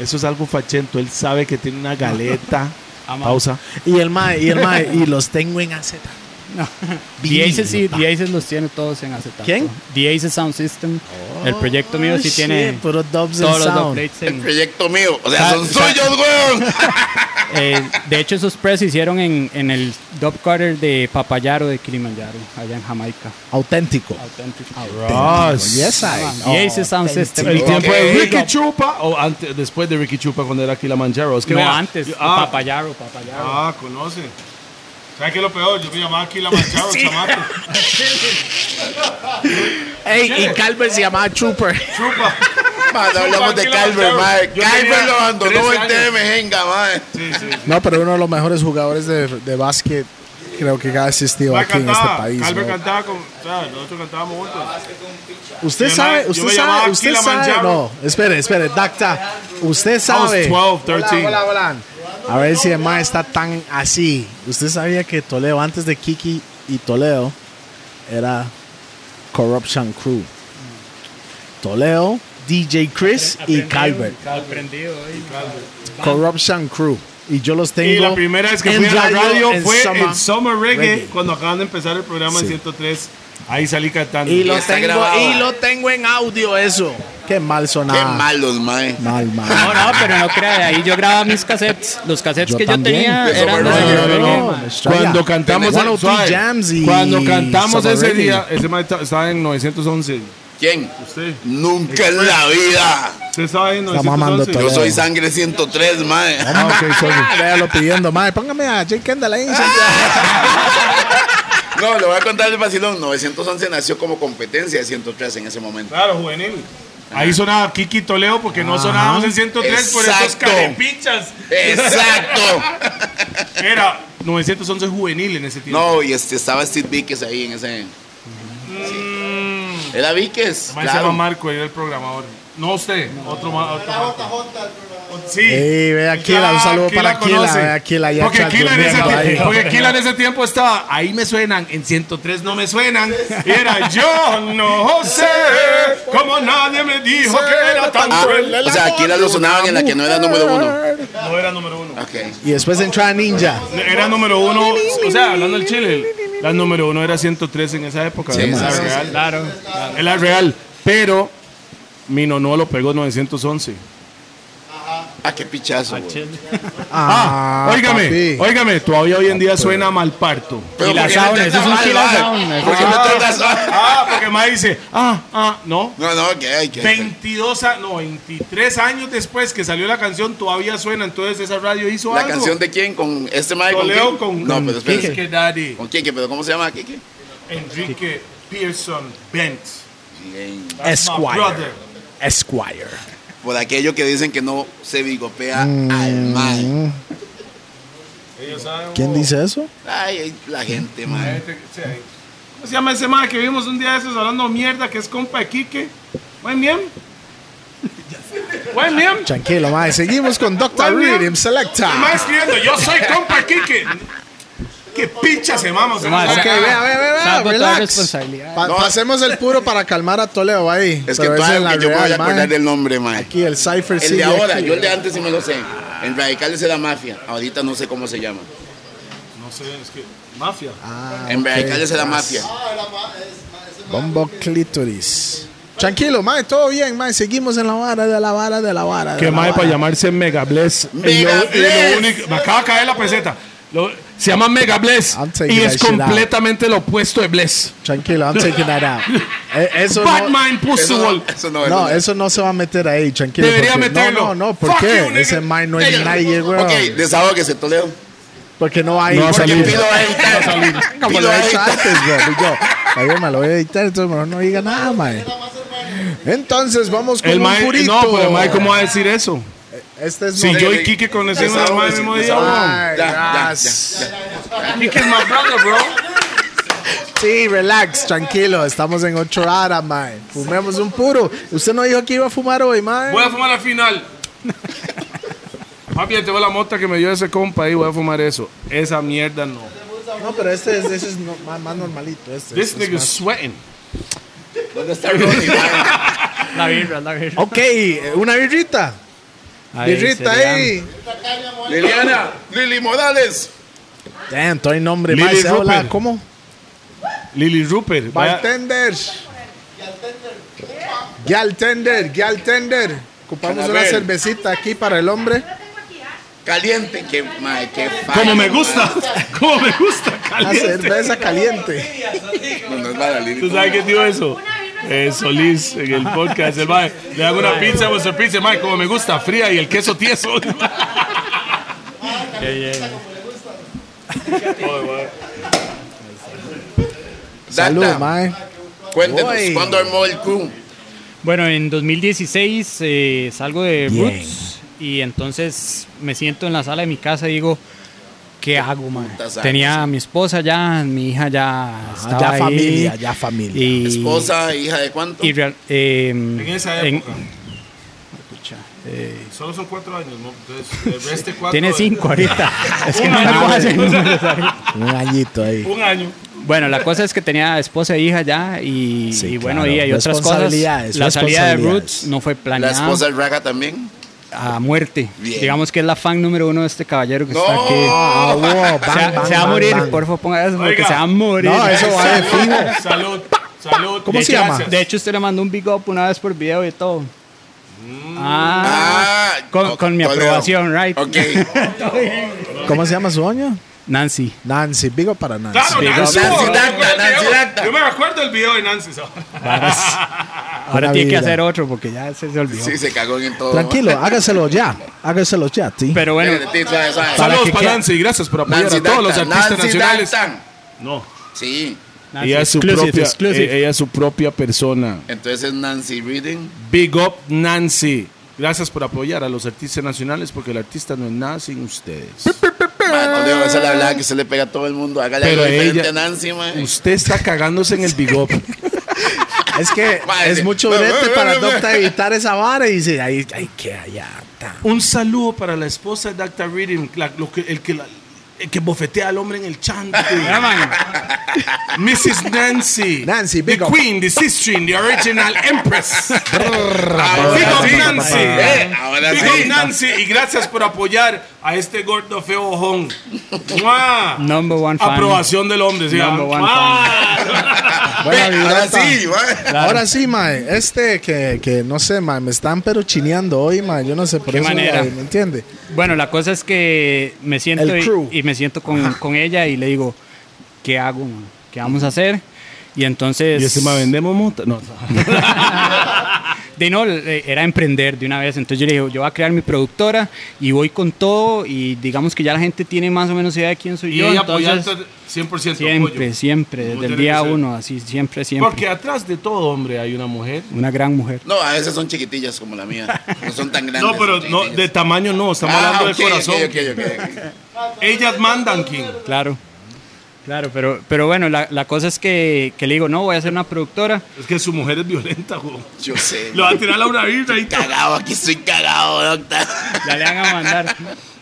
Eso es algo fachento. Él sabe que tiene una galeta. Pausa.
Y el mae, y el mae, y los tengo en AZ.
The Aces sí, The Aces los tiene todos en acetato.
¿Quién?
The Aces Sound System. el proyecto mío sí
Oh,
tiene
shit, Puros dubs
todos
and
los
sound.
dubplates
El
en-
proyecto mío. O sea,
Sa-
son
sa-
suyos, weón.
eh, de hecho, esos press se hicieron en, en el Dub Cutter de Papayaro de Kilimanjaro, allá en Jamaica.
Auténtico.
Auténtico.
Ah,
Ah,
Yes, I.
The Aces
Oh,
Sound System.
El tiempo de
Ok.
Ricky Chupa o antes, después de Ricky Chupa cuando era aquí la Manjaro. Es que
No,
vea,
antes.
yo- ah,
Papayaro, Papayaro.
Ah, conoce. ¿Sabes qué es lo peor? Yo me llamaba aquí la manchado, chamaco.
Ey, y Calvert se llamaba Trooper.
Chupa.
Man, hablamos de Calvert, mae.
Yo tenía
Calvert lo abandonó
13
el
años.
TM Jenga, mae.
Sí, sí.
No, pero uno de los mejores jugadores de, de básquet creo que ha existido
Ma
aquí en este
cantaba.
país.
Calvert
bro.
cantaba con. O sea, nosotros cantábamos
Ah,
juntos.
Usted
Yo
sabe,
me- yo
usted
me
sabe,
llamaba
usted
Aquila
sabe. No,
Manjaro.
espere, espere, Dacta. Usted
I was
sabe.
12, 13.
Hola, hola, hola. A ver si el mae está tan así. Usted sabía que Toledo, antes de Kiki y Toledo, era Corruption Crew. Toledo, DJ Chris y Calvert.
Aprendido hoy.
Corruption Crew. Y yo los tengo.
Y la primera vez que
en
fui a la radio
en
fue
Summer.
en Summer Reggae,
Reggae.
cuando acaban de empezar el programa
Sí.
en 103. Ahí salí cantando.
Y lo,
está
tengo,
grabado.
y lo tengo en audio eso. Qué mal sonaba.
Qué
Ah.
malos, mae.
Mal, mal.
No, no, pero no crea, de ahí yo grababa mis cassettes. Los cassettes
Yo
que
también.
yo tenía
Eso
eran
fue
los
reggae,
de
no,
reggae,
no,
man.
me extraña.
Cuando cantamos,
Bueno,
suave.
Two Jams y
cuando cantamos
Summer
ese
Reggae.
día, ese maestro estaba en 911.
¿Quién?
Usted,
Nunca en la vida.
usted estaba en
Está mamando
911.
Yo
Claro.
soy sangre 103, mae.
Ah, ok, sorry. Véalo pidiendo, madre. Póngame a Jake Kendall ahí.
No, le voy a contar el vacilón. 911 nació como competencia de 103 en ese momento.
Claro, juvenil. Ahí sonaba Kiki Toleo porque no sonábamos en 103 por esos
Exacto.
carepichas.
Exacto.
Era 911 juvenil en ese tiempo.
No, y este, estaba Steve Víquez ahí en ese. Sí. Era Víquez.
Además, Se llama
Claro.
Marco, era el programador. No usted, otro más. Otro más. Sí. Ah,
Ey, ve a Eh, Kila, un saludo para Kila,
conoce.
ve a Kila ya
porque,
chat
Kila en ese
durmiendo
tie-
ahí.
porque Kila en ese tiempo estaba, ahí me suenan, en 103 no me suenan. Y Era yo, no sé, como nadie me dijo que era tan
Ah,
cruel.
o sea, aquí las lo sonaban en la que no era número uno.
No era número uno.
Ok.
Y después entra Ninja.
Era número uno, o sea, hablando del Chile, la número uno era 103 en esa época.
Sí,
es
sí,
la
sí,
real.
Claro.
Es la real, pero mi nono lo pegó 911.
Ah, qué pichazo. güey.
Ah,
óigame,
papi.
óigame, todavía hoy en día suena mal parto.
Pero
Y la
¿por qué
sauna,
me
eso es
trata
un
mal,
kilo de
mae?
sauna.
¿Por qué me tratas mal?
Ah, porque más dice, ah, ah, no.
No, no, que hay que.
22, a- no, 23 años después que salió la canción, todavía suena. Entonces esa radio hizo
¿La
algo.
canción de quién? ¿Con este Mike?
Toledo con, pues,
No, pero espérense.
Enrique Daddy,
¿Con Kike? ¿Pero cómo se llama Kike?
Enrique Pearson Bent.
Bien.
That's my
Esquire.
brother.
Esquire.
Por aquello que dicen que no se bigopea al mal.
¿Quién dice eso?
Ay, la gente, man.
¿Cómo se llama ese man que vimos un día de esos hablando mierda que es compa de Quique? Buen bien. Buen bien.
Tranquilo, madre. Seguimos con Dr.
Bueno,
Rhythm Selecta.
El man escribiendo, yo soy compa de Quique. Qué pincha se mama. se mama.
Ok, vea, vea, vea, vea.
Salvo toda
Relax.
responsabilidad.
Pa-
No.
pasemos el puro para calmar a Toledo ahí.
Es que
Pero ese
todavía
en la
que yo me voy
real,
a acordar
mae.
del nombre, man.
Aquí el Cypher
El
sigue
de ahora,
aquí.
yo el de antes sí me lo sé. En Radicales era Mafia. Ahorita no sé cómo se llama.
No sé, es que mafia.
Ah,
en
ok.
Radicales era Mafia.
Bombo Clitoris. Tranquilo, mae, todo bien, mae. Seguimos en la vara de la vara de la vara. de
Que
la
mae para
vara.
llamarse Mega Bless.
Mega
Y lo- y lo
Bless.
único- me acaba de caer la peseta. Lo- se llama Mega Bless
I'm taking
y
that
es
shit out.
completamente lo opuesto de Bless.
Tranquilo, I'm taking that out. Eh, eso no,
Batman Pussy
Eso
Wall.
no, eso no,
no,
eso no.
eso no se va a meter ahí, tranquilo.
Debería
porque-
meterlo.
No, no, no, ¿por
Fuck you,
qué?
nigga.
Ese mae no es
Ella-
nadie, weón.
Ok, desahógese, Toledo.
Porque no hay.
No va a
Porque
Salir.
Pilo va a editar.
Como
Pilo
lo
va a
he hecho
editar.
antes, bro. Y yo, "Ay, yo me lo voy a editar, entonces mejor no diga nada, mae. Entonces vamos con
El
un
mae,
purito.
no, pero el mae, ¿cómo va a decir eso?
Este es
Si
Mon-
yo y Kike conocemos al mae el mismo día, weón.
Ay,
ya, ya,
gas.
Kike es my brother, bro.
Sí, relax, tranquilo. Estamos en ocho horas, mae. Fumemos un puro. Usted no dijo que iba a fumar hoy, mae.
Voy a fumar al final. Papi, ya tengo la mota que me dio ese compa ahí, voy a fumar eso. Esa mierda no.
No, pero este es, este es no- más, más normalito. Este,
This
este es
nigga's
más-
sweating.
¿Dónde está Ronnie? mae?
La birra, la birra.
Ok, eh, una birrita. birrita
serían-
ahí.
Liliana, Lili Morales.
Damn, todo el nombre,
Lily
mae. se habla,
Rupert.
¿Cómo?
Lily Rupert. vaya-
Bartender. Gyaltender, Gyaltender. Ocupamos una
Anabel.
cervecita aquí para el hombre.
Caliente, que mae, que falla.
Como me gusta, como Oh, me gusta,
Una
caliente.
cerveza caliente.
No, no es mala, Lili.
¿Tú sabes quién dijo eso? Eh, Solís en el podcast. El mae, le hago una pizza a vuestro pizza, mae, como me gusta, fría y el queso tieso.
Salud,
Data,
mae.
Cuéntenos,
Voy.
¿cuándo armó el crew?
Bueno, en 2016 eh, salgo de
Bien.
Roots y entonces me siento en la sala de mi casa y digo, ¿qué hago, man?
putas
Tenía a mi esposa ya, mi hija ya estaba
Ah, ya
ahí.
familia, ya familia.
Y,
Esposa, hija de cuánto?
y real- eh, en
esa época.
Escucha, eh,
Solo son cuatro años, ¿no? Entonces, el resto de este cuatro-
tiene cinco ahorita. es que
Un
no me
año.
cuadran números ahí.
Un añito ahí.
Un año.
Bueno, la cosa es que tenía esposa e hija ya y,
Sí,
y bueno,
claro.
y hay otras cosas.
Responsabilidades,
La salida de
responsabilidades.
Roots no fue
La
planeada.
esposa del Raga también.
a muerte.
Bien.
Digamos que es la fan número uno de este caballero que
No.
está aquí.
Ah, wow, bang,
se,
bang,
va- se va a
bang,
morir,
bang.
por favor, ponga eso porque
Oiga.
se va a morir.
No, eso va de fijo.
Salud, salud.
¿Cómo
De
se
hecho,
llama?
gracias.
De hecho, usted le mandó un big up una vez por video y todo. Ah,
Mm. Ah,
con,
ok,
con mi
todavía no.
aprobación, right?
Ok.
¿Cómo se llama su doña?
Nancy.
Nancy, Vigo para Nancy.
Claro,
Nancy
Nancy, yo me
Dacta,
acuerdo del
Nancy
video.
Dacta.
Yo me acuerdo el video de Nancy. ¿sabes?
Ahora
Una
tiene que
Ah, vida.
hacer otro porque ya se, se olvidó.
Sí, se cagó en todo.
Tranquilo, hágaselo ya. Hágaselo ya, ti.
Pero bueno,
Espérate, tí, suave, suave.
Para
Saludos
que
para
quede-
Nancy, gracias por apoyar
Nancy
a todos los
Dacta,
artistas
Nancy
nacionales.
Dacta.
No,
Sí.
Nancy,
ella es su
exclusive,
propia,
exclusive.
eh, ella es su propia persona.
Entonces Nancy Reading.
Big up Nancy. Gracias por apoyar a los artistas nacionales porque el artista no es nada sin ustedes.
Cuando esa es la verdad que se le pega a todo el mundo. Hágale
Pero
algo diferente
ella-
a Nancy, mae. Eh,
Usted está cagándose en el big up.
es que
Madre.
es mucho
No,
brete
no, no,
para
no, no.
Docta evitar esa vara y dice, ahí, ahí queda ya. ta.
Un saludo para la esposa de Dr. Reading, la- lo que- el, que la- el que bofetea al hombre en el chante.
Ya, man.
Mrs. Nancy.
Nancy,
The
big up.
Queen, the Sister, the Original Empress.
Ahora
Big up
sí,
Nancy.
Eh, ahora
Big up
sí.
Nancy. Y gracias por apoyar a este gordo feo ojón. ¡Mua!
Number one fan.
Aprobación del hombre. ¿sí? ah.
Number one
¡Mua!
Buena
Ve,
vida,
ahora
ta.
sí, mae.
Ahora sí, mae. Este que, que no sé, mae. Me están pero chineando hoy, mae. Yo no sé por
¿Qué
eso,
manera?
mae, ¿Me entiende?
Bueno, la cosa es que me siento
El crew.
y, y me siento con, con ella y le digo, ¿qué hago? man? ¿Qué vamos a hacer? Y entonces...
Y encima vendemos monta. No,
De no, eh, era emprender de una vez. Entonces yo le digo, yo voy a crear mi productora y voy con todo y digamos que ya la gente tiene más o menos idea de quién soy
y
yo.
ella
entonces,
apoyando 100%
siempre,
apoyo.
siempre,
Como
desde el
tiene
día
que ser.
uno, así, siempre, siempre.
Porque atrás de todo hombre hay una mujer.
Una gran mujer.
No, a veces son chiquitillas como la mía. No son tan grandes.
No, pero
son
no,
chiquitillas.
de tamaño no, estamos
Ah,
hablando
ok,
de corazón.
ok, ok, ok.
Ellas mandan, King.
Claro. Claro, pero, pero bueno, la, la cosa es que, que le digo, no, voy a hacer una productora.
Es que su mujer es violenta, güey.
Yo sé.
Lo va a tirar a una birra y todo.
Cagado, aquí estoy cagado, doctor.
Ya le van a mandar.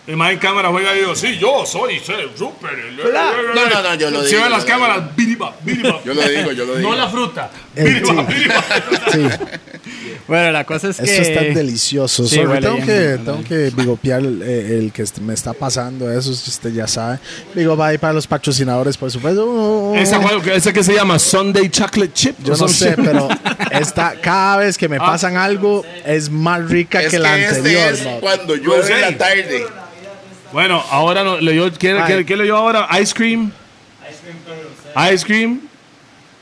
El más en cámara juega y digo, sí, yo soy eh, Sir Rupert.
No, no, no, yo lo
Se
digo,
eh. ven
yo
las
lo
cámaras, biriba, biriba.
Yo lo digo, yo lo digo.
No la fruta,
Eh,
biriba,
sí.
biriba.
Sí.
Bueno, la cosa es que...
Esto está delicioso.
Sí,
Sorry,
huele
tengo,
bien,
que,
huele
tengo
bien.
que bigopear el, eh, el que est- me está pasando. Eso si usted ya sabe. Digo, va a ir para los patrocinadores, por supuesto. Uh, uh, uh.
Esa, juego- esa que se llama Sunday Chocolate Chip.
Yo no sé, pero esta, cada vez que me
Ah.
pasan algo es más rica
Es
que la
que
anterior.
este es
Mau.
cuando llueve en
Rosé.
la tarde.
Bueno, ahora no, le dio, ¿qué,
Ay.
qué, qué le dio ahora? Ice cream. Ice cream.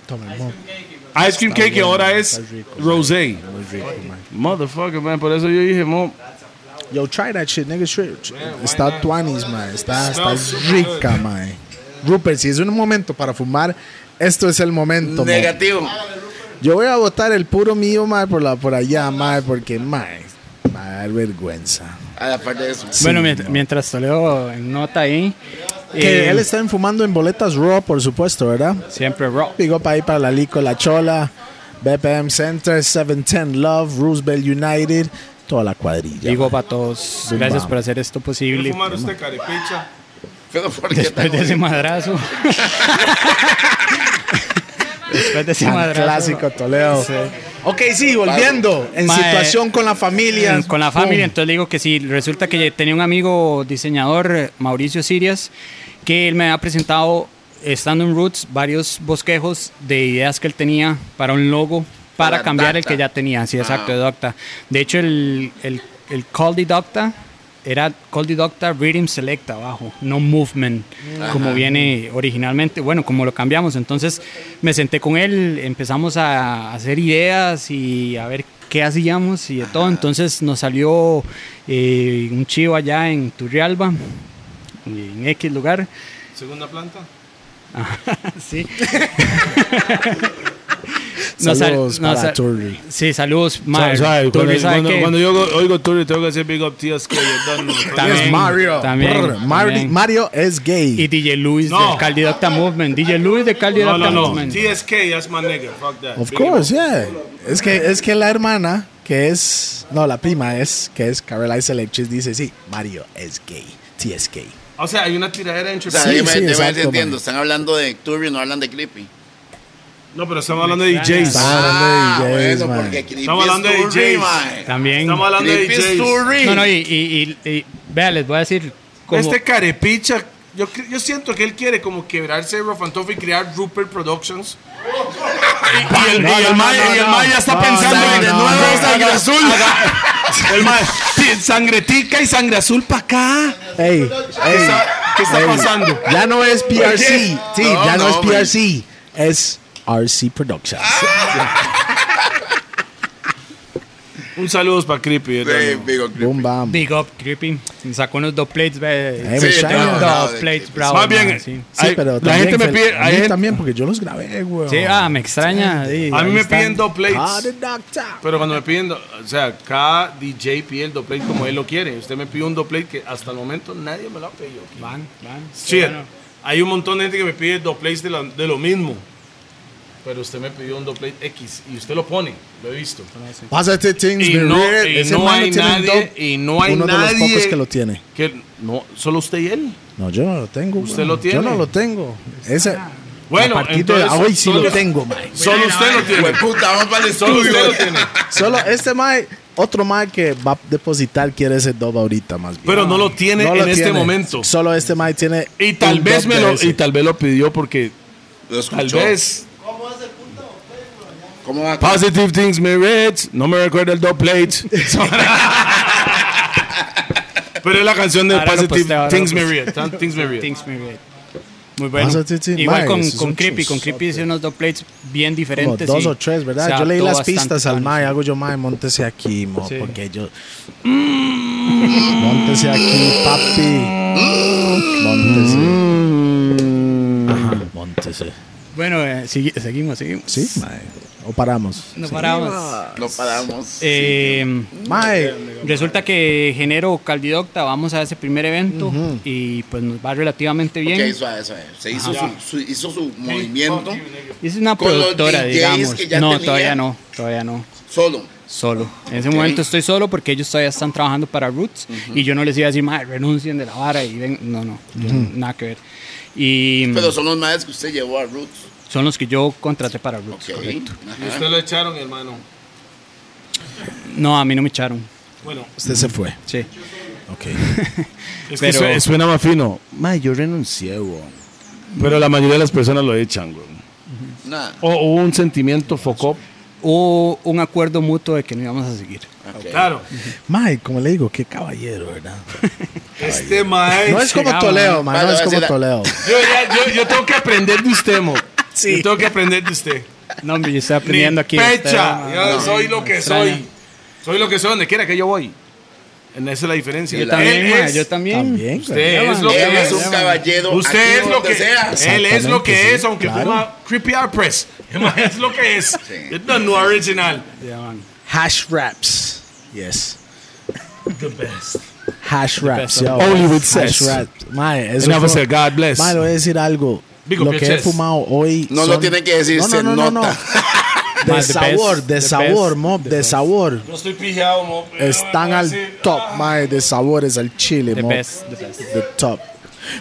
Tome, Mau.
Ice cream cake y ahora es rosé. Motherfucker, man. Por eso yo dije, mo,
Yo, try that shit, nigga. Shit. Está 20s, man. Está, está rica, man. Rupert, si es un momento para fumar, esto es el momento, man.
Negativo.
Yo voy a votar el puro mío, mae, por, la, por allá, mae, porque, mae, va a dar vergüenza.
A Ah, la parte de eso.
Bueno, mient- mientras Toledo nota ahí,
Que
eh,
él está enfumando en boletas Raw, por supuesto, ¿verdad?
siempre rock.
Big up ahí para la Lico, la Chola, BPM Center, 710 Love, Roosevelt United, toda la cuadrilla.
Digo para todos,
Zumba.
gracias por hacer esto posible.
fumar usted Este carepecha?
Pero ¿por qué
Después de
tan-
ese madrazo. Después de ese
Tan
madrazo.
clásico Toledo.
Sí.
Ok, sí, volviendo. En
Mae,
situación con la familia.
Eh, Con la familia,
Pum.
entonces le digo que sí. Resulta que tenía un amigo diseñador, eh, Mauricio Sirias, que él me ha presentado, estando en Roots, varios bosquejos de ideas que él tenía para un logo, para
Para
cambiar el
Dacta.
que ya tenía.
Ah.
Sí, exacto, de Docta. De hecho, el, el, el Call the Docta era Call the Docta Rhythm Select abajo, no Movement, como viene originalmente. Bueno, como lo cambiamos. Entonces me senté con él, empezamos a hacer ideas y a ver qué hacíamos y de todo. Entonces nos salió eh, un chivo allá en Turrialba, en X lugar.
¿Segunda planta?
sí. Nos sal-
Saludos
nos
para
sal-
Turri.
Sí, saludos,
Sabe,
Mae.
sabe,
Turri,
Cuando,
¿sabe
cuando-
qué?
cuando yo oigo- oigo Turri, tengo que hacer Big Up Tías que yo dan-
También,
Es Mario.
también,
Brr, Mari-
también.
Mario es gay.
Y DJ Luis
No.
del Caldidocta Movement. DJ Luis del
No, no,
Caldidocta
no.
Movement.
TSK, that's my nigga. Fuck that.
Of
Big
course,
Up.
yeah. Es que, es que la hermana, que es. No, la prima es, que es Caroline Selectis, dice: Sí, Mario es gay. Sí, es gay.
O sea, hay una tiradera entre...
O sea,
Sí,
yo me,
sí,
yo me
exacto,
entiendo.
man.
Están hablando de Turri, no hablan de Creepy.
No, pero estamos hablando de DJs.
Estamos hablando de DJs, man.
Ah, porque Creepy
Estamos
es
hablando de
Turri,
DJs.
mae.
También.
Estamos hablando de
Creepy es
DJs.
Turri.
No, no, y, y, y- y- vea, les voy a decir. Como,
Este carepicha, yo, cre- yo siento que él quiere como quebrarse Rofantoff y crear Rupert Productions. Y, y el, y el mae- y el mae ya está pensando
no,
en
no, no,
sangre azul. el mae, "Sí, sangretica y sangre azul para acá.
Ey,
¿Qué
ey,
está, qué está
ey.
pasando?
Ya no es PRC. Sí,
No,
ya no,
no,
es
man.
PRC. Es RC Productions.
Un saludo para Creepy.
Sí,
eh, también.
digo,
Boom, bam.
Big Up Creepy. Sacó unos dos plates, ve.
Hey,
Sí,
Miss Shiny.
no, no.
dos
de
plates,
Creepy.
bravo.
Más bien,
mae, sí.
Sí,
hay-
pero
la
también
gente
fel-
me pide.
A
hay
mí
gente-
también, porque yo los grabé, güey.
Sí, ah, me extraña. sí,
a mí
ahí
me
están.
piden dos
Ah,
plates.
the doctor.
Pero cuando me piden, do- o sea, cada DJ pide el doble como él lo quiere. Usted me pide un doble que hasta el momento nadie me lo ha pedido.
Van, van.
Sí,
Bueno,
hay un montón de gente que me pide doplates de, la- de lo mismo. Pero usted me pidió un doplate X y usted lo pone, lo he visto.
Pásate things,
Y
be
no,
real.
y
Ese
no
man lo
hay
tiene en
nadie,
top.
y no hay
Uno de los
nadie
pocos que lo tiene.
que- no, solo usted y él.
No, yo no lo tengo.
Usted
güey.
lo tiene.
Yo no lo tengo. Ese,
Bueno,
a partir de
entonces,
hoy sí
solo-
lo tengo, mae.
Solo usted lo tiene.
Hueputa, vamos para el
Solo usted lo
estudio.
tiene.
Solo este mae, otro mae que va a depositar quiere ese dub ahorita más bien.
Pero no lo tiene
No
en
lo
este
tiene.
momento.
Solo este mae tiene.
Y tal
un
vez
dub
me
de
lo
ese.
y tal vez lo pidió porque
Lo
tal
escuchó.
vez
¿Cómo va?
Positive Things Me Rich, no me recuerda el doplate. Pero es la canción de
Ahora lo
Positive
posteo, ahora
Things
lo
Me Rich, tan- Things Me Rich.
Things me read. Muy bueno.
Pásate, Ah, sí,
Igual
mae,
con,
esos
con
son
Creepy. Con
chuzotes.
Creepy hice unos dos plates bien
Como
diferentes.
dos
y
o tres, ¿verdad?
se
yo leí
adaptó
las
bastante
pistas al
para
mae, hago yo mae, montese aquí, mo, porque yo.
Mm.
Montese aquí, papi. Montese.
Mm.
Ajá, montese.
Bueno, eh, sigui- seguimos, seguimos.
Sí, mae. O paramos.
No
Sí.
paramos.
No paramos.
Eh,
Mae,
Resulta que genero Caldidocta, vamos a ese primer evento y pues nos va relativamente bien.
Ok, suave, suave. Se hizo su, su- hizo su movimiento
es una
con los
productora,
DJs
digamos.
que ya
No,
tenía.
todavía no, todavía no.
solo.
Solo. En ese momento estoy solo porque ellos todavía están trabajando para Roots y yo no les iba a decir, madre, renuncien de la vara y ven. No, no, yo- nada que ver. Y
Pero son los más que usted llevó a Roots.
son los que yo contraté para Roots,
Ok.
correcto.
Y usted lo echaron, hermano.
No, a mí no me echaron.
Bueno,
usted se fue.
Sí.
Ok.
es
que suena-
más fino. Ma, yo renuncié, weón. Pero la mayoría de las personas lo echan, weón.
Nada.
O hubo un sentimiento foco.
Hubo un acuerdo mutuo de que no íbamos a seguir.
Ok.
Claro.
Mae, como le digo, qué caballero, ¿verdad?
Este mae.
No es como
llegaba,
Toledo,
mae.
mae, no es
Vale, voy a
como
decir
Toledo.
Yo, ya- yo- yo tengo que aprender de usted, mo. Yo tengo que aprender de usted.
No, hombre, yo estoy
Ni
aprendiendo aquí.
Pecha.
Está-
Yo soy lo que
extraña.
soy. Soy lo que soy donde quiera que yo voy. En esa es la diferencia.
Yo
Él
También, mae,
es-
yo también.
También,
Usted
Llevan,
es lo
Él
que
es
es.
un caballero.
Usted
aquí
es lo
donde
que
sea.
Él es lo que
Exactamente, sí,
es, aunque
claro.
fuma Creepy Art Press. es lo que es. No, no original.
Llevan.
Hash wraps. Yes.
The best.
Hash wraps. yo.
Only with
Hash
sex.
wraps. Mae, eso
And I was
fue-
like, God bless.
Mae, le voy a decir algo.
Bigo
lo que he
Piaches.
fumado hoy.
No lo tiene que decir, se nota.
De
Mae, the
sabor,
best,
de
the
sabor,
best,
mob,
the
de
best.
sabor.
No estoy pijado, mo. eh, pero
Están
voy a
al
decir,
top,
ah,
mae, de sabores al chile,
The
mob.
best, the best.
The top.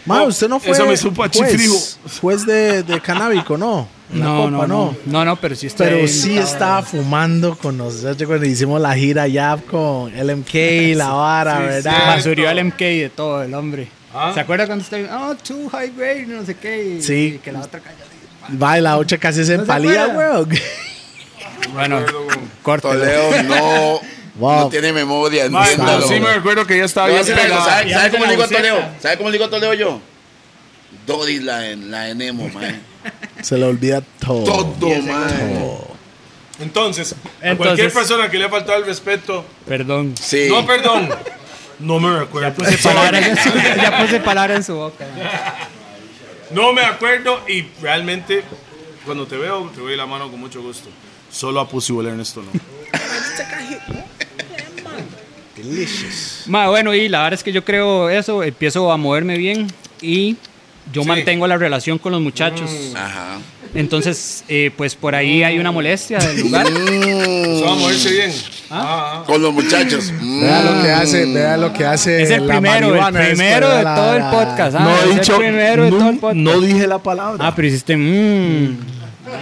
Mae,
Oh,
usted no fue
eso me supo a chifrijo.
juez, juez de, de canábico, ¿no? La
No,
copa,
no, no, no, no, pero sí está
Pero
bien.
sí estaba fumando con nosotros cuando hicimos la gira allá con LMK y la vara, ¿verdad? Sí,
Basurió Ah, al MK de todo, el hombre.
¿Ah?
¿Se acuerda cuando usted oh, too high grade, no sé qué? y-
Sí.
y que la otra calla.
Va, y la otra casi se empalía,
acuerda?
weón.
Bueno, corto.
Toledo no,
Wow.
no tiene memoria.
mae, no,
entiéndalo.
Ah, sí me recuerdo que ya estaba
Te voy a
bien
decir algo,
pegado.
¿sabe,
Ya
sabe
te
cómo
la
le digo a
buceta.
Toledo? ¿Sabe cómo le digo a Toledo yo? Doris la, en- la enemo, mae.
Se le olvida todo.
Todo, mae.
Entonces, a
Entonces-
cualquier persona que le ha faltado el respeto,
Perdón.
Sí.
no perdón. No me recuerdo.
Puse palabra en su, ya puse palabra en su boca.
No me acuerdo y realmente cuando te veo te doy la mano con mucho gusto. Solo a Pussy Will Ernesto no.
Ma, bueno, y la verdad es que yo creo eso, empiezo a moverme bien y yo mantengo la relación con los muchachos.
Ajá.
Entonces, eh, pues por ahí hay una molestia del lugar.
Solo a moverse bien.
Con los muchachos. Mm.
Vea lo que hace, vea lo que hace.
Es el
la
primero, el
marihuana después
primero de
la-
todo el
la-
podcast. ah, es el primero de todo el podcast.
dije la palabra.
Ah, pero hiciste. Mmm.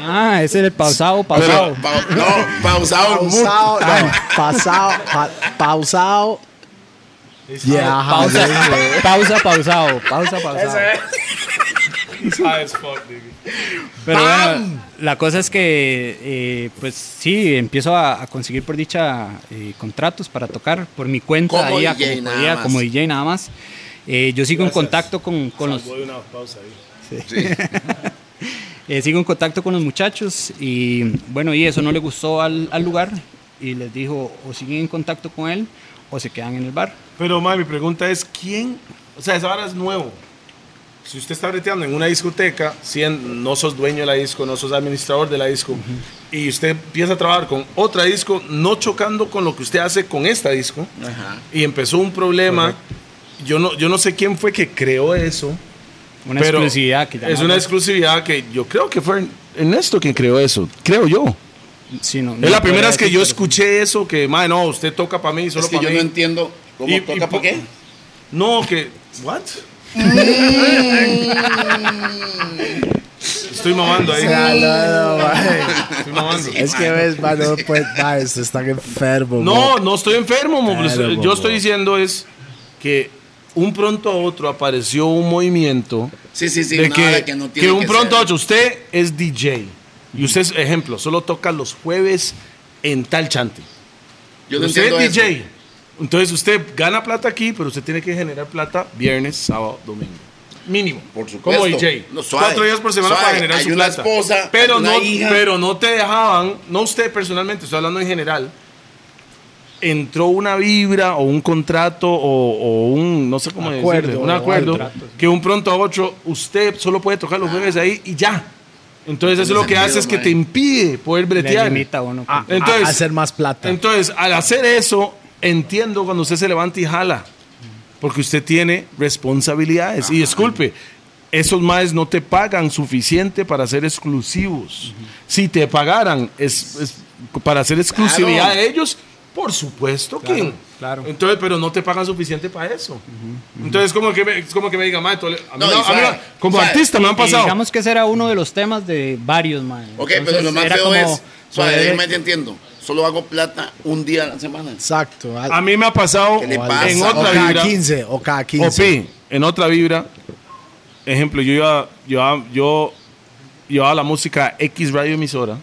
Ah, ese es el pausado, pausado.
Pero, pa- no, pausado. mu-
Pausado, no, pasado, pa- pausado. Yeah, ajá,
Pausa,
sí.
pausa, pausado, pausa, pausado.
High as fuck, nigga.
Pero bueno, la cosa es que, eh, pues sí, empiezo a, a conseguir por dicha eh, contratos para tocar por mi cuenta,
Como
ahí, a
DJ
como,
nada
podía,
más.
como DJ nada más. Eh, yo sigo en contacto con, con los.
Voy a una pausa ahí.
Eh, sigo en contacto con los muchachos y bueno, y eso no le gustó al, al lugar y les dijo o siguen en contacto con él o se quedan en el bar.
Pero, ma, mi pregunta es, ¿quién? O sea, esa vara es nuevo. Si usted está breteando en una discoteca, si en- no sos dueño de la disco, no sos administrador de la disco, y usted empieza a trabajar con otra disco, no chocando con lo que usted hace con esta disco,
Ajá.
y empezó un problema, yo no, yo no sé quién fue que creó eso.
Una
pero
exclusividad que
Es
llaman,
una
¿no?
exclusividad que yo creo que fue Ernesto quien creó eso, creo yo.
Sí, no, no
es la
podría
primera vez que
decir,
yo
pero-
escuché eso, que, ma, no, usted toca para mí, solo
Es que
para
yo
mí.
no entiendo cómo
Y- y
toca,
po-
¿por qué?
No, que. ¿What?
Mm.
Estoy mamando ahí.
Ya, no, no, mae.
Estoy mamando.
Es que ves, mano, pues, mae, se están enfermos.
No, no estoy enfermo. mo, pues,
Claro,
Yo
bobo.
estoy diciendo es que un pronto a otro apareció un movimiento
Sí, sí, sí.
de
una
que,
hora que no
que
tiene
un
que
pronto a
ser.
otro. Usted es DJ. Y usted, es- ejemplo, solo toca los jueves en tal chante.
Yo no
usted
entiendo
es
eso.
DJ. Entonces usted gana plata aquí, pero usted tiene que generar plata viernes, sábado, domingo. Mínimo.
Por supuesto.
Como DJ.
No, suave,
Cuatro días por semana
suave.
para generar
Hay
su
una
plata.
esposa,
pero,
hay una
no,
hija.
pero no te dejaban, no usted personalmente, estoy hablando en general. Entró una vibra o un contrato o, o un, no sé cómo
Acuerdo,
decirle, un
o
acuerdo
contrato, sí.
que un pronto a otro, usted solo puede tocar los jueves ahí y ya. Entonces eso lo que
sentido,
hace es que
mae.
te impide poder bretear.
limita a uno.
Ah,
Entonces,
entonces,
hacer más plata.
entonces, al hacer eso, entiendo cuando usted se levanta y jala, porque usted tiene responsabilidades. Y disculpe, esos maes no te pagan suficiente para ser exclusivos. Si te pagaran es, es para ser exclusividad
Claro.
de ellos, por supuesto que.
claro.
Entonces, pero no te pagan suficiente para eso. Entonces, como que me, es como que me diga, "Mae, tole- a mí
No,
no-
y
a mí no-
suave,
como
suave.
artista me han
Y
pasado.
digamos que ese era uno de los temas de varios, man.
Ok, pero lo más feo es. Suave, déjeme te entiendo. Solo hago plata un día a la semana.
Exacto.
a mí me ha pasado
¿Qué le pasa?
en
o
otra
cada
vibra.
15, o cada 15.
OP, en otra vibra, ejemplo, yo iba, yo, yo llevaba la música a X radio emisora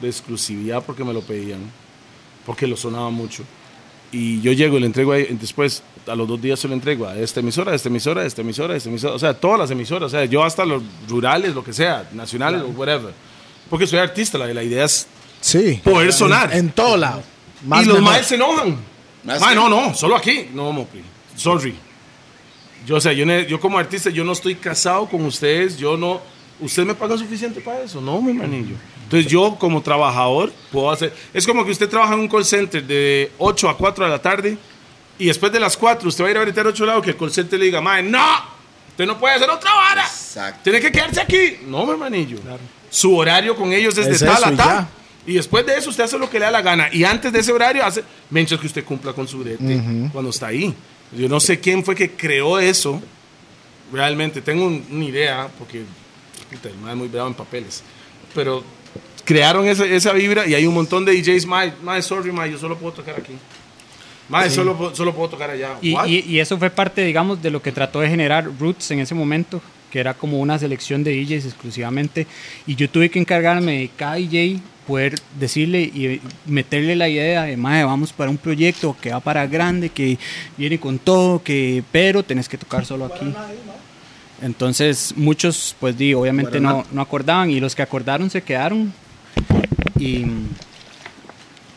de exclusividad porque me lo pedían, porque lo sonaba mucho. Y yo llego y le entrego ahí, después a los dos días se lo entrego a esta emisora, a esta emisora, a esta emisora, a esta emisora, o sea, todas las emisoras, o sea, yo hasta los rurales, lo que sea, nacionales o whatever. Porque soy artista, la, la idea es
Sí.
poder sonar.
En todo lado. Más
y los
menor.
maes se enojan.
Más
Ma,
que-
no, no, solo aquí. No, Mopri. Sorry. Yo sé, yo, ne- yo como artista, yo no estoy casado con ustedes. Yo no. ¿Usted me paga suficiente para eso? No, mi manillo. Entonces yo como trabajador puedo hacer... Es como que usted trabaja en un call center de 8 a 4 de la tarde y después de las 4 usted va a ir a gritar a otro lado que el call center le diga, mae, no, usted no puede hacer otra vara.
Exacto.
Tiene que quedarse aquí. No, mi hermanillo. Su horario con ellos es de
Es
tal
eso
a
y
tal.
ya.
Y después de eso usted hace lo que le da la gana. Y antes de ese horario hace, mientras que usted cumpla con su brete cuando está ahí. Yo no sé quién fue que creó eso. Realmente tengo un- una idea, porque puta, el mae es muy bravo en papeles. Pero crearon esa, esa vibra y hay un montón de DJs. Mae, mae, sorry, mae, yo solo puedo tocar aquí. Mae, solo, puedo- solo puedo tocar allá.
Y,
What?
y- y eso fue parte, digamos, de lo que trató de generar Roots en ese momento, que era como una selección de DJs exclusivamente. Y yo tuve que encargarme de cada DJ poder decirle y eh, meterle la idea de, "Mae, vamos para un proyecto que va para grande, que viene con todo, que pero tenés que tocar solo aquí. Entonces, muchos, pues di, obviamente no, no acordaban y los que acordaron se quedaron. Y, mm,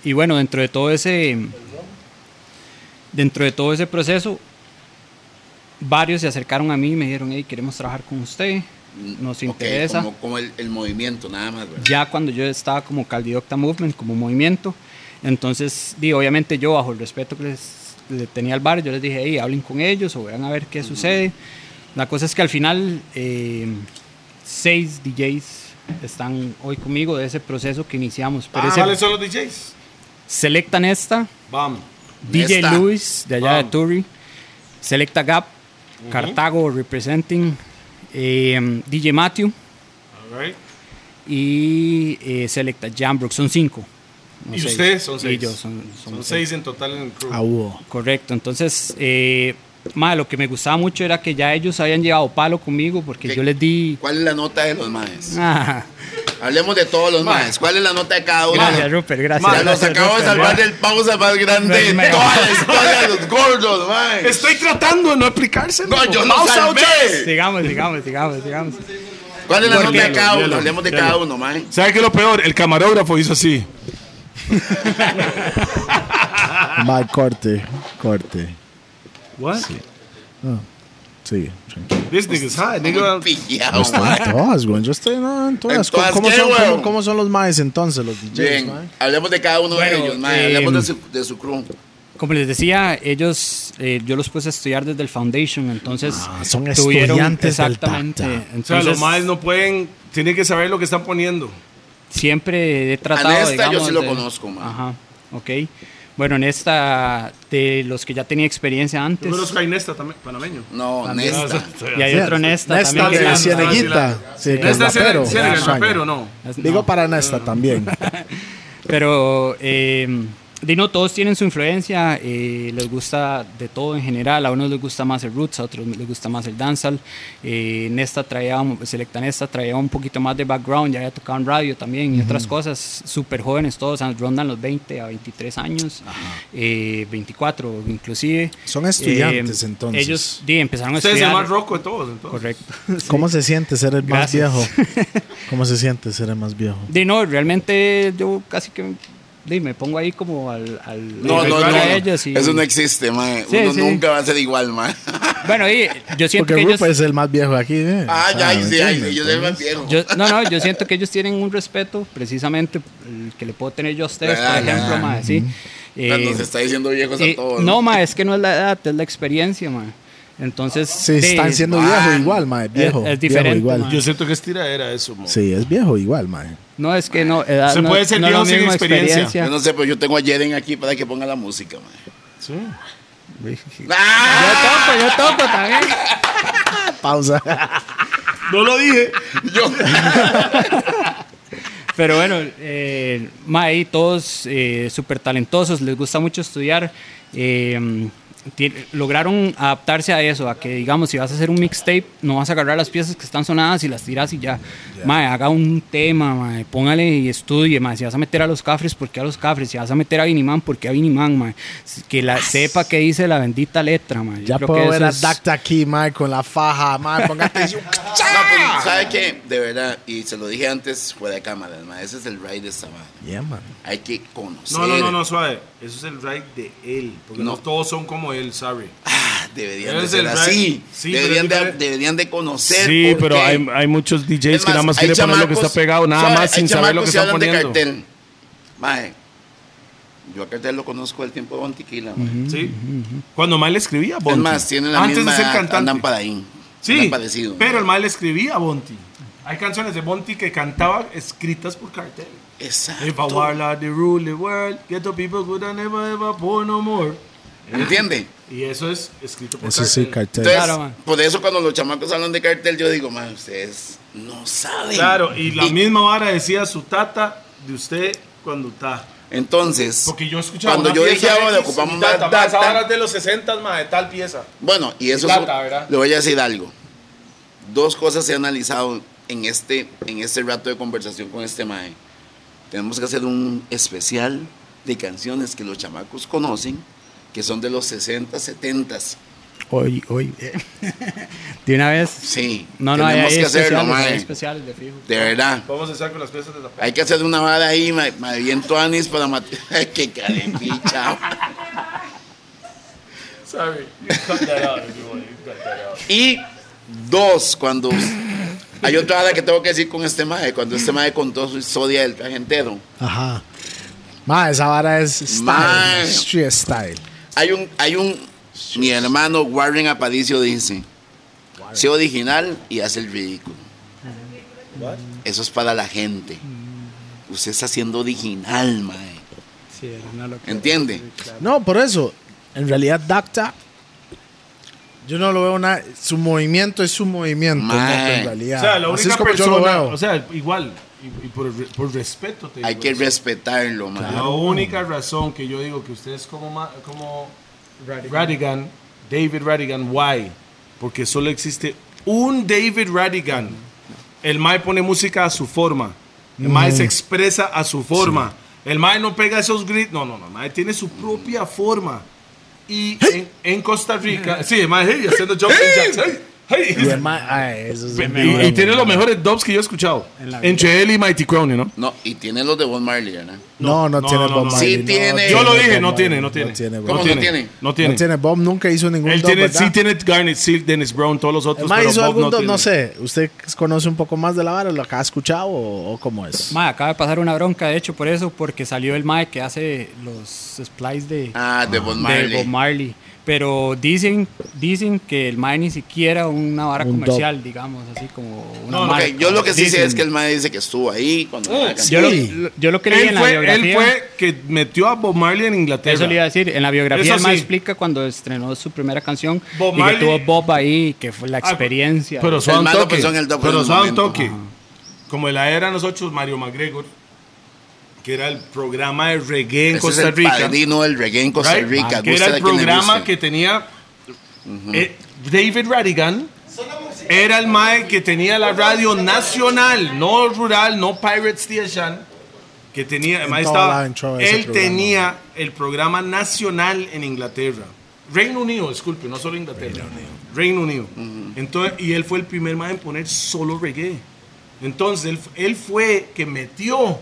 y bueno, dentro de todo ese dentro de todo ese proceso, varios se acercaron a mí y me dijeron, hey, queremos trabajar con usted, nos
Ok,
interesa.
como como el, el movimiento, nada más, ¿verdad?
Ya cuando yo estaba como Caldidocta Movement, como movimiento, entonces, di, obviamente yo, bajo el respeto que les, le tenía al bar, yo les dije, hey, hablen con ellos o vean a ver qué sucede. La cosa es que al final, eh, seis DJs están hoy conmigo de ese proceso que iniciamos. Pero
Ah,
ese-
¿Cuáles son los DJs?
Selectan esta,
Vamos.
DJ
Nesta.
Luis de allá de
Vamos.
Turi, Selecta Gap, Cartago Representing, eh, DJ Matthew
All right.
y eh, Selecta Jambrook, son cinco. No
Y
seis.
ustedes son seis.
Y yo son, son
Son
seis.
seis en total en el crew.
Ah,
Correcto, entonces, eh, ma, lo que me gustaba mucho era que ya ellos habían llevado palo conmigo porque
¿Qué?
yo les di...
¿Cuál es la nota de los maes?
Ah,
Hablemos de todos los
Ma.
maes. ¿Cuál es la nota de cada uno?
gracias, Rupert, gracias.
Ya nos
gracias,
acabamos de
Rupert.
salvar del pausa más grande de
Bueno,
toda la historia de los gordos, mae.
Estoy tratando de no explicarse.
No, yo no salvé.
Sigamos, sigamos, sigamos, sigamos.
¿Cuál es la nota de
Hielo,
cada uno?
hielo,
Hablemos de
hielo.
cada uno, mae.
¿Sabes qué es lo peor? El camarógrafo hizo así.
Mae, corte, corte.
What?
Sí, tranquilo.
This nigga's high, Pues, ah, nigga.
Muy pillado,
Están
Ah.
mae.
en todas, güey. Yo estoy no, en todas.
¿En todas
¿Cómo,
qué,
son,
güey?
cómo- cómo son los maes entonces, los DJs, mae?
Bien, hablemos de cada uno de
Bueno,
ellos, mae.
eh,
Hablemos de su, de su crew.
Como les decía, ellos, eh, yo los puse a estudiar desde el Foundation, entonces
Ah, son
tuvieron-
estudiantes del
exactamente.
Tacta.
Entonces,
O sea, los maes no pueden, tienen que saber lo que están poniendo.
siempre he tratado,
A Nesta este yo
digamos,
sí lo
de-
conozco, man.
Ajá, ok. Bueno, en esta, de los que ya tenía experiencia
Yo
antes,
conozco a Inesta también, panameño.
No,
También.
Nesta.
y hay otro en esta
Nesta
también. que
de
es-
Cien-
Cieneguita. Sí, que es
Ah, Nesta es el-
rapero. Ah,
sí, el
Sueño.
rapero, no.
es- no,
Digo para Nesta también.
Pero, eh, Dino, todos tienen su influencia, eh, les gusta de todo en general, a unos les gusta más el roots, a otros les gusta más el dancehall, eh, Nesta traía, un- Selecta Nesta traía un poquito más de background, ya había tocado en radio también y otras cosas, súper jóvenes todos, rondan los 20 a 23 años, eh, 24 inclusive. Eh,
Son estudiantes, entonces.
Ellos di, empezaron a
Usted es el
estudiar.
más roco de todos, entonces.
Correcto.
¿Cómo se siente ser el más
Gracias.
viejo? ¿Cómo se siente ser el más viejo?
Di, no, realmente yo casi que di, me pongo ahí como al... al
No,
al
no, no.
igual a
no.
ellos y-
Eso no existe, mae.
Sí,
Uno
sí.
nunca va a ser igual, mae.
Bueno, y yo siento
Porque
que ellos,
Rupert es el más viejo aquí. ¿eh?
Ah,
O sea,
ya, ahí
¿me
sí, ahí sí.
entiendes?
Yo soy más viejo.
yo- no, no, yo siento que ellos tienen un respeto precisamente el que le puedo tener yo a ustedes, por
Ah,
ejemplo,
ah,
mae, sí.
Pero
Eh,
Nos está diciendo viejos
eh,
a todos.
no, ma, es que no es la edad, es la experiencia, ma. Entonces,
Sí,
de-
están siendo
man.
viejos igual, mae. Viejo.
es
viejo
diferente,
igual.
mae.
Yo siento que es tiradera eso, mo.
Sí, es viejo igual, mae.
no es que no, edad
Se
no-
puede ser
no es
viejo
la
sin
misma
experiencia.
Yo no sé, pero yo tengo a Jeren aquí para que ponga la música, mae.
Sí.
Yo
¡Ah!
topo, yo topo también.
Pausa.
No lo dije.
Yo.
Pero bueno, eh, ma, ahí todos eh, súper talentosos, les gusta mucho estudiar. eh, ti- lograron adaptarse a eso, a que digamos, si vas a hacer un mixtape, no vas a agarrar las piezas que están sonadas y las tiras y ya. Mae, haga un tema, mae, póngale y estudie, mae, si vas a meter a los cafres, ¿por qué a los cafres? Si vas a meter a Vinimán, ¿por qué a Vinimán, mae? Que la sepa que dice la bendita letra, mae. Yo
Ya
creo
puedo
que
ver
eso
a
es-
Dacta aquí, mae, con la faja, mae, ponga atención.
No, pero ¿sabe qué? De verdad, y se lo dije antes fuera de cámara, ma, ese es el ride de esta madre.
yeah, man.
Hay que conocer.
No, no, no, no, suave. Eso es el right de él. Porque no, todos son como él, sorry.
Deberían
Pero
de
es
ser
el
así.
ride. Sí,
deberían,
pero es
de,
diferente.
deberían de conocer.
Sí,
por
pero
qué.
hay, hay muchos DJs
Es
que nada más
hay
quieren poner lo que está
chamacos,
pegado, nada
¿sabe?
más
Hay
sin saber lo
chamacos
que están
hablan de
poniendo.
cartel. Mae, yo a cartel lo conozco del tiempo de Bontiquila. mae.
Mm,
Sí. Cuando mal escribía,
Es
Bonti.
más, tienen la
Antes
misma.
de ser cantante.
Andan para ahí.
Sí,
Andan parecido.
pero el mal escribía a Bonti. Hay canciones de Bonti que cantaba escritas por cartel. If I
Exacto.
were like the rule the world, get the people good and never ever poor no more.
¿Entiende?
Y eso es escrito por
Eso
cartel.
sí, cartel.
Entonces,
Claro, man.
por eso cuando los chamacos hablan de cartel, yo digo, man, ustedes no saben.
Claro, y la misma vara decía su tata de usted cuando está.
Entonces,
Porque yo "Ah, escuchaba.
Cuando
una
yo
pieza
dije,
X,
ahora ocupamos
y
más
tata, ma, esa
data.
vara es de los 60, más de tal pieza.
bueno, y eso
Y
es-
plata, ¿verdad?
le voy a decir algo. Dos cosas he analizado en este, en este rato de conversación con este mae. Tenemos que hacer un especial de canciones que los chamacos conocen, que son de los 60, 70.
Hoy, hoy.
eh,
de una vez.
Sí,
No, no, hay,
tenemos
hay
que hacerlo,
especiales, hay
mae.
especiales de fijo.
De verdad.
Vamos a estar con las piezas de la
Hay que hacer una vara ahí, mae, mae, bien tuanis para matar. ¡Qué carepicha!
Sorry, you cut that out if you want, you cut that out.
Y dos, cuando hay otra hora que tengo que decir con este mae, cuando este mae contó su historia del traje entero.
Ajá. Mae, esa vara es style.
Mae.
Street style.
Hay un, hay un, mi hermano Warren Aparicio dice, sé original y haz el ridículo. Eso es para la gente. Usted está siendo original, mae.
Sí, era una locura.
¿Entiende?
No, por eso, en realidad Dacta, yo no lo veo nada, su movimiento es su movimiento,
Mae.
Dacta, en realidad.
O sea, la
Así es
única
como
persona,
yo lo veo.
o sea, igual, y, y por, el re- por respeto te
Hay
digo
que
eso.
respetarlo,
La
mae.
única razón que yo digo que ustedes como, ma- como Radigan. David Radigan, why? Porque solo existe un David Radigan. El Mae pone música a su forma. El Mae se expresa a su forma. El Mae no pega esos gritos. No, no, no. El Mae tiene su propia forma. Y en, en Costa Rica. Sí, el Mae hey, haciendo jumping jacks. Hey, hey.
Y el mae- ay, eso es un-
Y, y tiene los mejores dubs que yo he escuchado. Entre él y Mighty Crowny, ¿no?
No, y tiene los de Bob Marley, ¿verdad?
No, no,
no,
tiene
no,
Bob
no.
Marley,
Sí tiene.
Yo lo dije,
Bob
no
Marley,
tiene, no tiene.
No tiene,
¿Cómo
Bob.
no tiene?
No
No
tiene.
tiene, Bob nunca hizo ningún
Él
dub,
tiene,
¿verdad?
sí tiene Garnet Seal, Dennis Brown, todos los
El
otros.
mae
pero
hizo
Bob
algún
no
dub, no
tiene.
sé, ¿usted conoce un poco más de la vara? ¿Lo acá ha escuchado o, o cómo es?
Mae, acaba de pasar una bronca, de hecho, por eso, porque salió el Mae que hace los splice de,
Ah, de Bob
de Bob
Marley.
Marley. Pero dicen, dicen que el Mae ni siquiera una vara
Un
comercial, digamos, así como una
Ok,
marca.
yo lo que sí sé
Dicen.
es que el mae dice que estuvo ahí cuando la cantó.
Yo,
Sí.
lo, yo lo que leí
Él
en la
fue, él
biografía.
fue que metió a Bob Marley en Inglaterra.
Eso le iba a decir. En la biografía
Eso
el Mae
sí.
explica cuando estrenó su primera canción
Bob
y que
Marley.
tuvo Bob ahí, que fue la
Ah,
experiencia.
Pero
El
suave un
malo
toque.
pensó en el toque en
Pero
el
suave un
momento.
toque. Como en la era de nosotros, Mario McGregor, que era el programa de reggae en
Ese es
Costa
el
Rica.
padrino del reggae en Costa
right?
Rica.
Que
gusta
era
de
el
quien le
programa
guste.
que tenía eh, David Radigan. Era el mae que tenía la radio nacional, no rural, no Pirate Station. Que tenía, el mae
todo
estaba-
lado entró ese
él
programa.
tenía el programa nacional en Inglaterra. Reino Unido, disculpe, no solo Inglaterra. Reino Unido. Entonces, y él fue el primer mae en poner solo reggae. Entonces, él, él fue que metió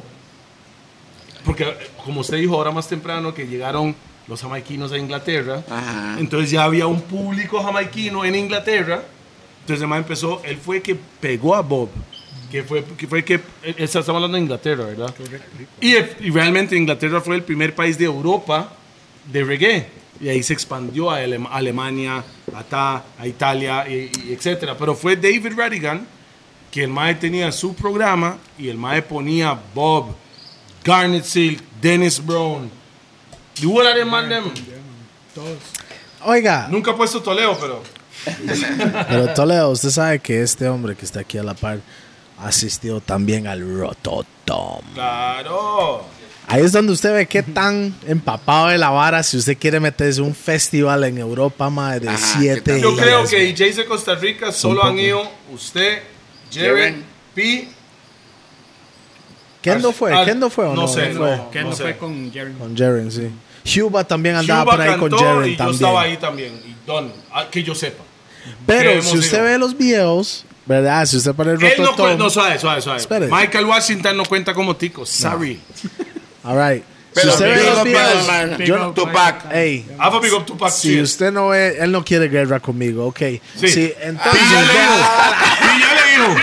porque, eh, como usted dijo ahora más temprano, que llegaron los jamaiquinos a Inglaterra.
Ajá.
Entonces ya había un público jamaiquino en Inglaterra. Entonces, además empezó, él fue que pegó a Bob. Que fue que, fue que eh, estamos hablando de Inglaterra, ¿verdad? Y, eh, y realmente Inglaterra fue el primer país de Europa de reggae. Y ahí se expandió a Alem- Alemania, a, Ta- a Italia, y, y etcétera. Pero fue David Radigan que el MAE tenía su programa y el MAE ponía Bob, Garnet Silk, Dennis Brown. ¿Y hubo la de Mandem?
Oiga,
Nunca he puesto Toleo, pero.
pero Toledo, usted sabe que este hombre que está aquí a la par ha asistido también al Rototom.
Claro.
Ahí es donde usted ve qué tan empapado de la vara si usted quiere meterse un festival en Europa, madre, de
Ajá, ¿qué
siete
tal?
Yo
Sí,
creo
días,
que
mae.
DJs de Costa Rica solo han ido usted, Jeren,
Jeren.
P.
Kendo fue,
Ar-
Kendo fue o no.
No sé,
fue?
no.
Que no
sé.
fue con Jerry.
Con Jaren, sí. Huba también andaba
Cuba
por ahí con
cantó y
Jaren
yo
también.
estaba ahí también. Y Don, ah, que yo sepa.
Pero
Hemos
si usted
ido.
ve los videos, ¿verdad? Si usted pone el
Él no
rototom,
cuenta, no, suave, suave, suave.
Espere.
Michael Washington no cuenta como tico, sorry.
all right.
Pero
si usted ve
big
los
up,
videos,
man, man.
yo,
Tupac.
ey,
Alpha Big Up Tupac.
si usted no ve, él no quiere guerra conmigo, ok. Sí,
Ah,
entonces,
Pilla le
vea-
dijo,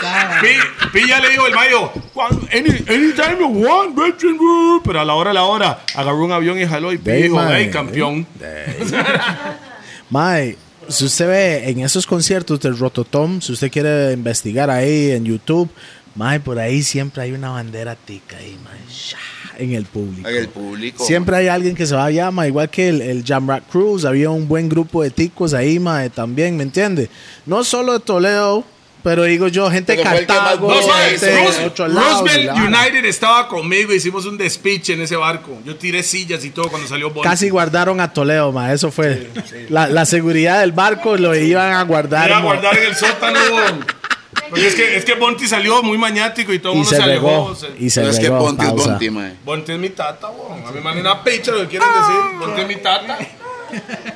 Pilla le dijo, Pi- Pilla le dijo el mayo, "Cuando- any- anytime you want, Bertrand Ru". pero a la hora, a la hora, agarró un avión y jaló y
Dey,
dijo,
man.
hey, campeón.
Mae, si usted ve en esos conciertos del Rototom, si usted quiere investigar ahí en YouTube, mae, por ahí siempre hay una bandera tica ahí, mae, sha, en el público.
En el público.
Siempre hay alguien que se va allá, mae, igual que el, el Jamrack Cruise, había un buen grupo de ticos ahí, mae, también, ¿me entiende? No solo de Toledo, pero digo yo, gente de
Pero fue el que más
Cartago,
No,
Oh,
suave,
gente de
Roosevelt,
otros lados, y
Roosevelt
la-
United estaba conmigo, hicimos un despiche en ese barco. Yo tiré sillas y todo cuando salió Bonnie.
Casi guardaron a Toledo, mae, eso fue. La, la seguridad del barco lo iban a guardar.
Era a
mo.
guardar en el sótano. Porque es que, es que Bonti salió muy maniático y todo el
y
mundo
se,
se, alejó.
regó.
Se-
Y se
Pero es que
regó,
Ponti es
pausa.
Ponti, mae.
Bonti es mi tata, weón. A mi man es una picha lo que quieren decir. Bonti es mi tata.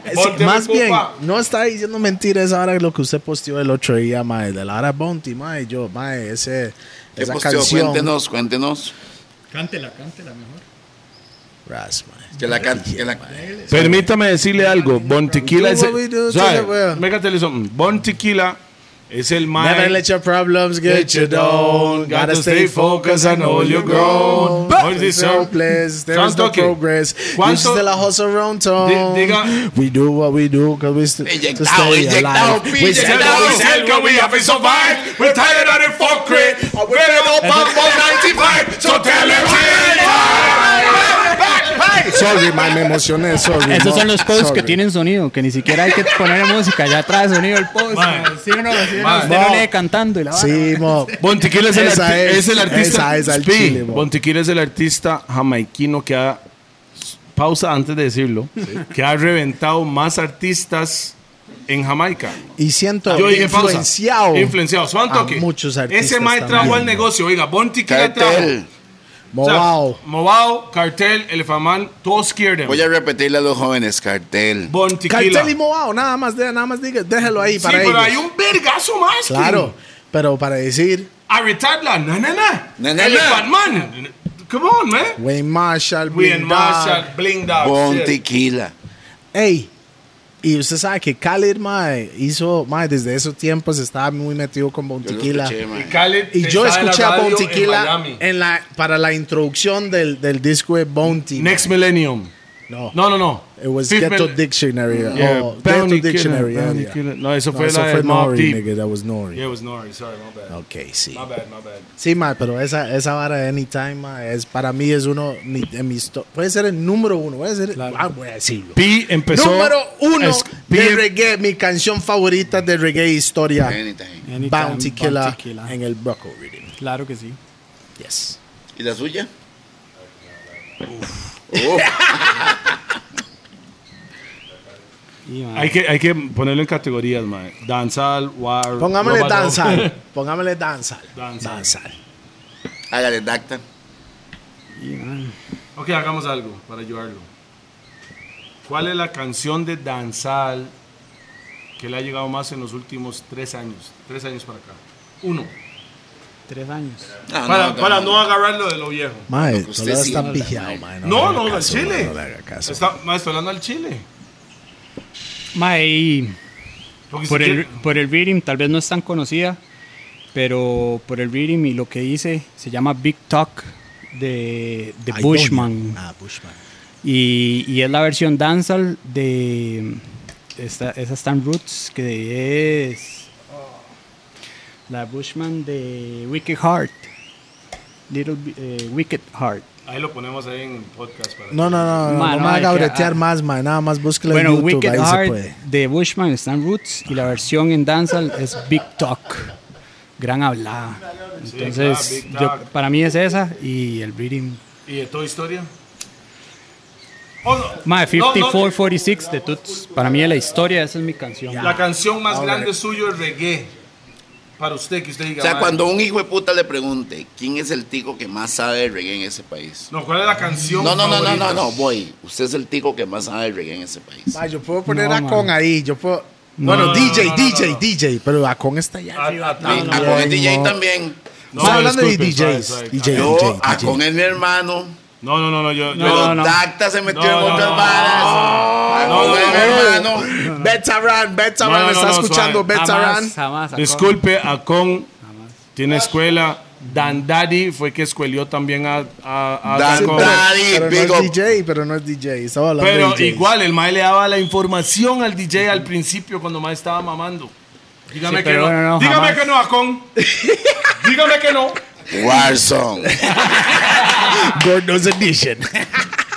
Es-
Ponte
más
mi
bien,
pupa.
no está diciendo mentiras ahora lo que usted posteó el otro día, mae, de la hora Bounty, mae, yo, mae, ese,
¿Qué
esa
posteo?
canción.
Cuéntenos, cuéntenos.
Cántela, cántela mejor.
Ras, mae.
Que la can- que la-
Permítame decirle algo. Bontiquila es.
Do what we do to the world.
Mégatele eso. Bontiquila es el
Never
mae.
let your problems get you down. Gotta stay focused, I know you're grown.
But-
There's no place, there's
¿Cuánto
no
que-
progress. You
cuánto-
still a hustle around
Di-
town.
diga-
We do what we do, cause we still to
Inyectado,
stay
inyectado,
alive. We
inyectado.
still-
We said can we have it survive. We're tired of the fuck crate. We're up on 195. So tell them
Sorry, mae, me emocioné, sorry.
Esos
mo.
son los posts que
Sorry.
tienen sonido, que ni siquiera hay que poner música. Ya trae sonido el post.
Mae.
mae. Sí o no, sí o no.
Mae.
Usted
Mae.
no lee cantando y la vara, mae.
Sí, mo.
Bontiquila es el,
Esa
arti-
es,
es el
esa
artista.
es al
Spi,
chile, mo.
Bontiquila es el artista jamaiquino que ha pausa antes de decirlo, que ha reventado más artistas en Jamaica.
Y siento
Yo dije pausa.
influenciado.
Influenciado. Swan
Ah, a
Toque.
muchos artistas
Ese mae
también,
trajo al
¿no?
negocio. Oiga, Bontiquila trajo.
Cartel.
O sea,
Movao.
Movao, Cartel, Elefamal, todos quieren.
Voy a repetirle a los jóvenes, cartel.
Bontiquila.
Cartel y Movao, nada más, de- nada más diga, déjelo ahí
Sí,
para
pero
ellos.
hay un vergazo más. que-
Claro, pero para decir
Arretarla. Na, na, na.
Na, na, na.
Elephant Man. Come on, man.
Wayne Marshall,
We
Wayne
in Marshall, Bling Dog.
Con
shit.
tequila.
Ey, y usted sabe que Khaled, mae, hizo, mae, desde esos tiempos estaba muy metido con
Yo lo
Bontiquila.
escuché,
Y
man.
Khaled
Y yo
está en la
escuché a
radio en
Bontiquila
Miami.
en la, para la introducción del, del disco de Bounty.
Next Millennium.
no,
No, no, no.
It was
Fifth
Ghetto
Mil-
Dictionary.
Yeah,
oh, Ghetto
Bounty
Dictionary.
Killer,
yeah,
Bounty
yeah.
Killer. No, eso fue
eso
la
fue
de Mobb
Nori,
Deep.
nigga, that was Nori.
Yeah, it was Nori. Sorry, my bad.
Ok, sí.
My bad, my bad.
Sí, ma, pero esa, esa vara de Anytime ma, es, para mí es uno mi- de mis top- Puede ser el número uno. Puede ser. Ah, voy a decirlo.
Pi empezó.
número uno
es- Pi
de reggae. Mi canción favorita de reggae historia.
Anytime.
Anytime,
Bounty, Killer,
Killer.
en el Broco Reading.
Claro que sí.
Yes.
¿Y la suya?
Y, mae,
Ah. Hay que, hay que ponerlo en categorías, man. Danzal, war.
Pongámosle
robado.
danzal. Pongámosle danzal.
Danzal.
Danzal.
Hágale dacta.
y, mae.
ok, hagamos algo para ayudarlo. ¿Cuál es la canción de Danzal que le ha llegado más en los últimos tres años? Tres años para acá. Uno.
Tres años.
No,
para Ah, no, para no, agarrarlo de lo viejo.
Mae,
que usted
Toledo
sí
está
habla,
pijado, mae,
mae.
No,
le haga
no, al
caso,
chile.
mae, No le haga caso.
Está, ma, estoy hablando al chile.
Mae, y
Porque
por
si
el,
quiere-
por el Reading, tal vez no es tan conocida, pero por el Reading y lo que hice se llama Big Talk de, de
Ay,
Bushman.
doña. Ah, Bushman.
Y, y es la versión dancehall de esta, esa Stan Roots, que es la Bushman de Wicked Heart. Little Bi- eh, Wicked Heart.
Ahí lo ponemos ahí en el podcast. Para
No, no, no, no, no
Ma, no,
me haga
es que,
bretear
ah.
más, mae. Nada más búsquelo
bueno,
en YouTube,
Wicked
ahí se
Heart
puede.
de Bushman Stan Roots y la versión en dancehall es Big Talk. Gran hablada.
Sí, claro,
Entonces,
Big
yo-
Talk.
para mí es esa y el Reading.
Y ¿Y de toda historia? Oh, no.
Mae,
No, no,
5446 de Toots. Para mí es la historia, esa es mi canción.
La canción más grande suyo es reggae. Para usted, que usted
O
diga.
sea,
"Mae".
cuando un hijo de puta le pregunte quién es el tico que más sabe de reggae en ese país.
No, ¿cuál es la canción?
No, no, no, no,
favorita?
no, no, voy. Usted es el tico que más sabe de reggae en ese país.
Ma, yo puedo poner
No,
a Con ahí, yo puedo... bueno,
no,
DJ,
no, no,
DJ,
no, no.
DJ, pero a Con está allá.
A-
arriba.
a- a-
a con el DJ también.
Ah, No,
Estamos hablando de
disculpe,
DJs.
suave, suave.
DJ,
Yo,
DJ,
a con es mi hermano.
No, no, no, no, yo.
No,
yo-
pero
no, no.
Tacta se metió
No,
en
no,
otras
no.
varas. a
No,
con
no,
es mi
no,
hermano.
Betaran, Betaran,
No, no,
me está
no,
escuchando,
suave.
Betaran.
Jamás, jamás.
Disculpe, Acon tiene escuela. Dan Daddy fue que escuelió también a, a, a
Dan
Acon.
Daddy.
pero
big
no
up.
es DJ, pero no es DJ, estaba hablando de
Pero
DJs.
igual, el Mae le daba la información al DJ al principio cuando Mae estaba mamando. Dígame
Sí,
que
pero
no.
no, no,
Dígame
jamás.
que no, Acon. Dígame que no.
Warzone.
Gordo's Edition.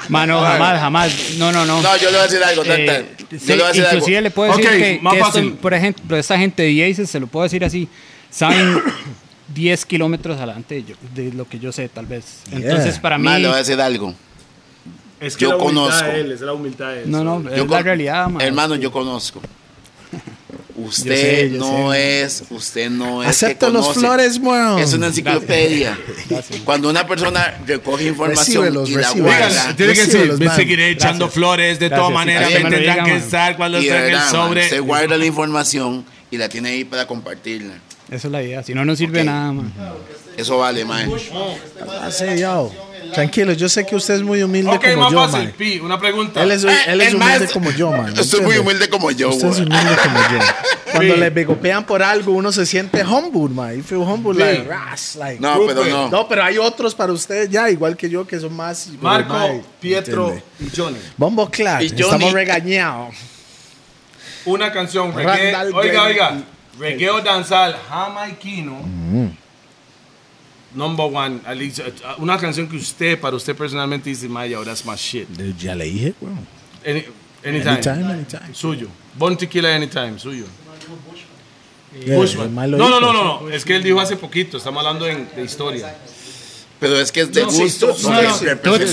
Mano, jamás, jamás. No, no, no.
No, yo le voy a decir algo, Tacta.
Eh, sí,
yo le voy a decir algo.
inclusive le puedo
Ok,
decir que- que,
más
esto,
fácil.
por ejemplo, esta gente de Yaces, se lo puedo decir así, saben 10 kilómetros adelante de, yo- de lo que yo sé, tal vez. Entonces, para mí,
Más, le voy a decir algo.
Es
Yo conozco.
es la humildad de él.
no, no, es la
con-
realidad, man.
Hermano, yo conozco. Usted
sé, yo
no
sé.
es, usted no es.
Acepta
que
los
conoce.
flores, weón.
Es una enciclopedia. Cuando una persona recoge información
Recíbelos,
y la
recíbelos.
guarda,
Tiene que
Recibe
decir,
los
me
man.
seguiré echando flores de todas
Gracias,
maneras,
sí,
me
que me lo
tendrán
digan,
que
man.
estar cuando
y de
esté en el
verdad, man,
sobre.
se guarda la información y la tiene ahí para compartirla.
Esa es la idea, si no, no sirve
Ok.
nada, man.
Eso vale, man.
Ah, sí, yo. Tranquilo, yo sé que usted es muy humilde
Ok,
como
más
yo,
fácil,
man.
Pi, una pregunta.
Él es, él es
el
humilde
más-
como yo, man.
Estoy muy
¿entiende?
humilde como yo,
Usted es
güey.
humilde como yo. Cuando
Sí.
le begopean por algo, uno se siente humble, man. You feel humble, like, ras, like.
No,
Grupo,
pero
eh.
no.
No, pero hay otros para usted ya, igual que yo, que son más... eh,
Marco,
Mae,
Pietro
¿entiende?
y Johnny.
Bombo Clark,
Y Johnny.
estamos regañados.
Una canción, reggae.
Randall
oiga,
Glenn.
oiga. Reggae o danzal jamaiquino. Number one. Alicia, uh, Una canción que usted, para usted personalmente, dice, Maya, ahora es más shit.
Eh, Ya le dije, weón.
Any- anytime.
Anytime, anytime.
Suyo. Bon Tequila Anytime, suyo.
Yeah, Eh,
Bushman.
el
No,
mae lo
no,
hizo.
no, no, no. Es que él dijo hace poquito. Estamos hablando en- de historia.
Pero es que es de
sí,
gusto.
Tuts,
no
no,
es
no.
Toots,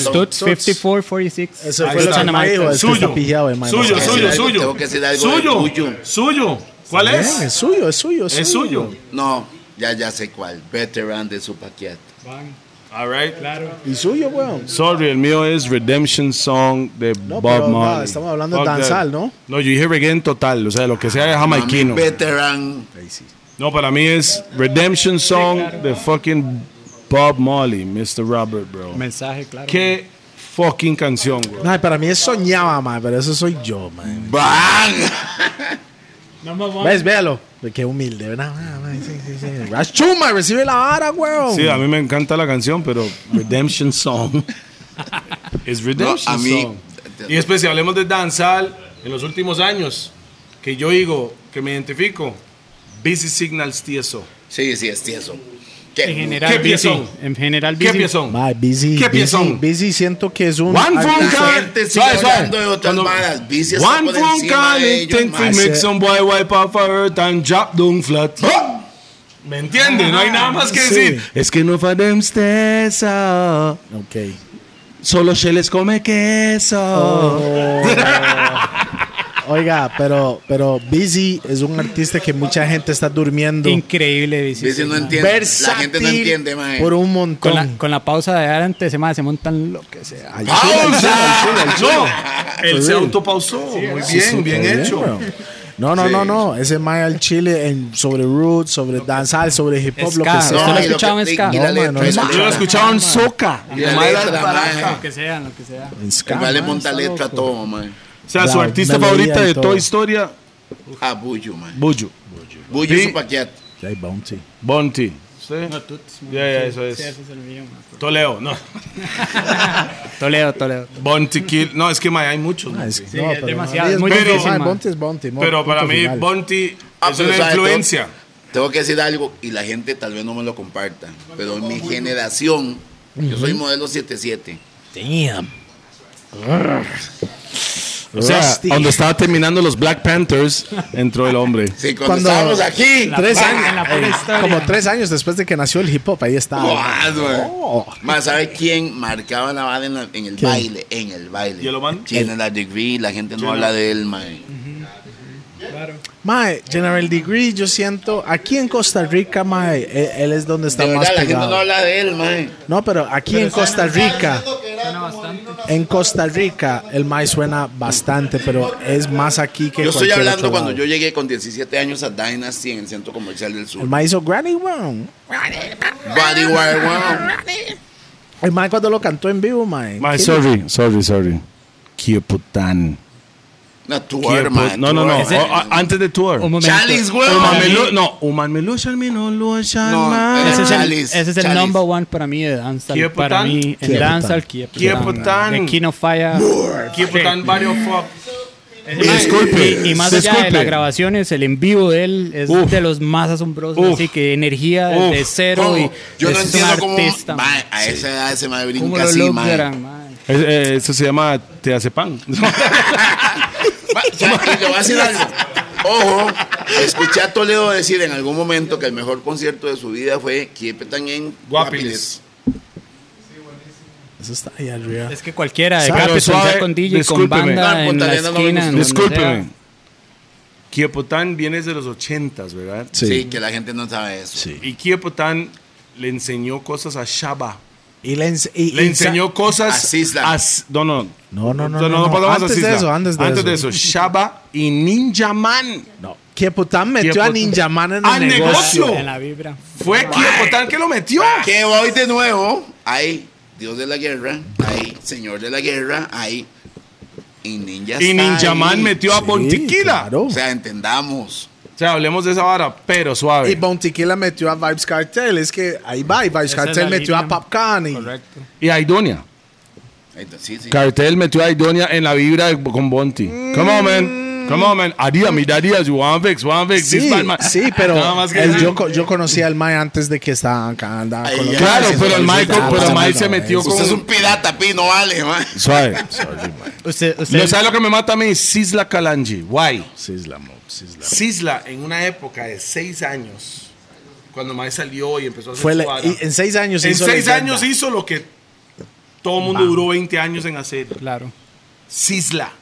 represento.
Toots, 5446.
Eso
Ahí
fue lo
está,
que me dijo, es que
Suyo.
está pillado, eh, mae,
Suyo,
no sé.
decir
suyo,
algo, tengo
suyo.
que decir algo del tuyo.
Suyo. Suyo. ¿Cuál
Bien,
es?
Eh, Es suyo, es suyo, es,
Es suyo.
No, ya, ya sé cuál. Veteran de su paquete.
All right.
Y suyo, weón.
Sorry, el mío es Redemption Song de
No,
Bob
pero,
Marley.
no, estamos hablando de
Fuck
danzal,
that.
¿no?
No, yo dije reggae en total, o sea, lo que sea de jamaiquino.
Veteran.
No, para mí es Redemption Song de fucking Bob Marley, Mr. Robert, bro.
Mensaje, claro.
Qué fucking canción, bro.
Ay, para mí es soñaba, man, pero eso soy yo, man.
¡Bang!
¿Ves? Véalo. De Qué humilde, ¿verdad? Ah, man, sí, sí, sí. Rashuma, recibe la vara, weón.
Sí, a mí me encanta la canción, pero Redemption Song es Redemption
No, a mí-
Song. Y después si hablemos de danzal en los últimos años, que yo digo, que me identifico, Busy Signals TSO.
Sí, sí, es tieso.
En
¿Qué?
general,
¿Qué
busy.
piezón?
En general,
¿Qué
busy.
piezón?
Mae, busy,
¿Qué
busy,
piezón?
busy, siento que es un...
One phone
La
call.
gente sigue
Suave, suave.
hablando de otras
Cuando-
malas. Vicias está
One
por
phone
encima
call
de
it
ellos,
think we
mae.
make
Sí.
some boy wipe off her earth and drop down flat. ¿Me entiendes? No hay nada más que
Sí.
decir. Es que no fue de ustedes, ah.
Ok.
Solo se les come queso.
Oiga, pero, pero Busy es un artista que mucha gente está durmiendo.
Increíble, busy.
Vicias no
sí, man.
entiende. La gente no entiende, mae.
por un montón.
Con la, con la pausa de adelante, se, man, se montan lo que sea.
Al
Ah,
chile, al chile, al chile, al chile.
¡Pausa! No, él se
Sí.
autopausó. Muy
Sí, sí,
bien, bien
está
hecho.
bro. No, no, no, no. Ese Maya al Chile en, sobre root, sobre danzal, sobre hip hop, lo
Ska.
que sea.
¿Usted lo ha
y lo
escuchado
que-
en ska?
y la
No,
letra,
mae, no lo he
y la
escuchado.
Yo lo
letra.
escuchaba en soca.
Y la
Mae, la-
letra, mae.
Lo que sea, lo que sea.
En ska,
El mae le
mae.
monta letra a todo, man.
O sea, su
La
artista
melodía
favorita
y
de
todo.
toda historia,
A Buyo, man.
Buju.
Buyo
Sí.
su paquete.
Ya hay Bounty.
Bonti.
No, Toots, man.
Ya, ya,
Sí,
eso es.
sí, ese el mío, man.
Toleo, no.
Toledo, Toledo.
Bonti Kill. No, es que mae, hay muchos.
Ah,
mae.
es,
Sí,
no,
es
pero
demasiado,
para mí
es muy
Bounty,
difícil,
mae,
man.
Bounty es Bounty. mo-
Pero
punto
para mí,
final.
Bonti
Ah,
es
pero
una
sabe, tengo-
influencia.
Tengo que decir algo y la gente tal vez no me lo comparta, pero en mi generación, yo soy modelo 77.
Damn.
O sea, donde estaba terminando los Black Panthers, entró el hombre.
Sí, cuando,
Cuando-
estábamos aquí.
Tres
pura-
años,
en la pura
eh,
historia.
como tres años después de que nació el hip hop, ahí estaba.
Guas, güey.
Oh.
Más, ¿sabe quién marcaba la vara en, la- en el
¿Quién?
baile? En el baile.
¿Yellow Man?
Tiene la degree, la gente no habla de él, mae.
Mae, General Degree, yo siento, aquí en Costa Rica, mae, él, él es donde está
De
más
verdad, la gente
pegado.
no habla de él, mae.
No, pero aquí en Costa Rica, en Costa Rica, el mae suena bastante, pero es más aquí que
Yo estoy
cualquier
hablando
otro
cuando
lado.
yo llegué con 17 años a Dynasty en el centro comercial del sur.
El mae hizo Granny Brown.
Body Wire Wow.
El mae cuando lo cantó en vivo, mae.
My,
¿qué-
sorry, sorry, sorry. Kiepután.
No, tour, mae.
No, no, no.
tour.
O- a- antes de tour.
Un momento.
Chalice, güey.
Umamelu- no, Umanmelu, Shalminolu, Shalman.
No,
Ese es el,
Chalice,
ese es el
Chalice.
number one para mí de dancehall.
Kieputan.
Para mí, en
Kieputan.
dancehall, Kieputan.
Kieputan.
De King of Fire.
Equipo tan varios fuck.
Disculpe,
Y, y más allá de
disculpe.
las grabaciones, el en vivo de él es
Uf.
de los más asombrosos.
Uf.
así que energía
Uf.
de cero.
¿Cómo?
Y
Yo no
es un
entiendo cómo.
artista, man.
mae, a esa edad ese mae
¿Cómo
brinca
lo
así, mae.
logran, man?
Eh, eh, Eso se llama Te hace pan.
Ma- o sea, y le voy a decir algo. Ojo, escuché a Toledo decir en algún momento que el mejor concierto de su vida fue Kiepetan en
Guapiles.
Eso está ahí arriba.
Es que cualquiera, de
Pero
Capitán,
suave,
sea con DJ, con
discúlpeme.
banda,
Marco,
en la
Italiano no me
esquina.
gusta.
en donde
Discúlpeme.
sea.
Kiepután viene desde los ochentas, ¿verdad?
Sí. que la gente no sabe eso.
Y Kiepután le enseñó cosas a Shaba.
Y le, ens- y-
Le
y-
enseñó cosas
a Sisla.
s- no, no.
No, no, no, no, no.
pasamos a
Antes de
Sisla.
eso, antes de eso.
Shaba y Ninja Man.
No. Kiepután metió a
Kiepután.
Ninja Man en el
¡Al
negocio.
negocio!
En la vibra.
Fue Kiepután que lo metió.
Que voy de nuevo, hay Dios de la guerra, hay Señor de la guerra, hay y Ninja
Y
está
Ninja
ahí.
Man metió a Bontiquila.
claro.
O sea, entendamos.
O sea, hablemos de esa vara, pero
Y
suave.
Bontiquila metió a Vibes Cartel. Es que ahí va. Y Vibes
Esa es
Cartel
la
metió a
línea.
Popcorn. y-
Correcto.
Y Aidonia.
Entonces, sí, sí.
Cartel metió a Aidonia en la vibra de- con Bonti. Come on, man. Come on, man. Adia, mi Adidas, Juan Vex, Juan Vex.
Mm. Sí,
this man, man.
sí, pero
Nada más que
el-
decir.
yo, co- yo conocía al Mae antes de que estaba acá. andaba
Ay,
con los-
ya.
Claro,
Sí,
pero el
sí,
Mike,
sí,
pero
sí,
Mike
sí,
se
sí,
metió
sí,
con...
Usted es un pirata, pi, no vale, man.
Suave.
Usted, usted
¿No sabe lo que me mata a mí? Sisla Kalanji. Why?
Sisla, mo, sisla.
Sisla, en una época de seis años, cuando Mae salió y empezó a hacer
Fue la-
su vara,
y en seis años
en
hizo
seis
leyenda.
años hizo lo que todo el mundo duró 20 años en hacer.
Claro.
Sisla.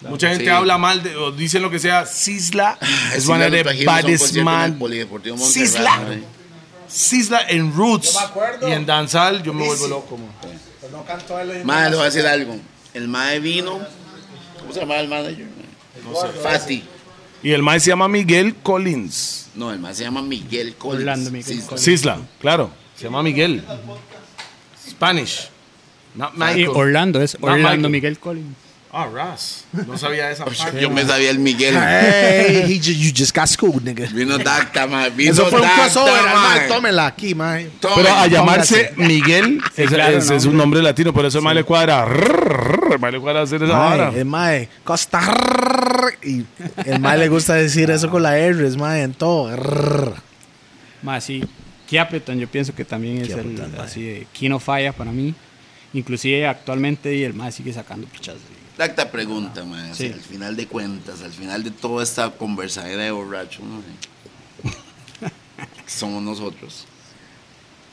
Mucha gente
Sí.
habla mal de, o dicen lo que sea. Sisla es
Ah, Sí,
one of
lo
the
trajimos a un
baddest
concierto en el
man.
Polideportivo
Sisla.
Monterrey, man.
Sisla en Roots. Y en Danzal yo me vuelvo loco. man.
Mae, le voy a decir algo. El mae vino. ¿Cómo se llamaba el manager? No sé. Fati.
Y el Mike se llama Miguel Collins.
No, el mae se llama Miguel Collins.
Orlando Miguel
Sí,
Collins.
Sisla, claro.
Se llama Miguel. Spanish. Not
Ah, Y
Michael.
Orlando es
Not
Orlando
Michael.
Miguel Collins.
Ah, Ras. No sabía esa parte.
Yo me sabía el Miguel.
Hey, he ju- you just got schooled, nigga.
Vino Dacta, mae. Vino
Eso fue un
Dacta,
crossover, al
mae.
mae. Tómela aquí, mae.
Tome.
Pero a llamarse
póngase.
Miguel es,
claro,
es-
¿no?
es un nombre latino, por eso el Mike le cuadra. Rrr, El Mike le cuadra hacer esa vara.
Mae, el mae, Costa. Y el mae le gusta decir eso con la R, es mae, en todo.
Más sí, Kiapetan yo pienso que también es el así de Kino Falla para mí. Inclusive actualmente y el más sigue sacando pichas.
Dacta pregunta, mae.
Sí.
Al final de cuentas, al final de toda esta conversadera de borracho, mae, somos nosotros.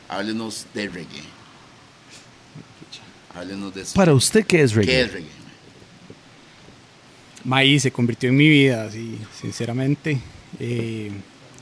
Háblenos de reggae. Háblenos de eso.
Para usted, ¿qué es
¿Qué
reggae?
es reggae?
Maíz se convirtió en mi vida, así, sinceramente. Eh,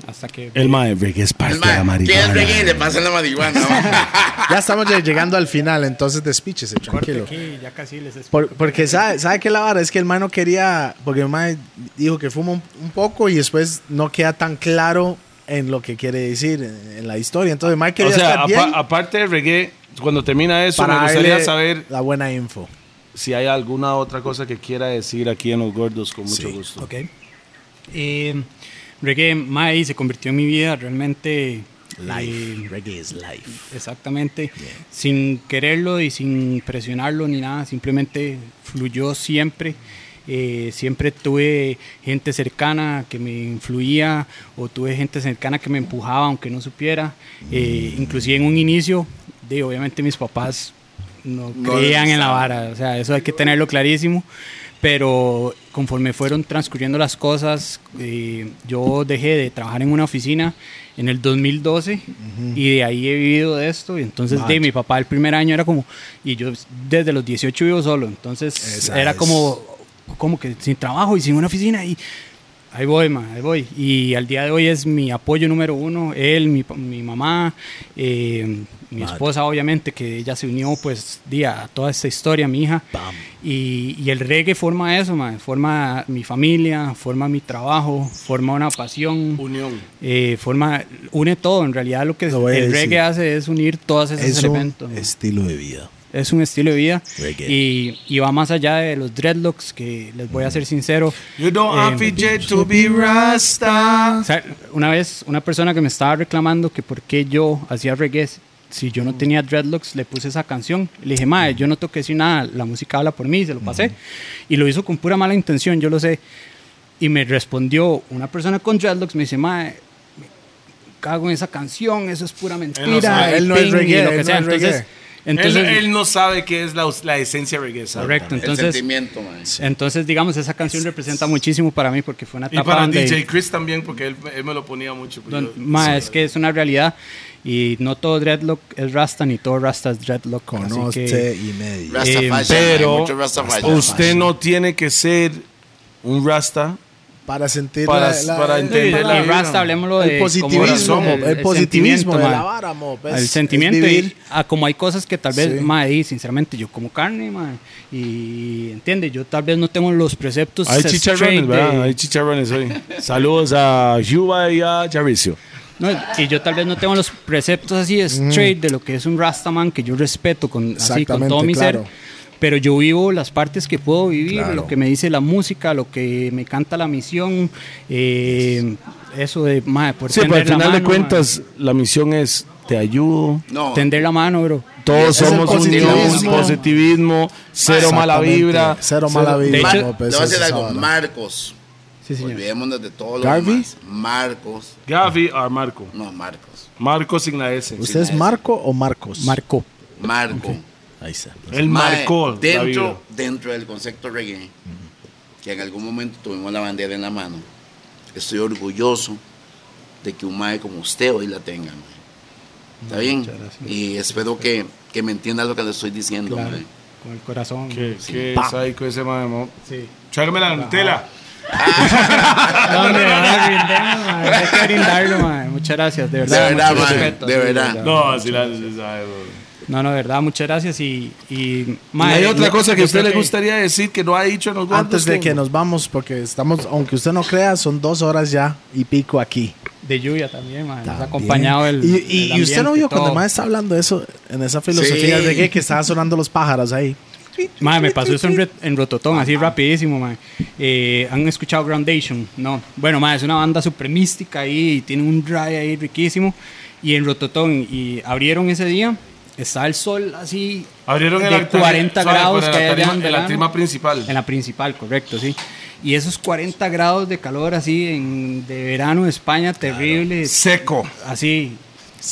hasta que
El Mike reggae es parte
El
de la
mae, ¿Qué es reggae? Y
marihuana.
le pasa la marihuana. mae.
Ya estamos lleg- llegando al final, entonces despíchese,
corte
tranquilo.
aquí, ya casi les explico.
Por- porque sabe, sabe que la vara es que el mae no quería, porque el mae dijo que fuma un, un poco y después no queda tan claro en lo que quiere decir en, en la historia. Entonces el mae
O
quería
sea,
estar
apa-
bien
aparte de reggae, cuando termina eso,
para
me gustaría
darle
saber
la buena info.
si hay alguna otra cosa que quiera decir aquí en Los Gordos, con mucho gusto.
Ok. Eh, reggae Maíz se convirtió en mi vida, realmente. eh,
reggae is life.
Exactamente, sin quererlo y sin presionarlo ni nada, simplemente fluyó siempre. Eh, siempre tuve gente cercana que me influía o tuve gente cercana que me empujaba aunque no supiera. Eh, inclusive en un inicio, de, obviamente mis papás no
No
creían en la
saben.
vara, o sea, eso hay que tenerlo clarísimo. Pero conforme fueron transcurriendo las cosas, eh, yo dejé de trabajar en una oficina en el 2012 y de ahí he vivido de esto. Y entonces, de mi papá el primer año era como, y yo desde los 18 vivo solo, entonces
Esa
era
es.
como, como que sin trabajo y sin una oficina y ahí voy, ma, ahí voy. Y al día de hoy es mi apoyo número uno, él, mi, pa- mi mamá, eh, mi esposa obviamente, que ella se unió pues día a toda esta historia, mi hija. Y, y el reggae forma eso, ma, forma mi familia, forma mi trabajo, forma una pasión.
Unión.
eh, forma, une todo, en realidad lo que
Lo voy a
el
decir.
reggae hace es unir todos esos
Es un
elementos. ma
estilo de vida.
es un estilo de vida
Reggae.
y, y va más allá de los dreadlocks que les voy a ser sincero
You don't
Eh,
have to jet to be Rasta.
O sea, una vez una persona que me estaba reclamando que por qué yo hacía reggae si yo
Mm.
no tenía dreadlocks le puse esa canción le dije madre yo no toqué sin nada la música habla por mí se lo pasé
Mm.
y lo hizo con pura mala intención yo lo sé y me respondió una persona con dreadlocks me dice madre me cago en esa canción eso es pura mentira
sabe, él
y
no es
ping, y
reggae,
lo
él
que
no
sea".
es reggae.
entonces entonces
él, él no sabe qué es la, la esencia reggae. ¿sabe?
correcto
el
entonces
sentimiento, man.
Entonces, digamos, esa canción representa muchísimo para mí porque fue una
Y
etapa
para
donde...
DJ Chris también, porque él, él me lo ponía mucho. pues,
don-
yo-
ma, es que es una realidad y no todo dreadlock es rasta ni todo rasta es dreadlock. así
Conoce
que
y medio.
Rasta
Eh,
fashion,
pero
hay mucho Rasta fashion.
Usted no tiene que ser un rasta.
Para sentir
Para-
la- la-
para
el-
Sí,
entender
de
la
la
el-
vida,
rasta, hablemoslo de
el positivismo,
como
mob, el, positivismo
sentimiento,
de
ma.
la vara, mob, es-
el
es
sentimiento y
vivir.
ah, como hay cosas que tal vez
Sí.
ma, ahí, sinceramente yo como carne ma, y entiende yo tal vez no tengo los preceptos
Hay
straight
chicharrones,
de-
¿verdad? Hay chicharrones hoy. Saludos a Yuba y a Jaricio.
No, y yo tal vez no tengo los preceptos así straight de lo que es un Rastaman que yo respeto con, así, con
Exactamente,
todo mi
claro.
ser. Pero yo vivo las partes que puedo vivir,
Claro.
lo que me dice la música, lo que me canta la misión, eh, eso de madre, por
Sí, pero al
tender la
final de
mano,
cuentas, la misión es te ayudo.
mae.
No,
tender la mano, bro.
Todos
Es el
somos un
positivismo.
un positivismo, cero mala
Exactamente,
vibra.
Cero mala
de
vibra.
Mar-
hecho,
mob,
le
es
voy a decir
esa
algo.
vara.
Marcos.
Sí, señor.
Olvidémonos de todo lo
¿Garvey?
demás. Marcos.
Gavi o Marco.
No, Marcos.
Marco sin la S.
Pues
¿Usted es Marco o Marcos?
Marco.
Marco.
Ahí está.
Él
Mae,
marcó. la vibra.
dentro, dentro del concepto reggae, que en algún momento tuvimos la bandera en la mano, estoy orgulloso de que un mae como usted hoy la tenga. mae. ¿Está bien? Y espero que, que me entienda lo que le estoy diciendo.
Claro,
mae.
con el corazón.
Qué, qué sádico ese madre, mo.
Sí.
Tráigame la Nutella.
¿Dónde va? Brindemos, mae, Hay que brindarlo, mae. Muchas gracias, de verdad.
verdad,
mucho
mae,
respeto,
de
sí,
verdad.
No, así la. la-
No, no, de verdad, muchas gracias. Y, y
¿Y
mae,
hay otra
yo-
cosa que
yo
a usted
creo
le gustaría decir que no ha dicho en los gordos?
Antes de que nos vamos, porque estamos, aunque usted no crea, son dos horas ya y pico aquí.
De lluvia también, man. Nos ha
También.
acompañado el.
Y, y-
el
y usted no
ambiente,
vio cuando
todo.
más está hablando eso, en esa filosofía
Sí.
de reggae que estaban sonando los pájaros ahí.
Mae, me pasó eso en, re- en Rototón, así rapidísimo, man. Eh, ¿Han escuchado Groundation? No. Bueno, mae, es una banda súper mística ahí, y tiene un drive ahí riquísimo. Y en Rototón, y abrieron ese día, está el sol así.
Abrieron
de
el altar-
40
suave,
grados
pero
que hay
la
allá
tarima,
en
en la
verano.
tarima principal.
En la principal, correcto, sí. Y esos 40 grados de calor así en, de verano, España, terrible,
Seco.
así.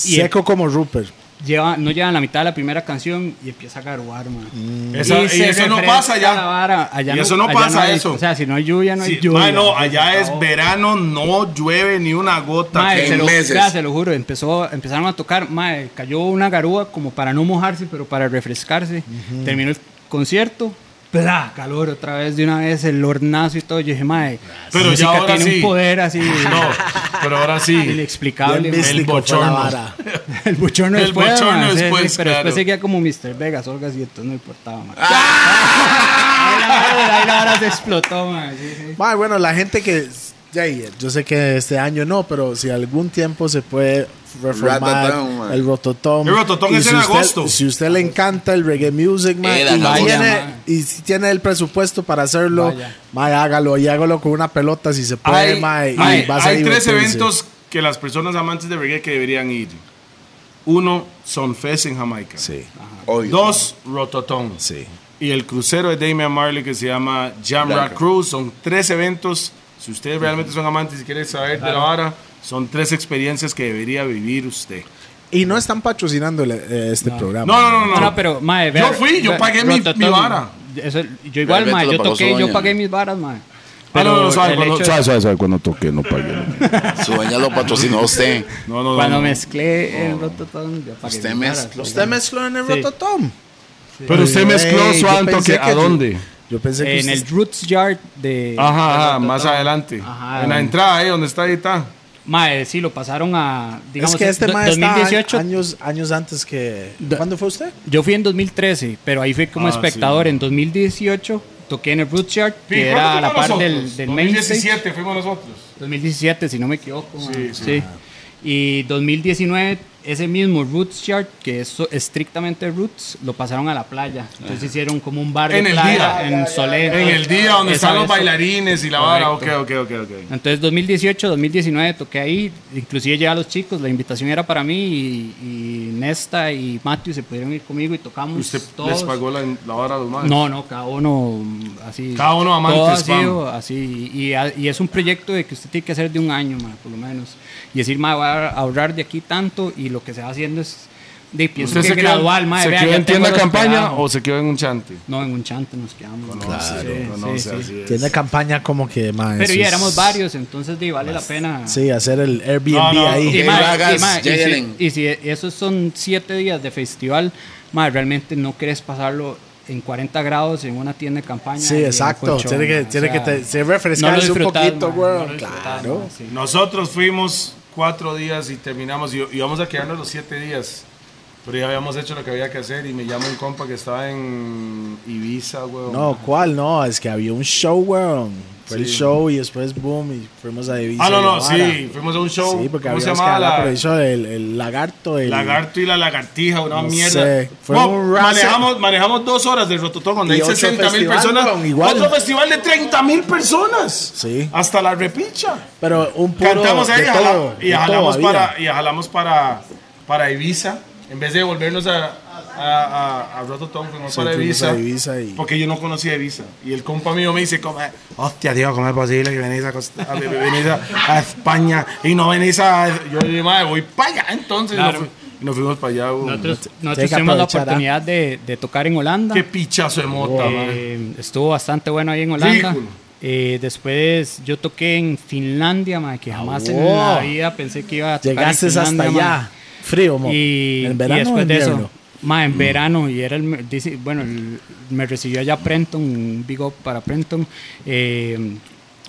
Y el-
Seco como Rupert.
lleva, no llevan la mitad de la primera canción y empieza a garuar, man.
Esa- y
se
eso no
refresca
pasa allá.
la vara. Allá
Y eso no
allá
pasa,
hay-
eso.
O sea, si no hay lluvia, no hay
Sí,
lluvia.
mae, no, allá es verano, no llueve ni una gota.
Mae,
en
se lo,
meses.
ya, se lo juro, empezó, empezaron a tocar, mae, cayó una garúa como para no mojarse, pero para refrescarse. Terminó el concierto, ¡plá! calor otra vez de una vez, el hornazo y todo. Yo dije, mae,
Pero
la
ya
música
ahora
tiene
sí.
un poder así
No, pero ahora sí.
inexplicable.
Bien
mae.
místico fue la
bochorno.
vara.
El bochorno
El
después.
bochorno
mae, sí, sí,
después,
pero
claro.
después seguía como Mr. Vegas, Olga, y entonces no importaba, mae.
¡Ah!
Ahí la vara- Ahí la vara se explotó, mae, sí, sí.
Mae, bueno, la gente que. ya, ya, yo sé que este año no, pero si algún tiempo se puede reformar
Ratatán, mae.
el Rototón.
El Rototón
Y
es en
usted-
agosto.
Si usted le encanta el reggae music, mae,
Era
y,
la
tiene,
hora, mae.
y si tiene el presupuesto para hacerlo,
Vaya.
mae, hágalo. Y hágalo con una pelota si se puede,
Hay,
mae, y
hay-
vas a
hay tres
divertirse.
eventos que las personas amantes de reggae que deberían ir. Uno, Sunfest en Jamaica.
Sí,
Obvio.
Dos, Rototón.
sí.
Y el crucero de Damian Marley que se llama Jamrock Cruise. Son tres eventos. Si ustedes realmente son amantes y quieren saber de la vara, son tres experiencias que debería vivir usted.
Y no están patrocinando el- eh, este programa.
No, no, no, no.
No, no, pero, mae,
Yo fui, yo
ve-
pagué mi- mi
Rototom,
vara.
eso- yo igual,
Realmente
mae,
lo
yo
pagó
toqué,
su
yo
doña.
pagué mis varas, mae.
Ah, no, no,
Pero
suave,
el
cuando,
hecho-
suave, suave, suave, cuando toque, no pagué.
Su dueña lo patrocinó a usted.
No, no, no.
Cuando
no.
mezclé el rototom, yo pagué
Usted
mis varas,
mezcló.
digamos.
¿Usted mezcló en el
Sí.
Rototom?
Pero usted mezcló
Ey,
suave
yo
en
pensé
toque.
que
¿A dónde?
Yo pensé que
En el
usted-
Roots Yard de.
Ajá,
del
ajá,
Rototom.
más adelante.
Ajá.
en la entrada, ahí donde está ahí está.
Mae, eh, sí, lo pasaron a. Digamos,
es que este
do-
mae está
2018.
años, años antes que...
Da-
¿Cuándo fue usted?
Yo fui en 2013, pero ahí fui como
Ah,
espectador. En 2018 toqué en el Roots Yard, que era a la par del, del main stage.
2017 fuimos nosotros.
2017, si no me equivoco. mae. Sí. Y 2019, ese mismo Roots Yard, que es so- estrictamente Roots, lo pasaron a la playa. Entonces hicieron como un bar de
En el
playa
día.
en Solé.
En el día donde
Esa
están los
vez to-
bailarines y la vara. Ok, ok, ok, ok.
Entonces 2018, 2019 toqué ahí, inclusive llegué a los chicos, la invitación era para mí y, y Nesta y Matthew se pudieron ir conmigo y tocamos
¿Usted
todos.
les pagó la, la vara a los madres?
No, no, cada uno mm, así.
Ah. Cada uno amante
todo ha
spam.
sido así. Y, a- y es un proyecto de que usted tiene que hacer de un año, ma, por lo menos. Y decir, ma, voy a ahorrar de aquí tanto y lo que se va haciendo es de pienso
¿Usted
que
se quedó,
gradual, ma,
se
vea,
quedó
ya
en
tengo
tienda
los
campaña
pedazos.
o se quedó en un chante?
No, en un chante nos quedamos. ma. Sí,
no,
sí, sí.
Tiene campaña como que, mae,
Pero
eso
ya
es-
éramos varios, entonces di, vale la pena.
Sí, hacer el Airbnb
no,
ahí.
Y,
Ok,
ma,
Bragas,
y, ma, y
lleguen.
si, y si esos son siete días de festival, ma, realmente no querés pasarlo en 40 grados en una tienda de campaña. y
Sí,
en un
exacto.
colchón,
Tiene que,
ma,
tiene
o
que
sea,
te- se
no lo
refrescarse un
disfrutás,
poquito,
ma, no
güey.
lo disfrutás,
claro.
ma, sí.
Nosotros fuimos cuatro días y terminamos, y, y vamos a quedarnos los siete días. Pero ya habíamos hecho lo que había que hacer y me llama un compa que estaba en Ibiza, weón.
No, ¿cuál? No, es que había un show, weón. Fue el show y después, boom, y fuimos a Ibiza.
Ah, no,
y
no,
la vara.
sí, fuimos a un show.
Sí, porque
¿Cómo se
habíamos que
llamaba
hablar por
la,
eso del el lagarto. El,
Lagarto y la lagartija, una
No
mierda.
sé, fue
No,
un raza-
manejamos, manejamos dos horas del Rototón donde
Y
hay
otro
60 mil
festival,
personas.
weón, igual.
Otro festival de 30 mil personas.
Sí.
Hasta la repicha.
Pero un puro
Ah. Cantamos ahí
de
y, jala-
todo,
y
de todo
jalamos,
había.
para, y jalamos para, para Ibiza. En vez de volvernos a, a, a, a Rototom, fuimos
Sí,
para
fuimos
Ibiza.
a Ibiza y-
Porque yo no conocía Ibiza. Y el compa mío me dice, como, hostia, tío, ¿cómo es posible que venís a, Costa- a- venís a, a España y no venís a... Yo le dije, madre, voy para allá. Entonces, y nos
Claro.
fu- y nos fuimos para allá. güey.
Nosotros,
tiene
nosotros
que
tuvimos la
aprovechar, ¿ah?
oportunidad de, de tocar en Holanda.
Qué pichazo de mota, madre.
Eh, estuvo bastante bueno ahí en Holanda.
Ridículo.
Eh, después yo toqué en Finlandia, ma, que jamás en
Ah, wow.
la vida pensé que iba a tocar en
Llegaste hasta
Finlandia, ma.
allá. Frío, mo.
Y,
¿En
y
verano o
después
en
de eso,
invierno? Mm.
ma, en verano, y era el, me- dice- bueno, el- me recibió allá Prenton, un big up para Prenton. eh,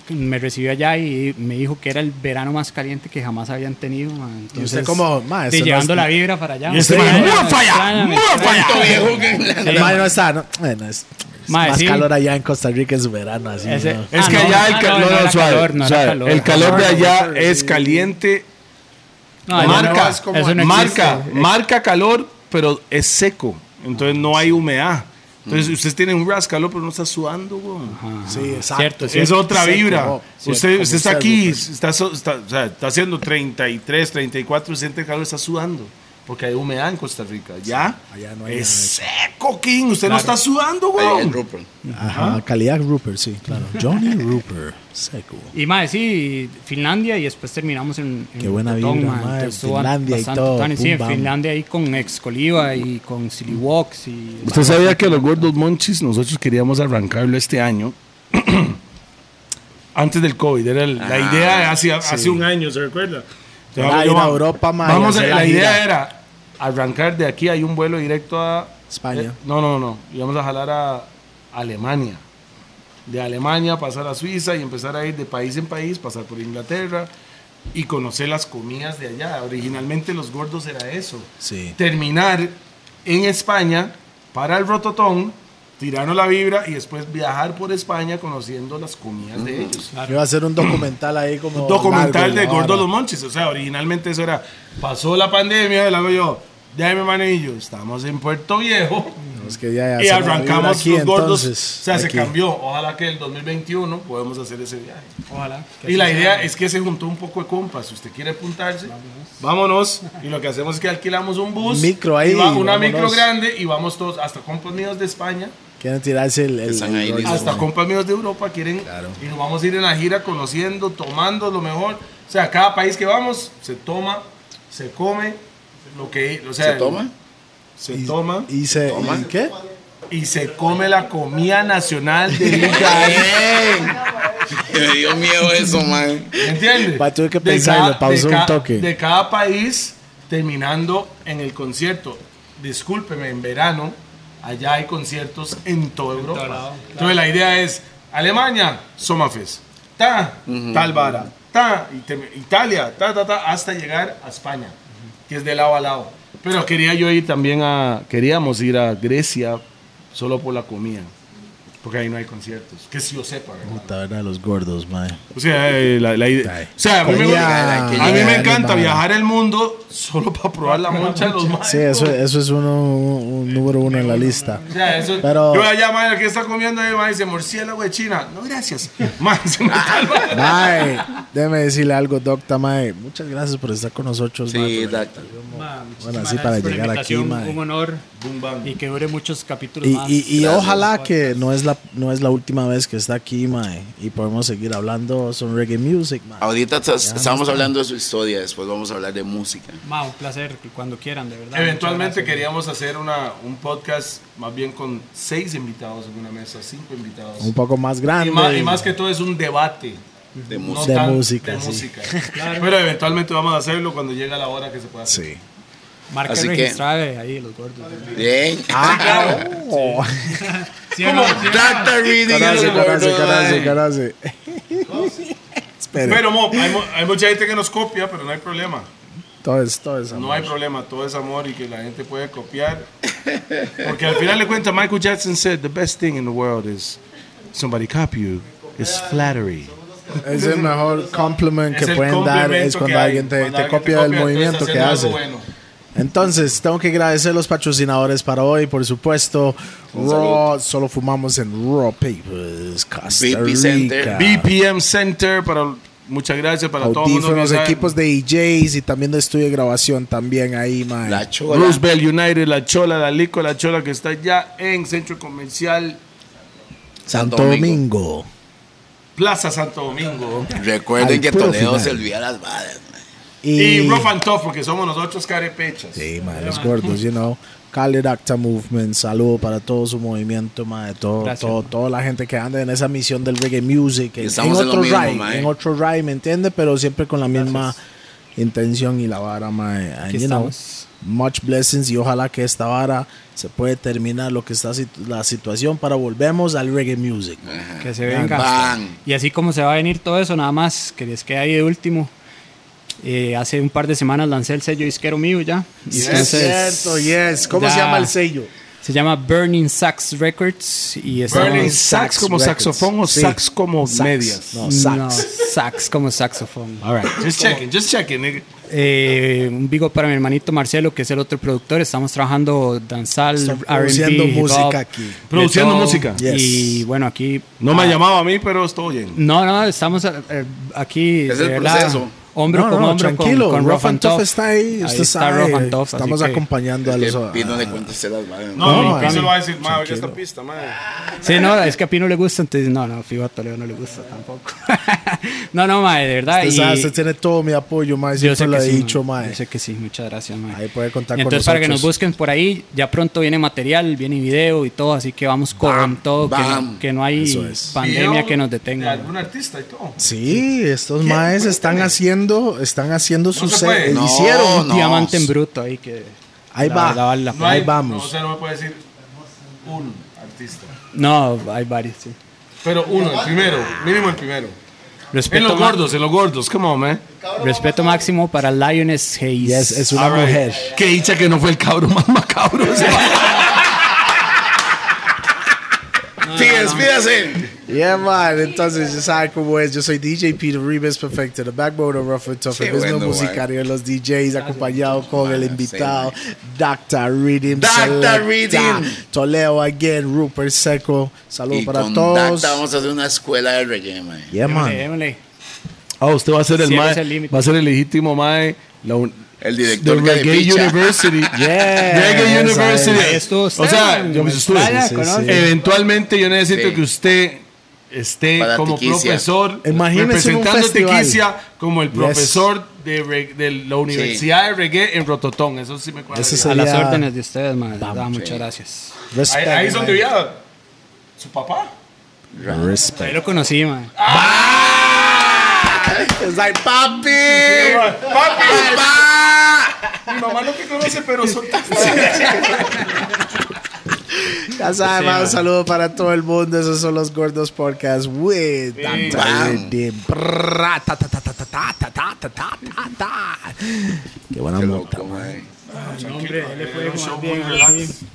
me recibió allá y me dijo que era el verano más caliente que jamás habían tenido. ma, Entonces,
como, ma,
de
eso no
llevando
es-
la vibra para allá. ma,
este
ma,
man,
me
¡Mua,
extraña, me extraña.
viejo que-
El mae no está, ¿no? Bueno, es, es
Mae,
más
sí.
calor allá en Costa Rica en su verano, así.
Ese-
¿no?
Es
Ah,
que
no,
allá el
ah,
ca-
no,
no,
no
no,
era
suave,
calor, no era
suave.
calor.
El calor de
Ah,
allá
no,
es caliente.
No, eso
marca,
Ah, no-
es
eso no existe.
marca, marca calor, pero es seco. Entonces no hay humedad. Entonces
Mm.
ustedes tienen un ras calor, pero no está sudando, güey.
Sí, exacto.
Ah, Cierto,
Es
cierto. oh,
otra
seco,
vibra.
no,
usted
cierto,
usted está
como
aquí,
seco,
está, so- está- o sea, está haciendo 33, 34, siente el calor, está sudando. Porque hay humedad en Costa Rica. Ya.
allá no hay
es seco, King. Usted no está sudando,
Ahí
güey.
en Rupert.
Ajá, calidad Rupert, sí, claro. Johnny Rupert, seco.
Y más, sí, Finlandia y después terminamos en, en
Qué buena
Rotterdam,
vibra,
ma,
mae,
entonces estuvo
Finlandia y
bastante
todo,
bacán, y sí,
pum,
en
bam.
Finlandia ahí con Ex Coliva y con Silly Walks y...
Usted sabía que los gordos monchis nosotros queríamos arrancarlo este año. Antes del COVID, era el- la idea de hace, hace un año, ¿se recuerda?
Era
Yo,
ir a
va-
Europa, ma, y
Vamos, a-
hacer
la,
la
idea
gira.
era arrancar de aquí, hay un vuelo directo a...
España.
eh, no, no, no, íbamos a jalar a Alemania. De Alemania pasar a Suiza y empezar a ir de país en país, pasar por Inglaterra y conocer las comidas de allá. Originalmente los gordos era eso
Sí.
terminar en España para el Rototón, tirarnos la vibra y después viajar por España conociendo las comidas de ellos.
Iba a hacer un documental ahí como.
Documental
Mm. Oh, largo, la
de
vara.
Gordo Los Monches, o sea, originalmente eso era, pasó la pandemia, luego yo, ya mi manillo, estamos en Puerto Viejo
Es que ya- ya
y
se la
arrancamos
vibra aquí,
los gordos,
entonces,
o sea, se
aquí.
cambió, ojalá que el 2021 podamos hacer ese viaje.
Ojalá.
Y la idea es que se juntó un poco de compas. Si usted quiere apuntarse, vámonos. Y lo que hacemos es que alquilamos un bus.
Micro ahí,
y va- una
vámonos.
micro grande y vamos todos, hasta compas míos de España,
Quieren tirarse el. el-
Están ahí
el-
listos.
hasta compas míos de Europa quieren. Y nos vamos a ir en la gira conociendo, tomando lo mejor. O sea, cada país que vamos, se toma, se come, lo que. O sea,
Eh. ¿Se toma?
Se toma.
Y se.
Toma.
¿y ¿Qué?
Y, y se come la comida nacional de Liga E.
Me dio miedo eso, man.
¿Me entiendes?
Pa, tuve que
De
pensarlo, pausó
de
un
ca-
toque.
De cada país terminando en el concierto. Discúlpeme, en verano allá hay conciertos en toda Europa. Entonces la idea es Alemania, Somafest, ta, tal vara, ta, y te- Italia, ta, ta, ta, hasta llegar a España, que es de lado a lado. Pero quería yo ir también a, queríamos ir a Grecia solo por la comida. Porque ahí no hay conciertos. Que si yo sepa, ¿verdad?
Puta, verdad, los gordos, mae.
O sea, eh, la, la idea. O sea, a mí me,
Comida,
a mí me
comida
encanta
alemana.
viajar el mundo solo para probar la moncha de los maes.
Sí, eso, eso es uno, un número uno en la lista.
O sea, eso,
Pero-
yo allá, madre, que está comiendo ahí, madre, dice murciélago de China. No, gracias. Madre, se me está el madre.
Mae, déjeme decirle algo, Docta Mae. Muchas gracias por estar con nosotros, mae,
Sí,
por-
exacto.
Bueno, así para
Por la
llegar aquí,
invitación,
mae.
Un honor y que dure muchos capítulos
Y,
más.
y- y
Gracias.
ojalá que no es, la, no es la última vez que está aquí, mae. Y podemos seguir hablando sobre reggae music, mae.
Ahorita t- estábamos hablando de su historia, después vamos a hablar de música.
Ma, un placer, y cuando quieran, de verdad.
Eventualmente
muchas gracias.
queríamos hacer una, un podcast más bien con seis invitados en una mesa, cinco invitados.
Un poco más grande.
Y más, y más que todo es un debate.
De
no
música.
De
tan-
música,
de
sí.
música. Pero eventualmente vamos a hacerlo cuando llegue la hora que se pueda hacer.
Sí.
Marca
Así que-
registrada de ahí, los gordos.
Ah, Bien.
Oh,
Dr. Reading
carajo,
is a
carajo,
word,
carajo,
man.
carajo. Espere,
Pero, mo, hay, mo- hay mucha gente que nos copia, pero no hay problema.
todo es, todo es
No
amor.
hay problema, todo es amor y que la gente puede copiar. Porque al final de cuentas, Michael Jackson said, the best thing in the world is somebody copy you. It's flattery.
Es el mejor compliment que
el
pueden dar
complemento
es cuando
que hay.
alguien te,
Cuando
te
alguien
copia el
entonces
movimiento
estás
que
haciendo
hace.
algo bueno.
Entonces, tengo que agradecer los patrocinadores para hoy, por supuesto. Raw, solo fumamos en Raw Papers, Costa
BP Center.
Rica.
BPM Center, para, muchas gracias para todos.
Audífonos, equipos de DJs y también de estudio de grabación también ahí, mae.
La chola.
Roosevelt United, La Chola, La Lico, La Chola, que está ya en Centro Comercial
Santo Domingo.
Plaza Santo Domingo.
Recuerden
Al
que
puro
Toledo
final.
se olvida las balas. man.
Y, Rough and Tough, porque somos nosotros carepechas.
Sí, mae, los gordos, you know. Khaled Acta Movement, saludo para todo su movimiento, mae, todo,
Gracias,
todo,
mae.
toda la gente que anda en esa misión del reggae music, en, en
Estamos en lo
otro
mismo,
ride,
mae.
en otro ride, ¿me entiende? Pero siempre con la misma intención y la vara, mae. And,
Aquí
you know,
estamos.
much blessings y ojalá que esta vara se puede terminar lo que está situ- la situación para volvemos al reggae music.
Que se venga.
Bang.
Y así como se va a venir todo eso, nada más, que les quede ahí de último. Eh, hace un par de semanas lancé el sello disquero mío ya. Y entonces,
yes.
¿Cómo se llama el
sello?
Se llama Burning Sax Records y estamos-
Burning Sax como
Records.
saxofón o
Sí.
sax como medias.
No, sax.
No, sax como saxofón.
Just checking, just checking, nigga.
Eh, un bigo para mi hermanito Marcelo, que es el otro productor. Estamos trabajando danzal,
Están
R&B,
produciendo
hip hop,
música aquí.
de
Produciendo
todo.
música.
Y
Yes.
bueno, aquí.
No
Ah.
me ha llamado a mí, pero estoy bien.
No, no, estamos eh, aquí.
Es
de
el
verdad,
proceso.
Hombro
No,
con
no,
hombro con-
tranquilo.
con,
Rough and Tough está ahí. usted
está
sabe,
Rough and Tough, así
Estamos
que-
acompañando a los.
Que Pino le cuenta usted las balas.
No,
No,
no,
man.
se lo va a decir, madre, oiga esta pista, madre.
Sí, no, es que a Pino le gusta, entonces no, no, fijo a Toledo no le gusta tampoco. no, no, mae, de verdad.
Usted
y-
sabe, usted tiene todo mi apoyo, mae.
Yo sé
Siempre lo
que
he
sí,
dicho,
ma.
mae.
Yo sé que sí, muchas gracias, ma.
Ahí puede contar con
Entonces, para que nos
nosotros.
busquen por ahí, ya pronto viene material, viene video y todo, así que vamos con todo, que
bam.
no, que no hay
Eso es.
pandemia
Video
que nos
de
detenga.
algún artista y todo.
Sí, estos maes están haciendo, están haciendo su
se
se-
puede.
eh,
No,
hicieron.
Un
no.
diamante en bruto ahí que...
Ahí
la-
va.
la vale la
No
pena.
hay,
Ahí vamos.
No, o sea, no me puede decir un artista.
No, hay varios, sí.
Pero uno, el primero, mínimo el primero. En
Respeto,
los
ma-
gordos, en los gordos, come on, man.
respeto máximo para Lioness Hayes.
Yes, es una
All right.
mujer.
Qué dicha que no fue el cabrón más macabro. o sea.
Sí, despídase.
Yeah, man. Entonces, ya saben cómo es. Yo soy DJ Peter Ribes Perfecto, the backbone of Rough and Tough,
Qué
el mismo
bueno,
musicario de los DJs, acompañado con el
man.
invitado Dr. Rhythm.
Dr.
Selecta,
Rhythm.
Toledo again, Rupert Seco. Saludos
Y
para
con
todos.
Dacta vamos a hacer una escuela de reggae, man.
Yeah,
Démosle,
man.
démosle.
Ah, usted va a ser el
Cierra
mae,
ese límite.
va a ser el legítimo mae. La un-
El
The
director que
Reggae
picha.
University.
Yeah.
Reggae
Esa
University.
es.
Ahí estuvo
o sea,
Esteban,
yo pues, estuve.
Estrada,
Sí, sí, sí.
conoce.
Eventualmente yo necesito
Sí.
que usted esté
Para
como
Tiquicia.
profesor,
Imagínese un
representando
festival.
Tequicia como el profesor de, reg- de la Universidad de Reggae en Rototón. Eso sí me cuadra.
Ese
bien.
A las
Sería-
órdenes de ustedes, mae. de verdad,
Vamos,
muchas gracias.
Ahí,
Respect, né?
ahí es donde
mae.
vivía su papá.
Respect.
Ahí lo conocí, mae.
Es like, papi,
¡Papi!
papá.
Mi mamá no te conoce, pero son
Ya saben, mae, un saludo para todo el mundo. Esos son los Gordos Podcast with Dante
Bam.
Redim. Prrra, ta, ta, ta, ta, ta, ta, ta, ta, ta, ta, ta, ta. Qué buena
Qué
nota,
loco, mae.
un show muy relax.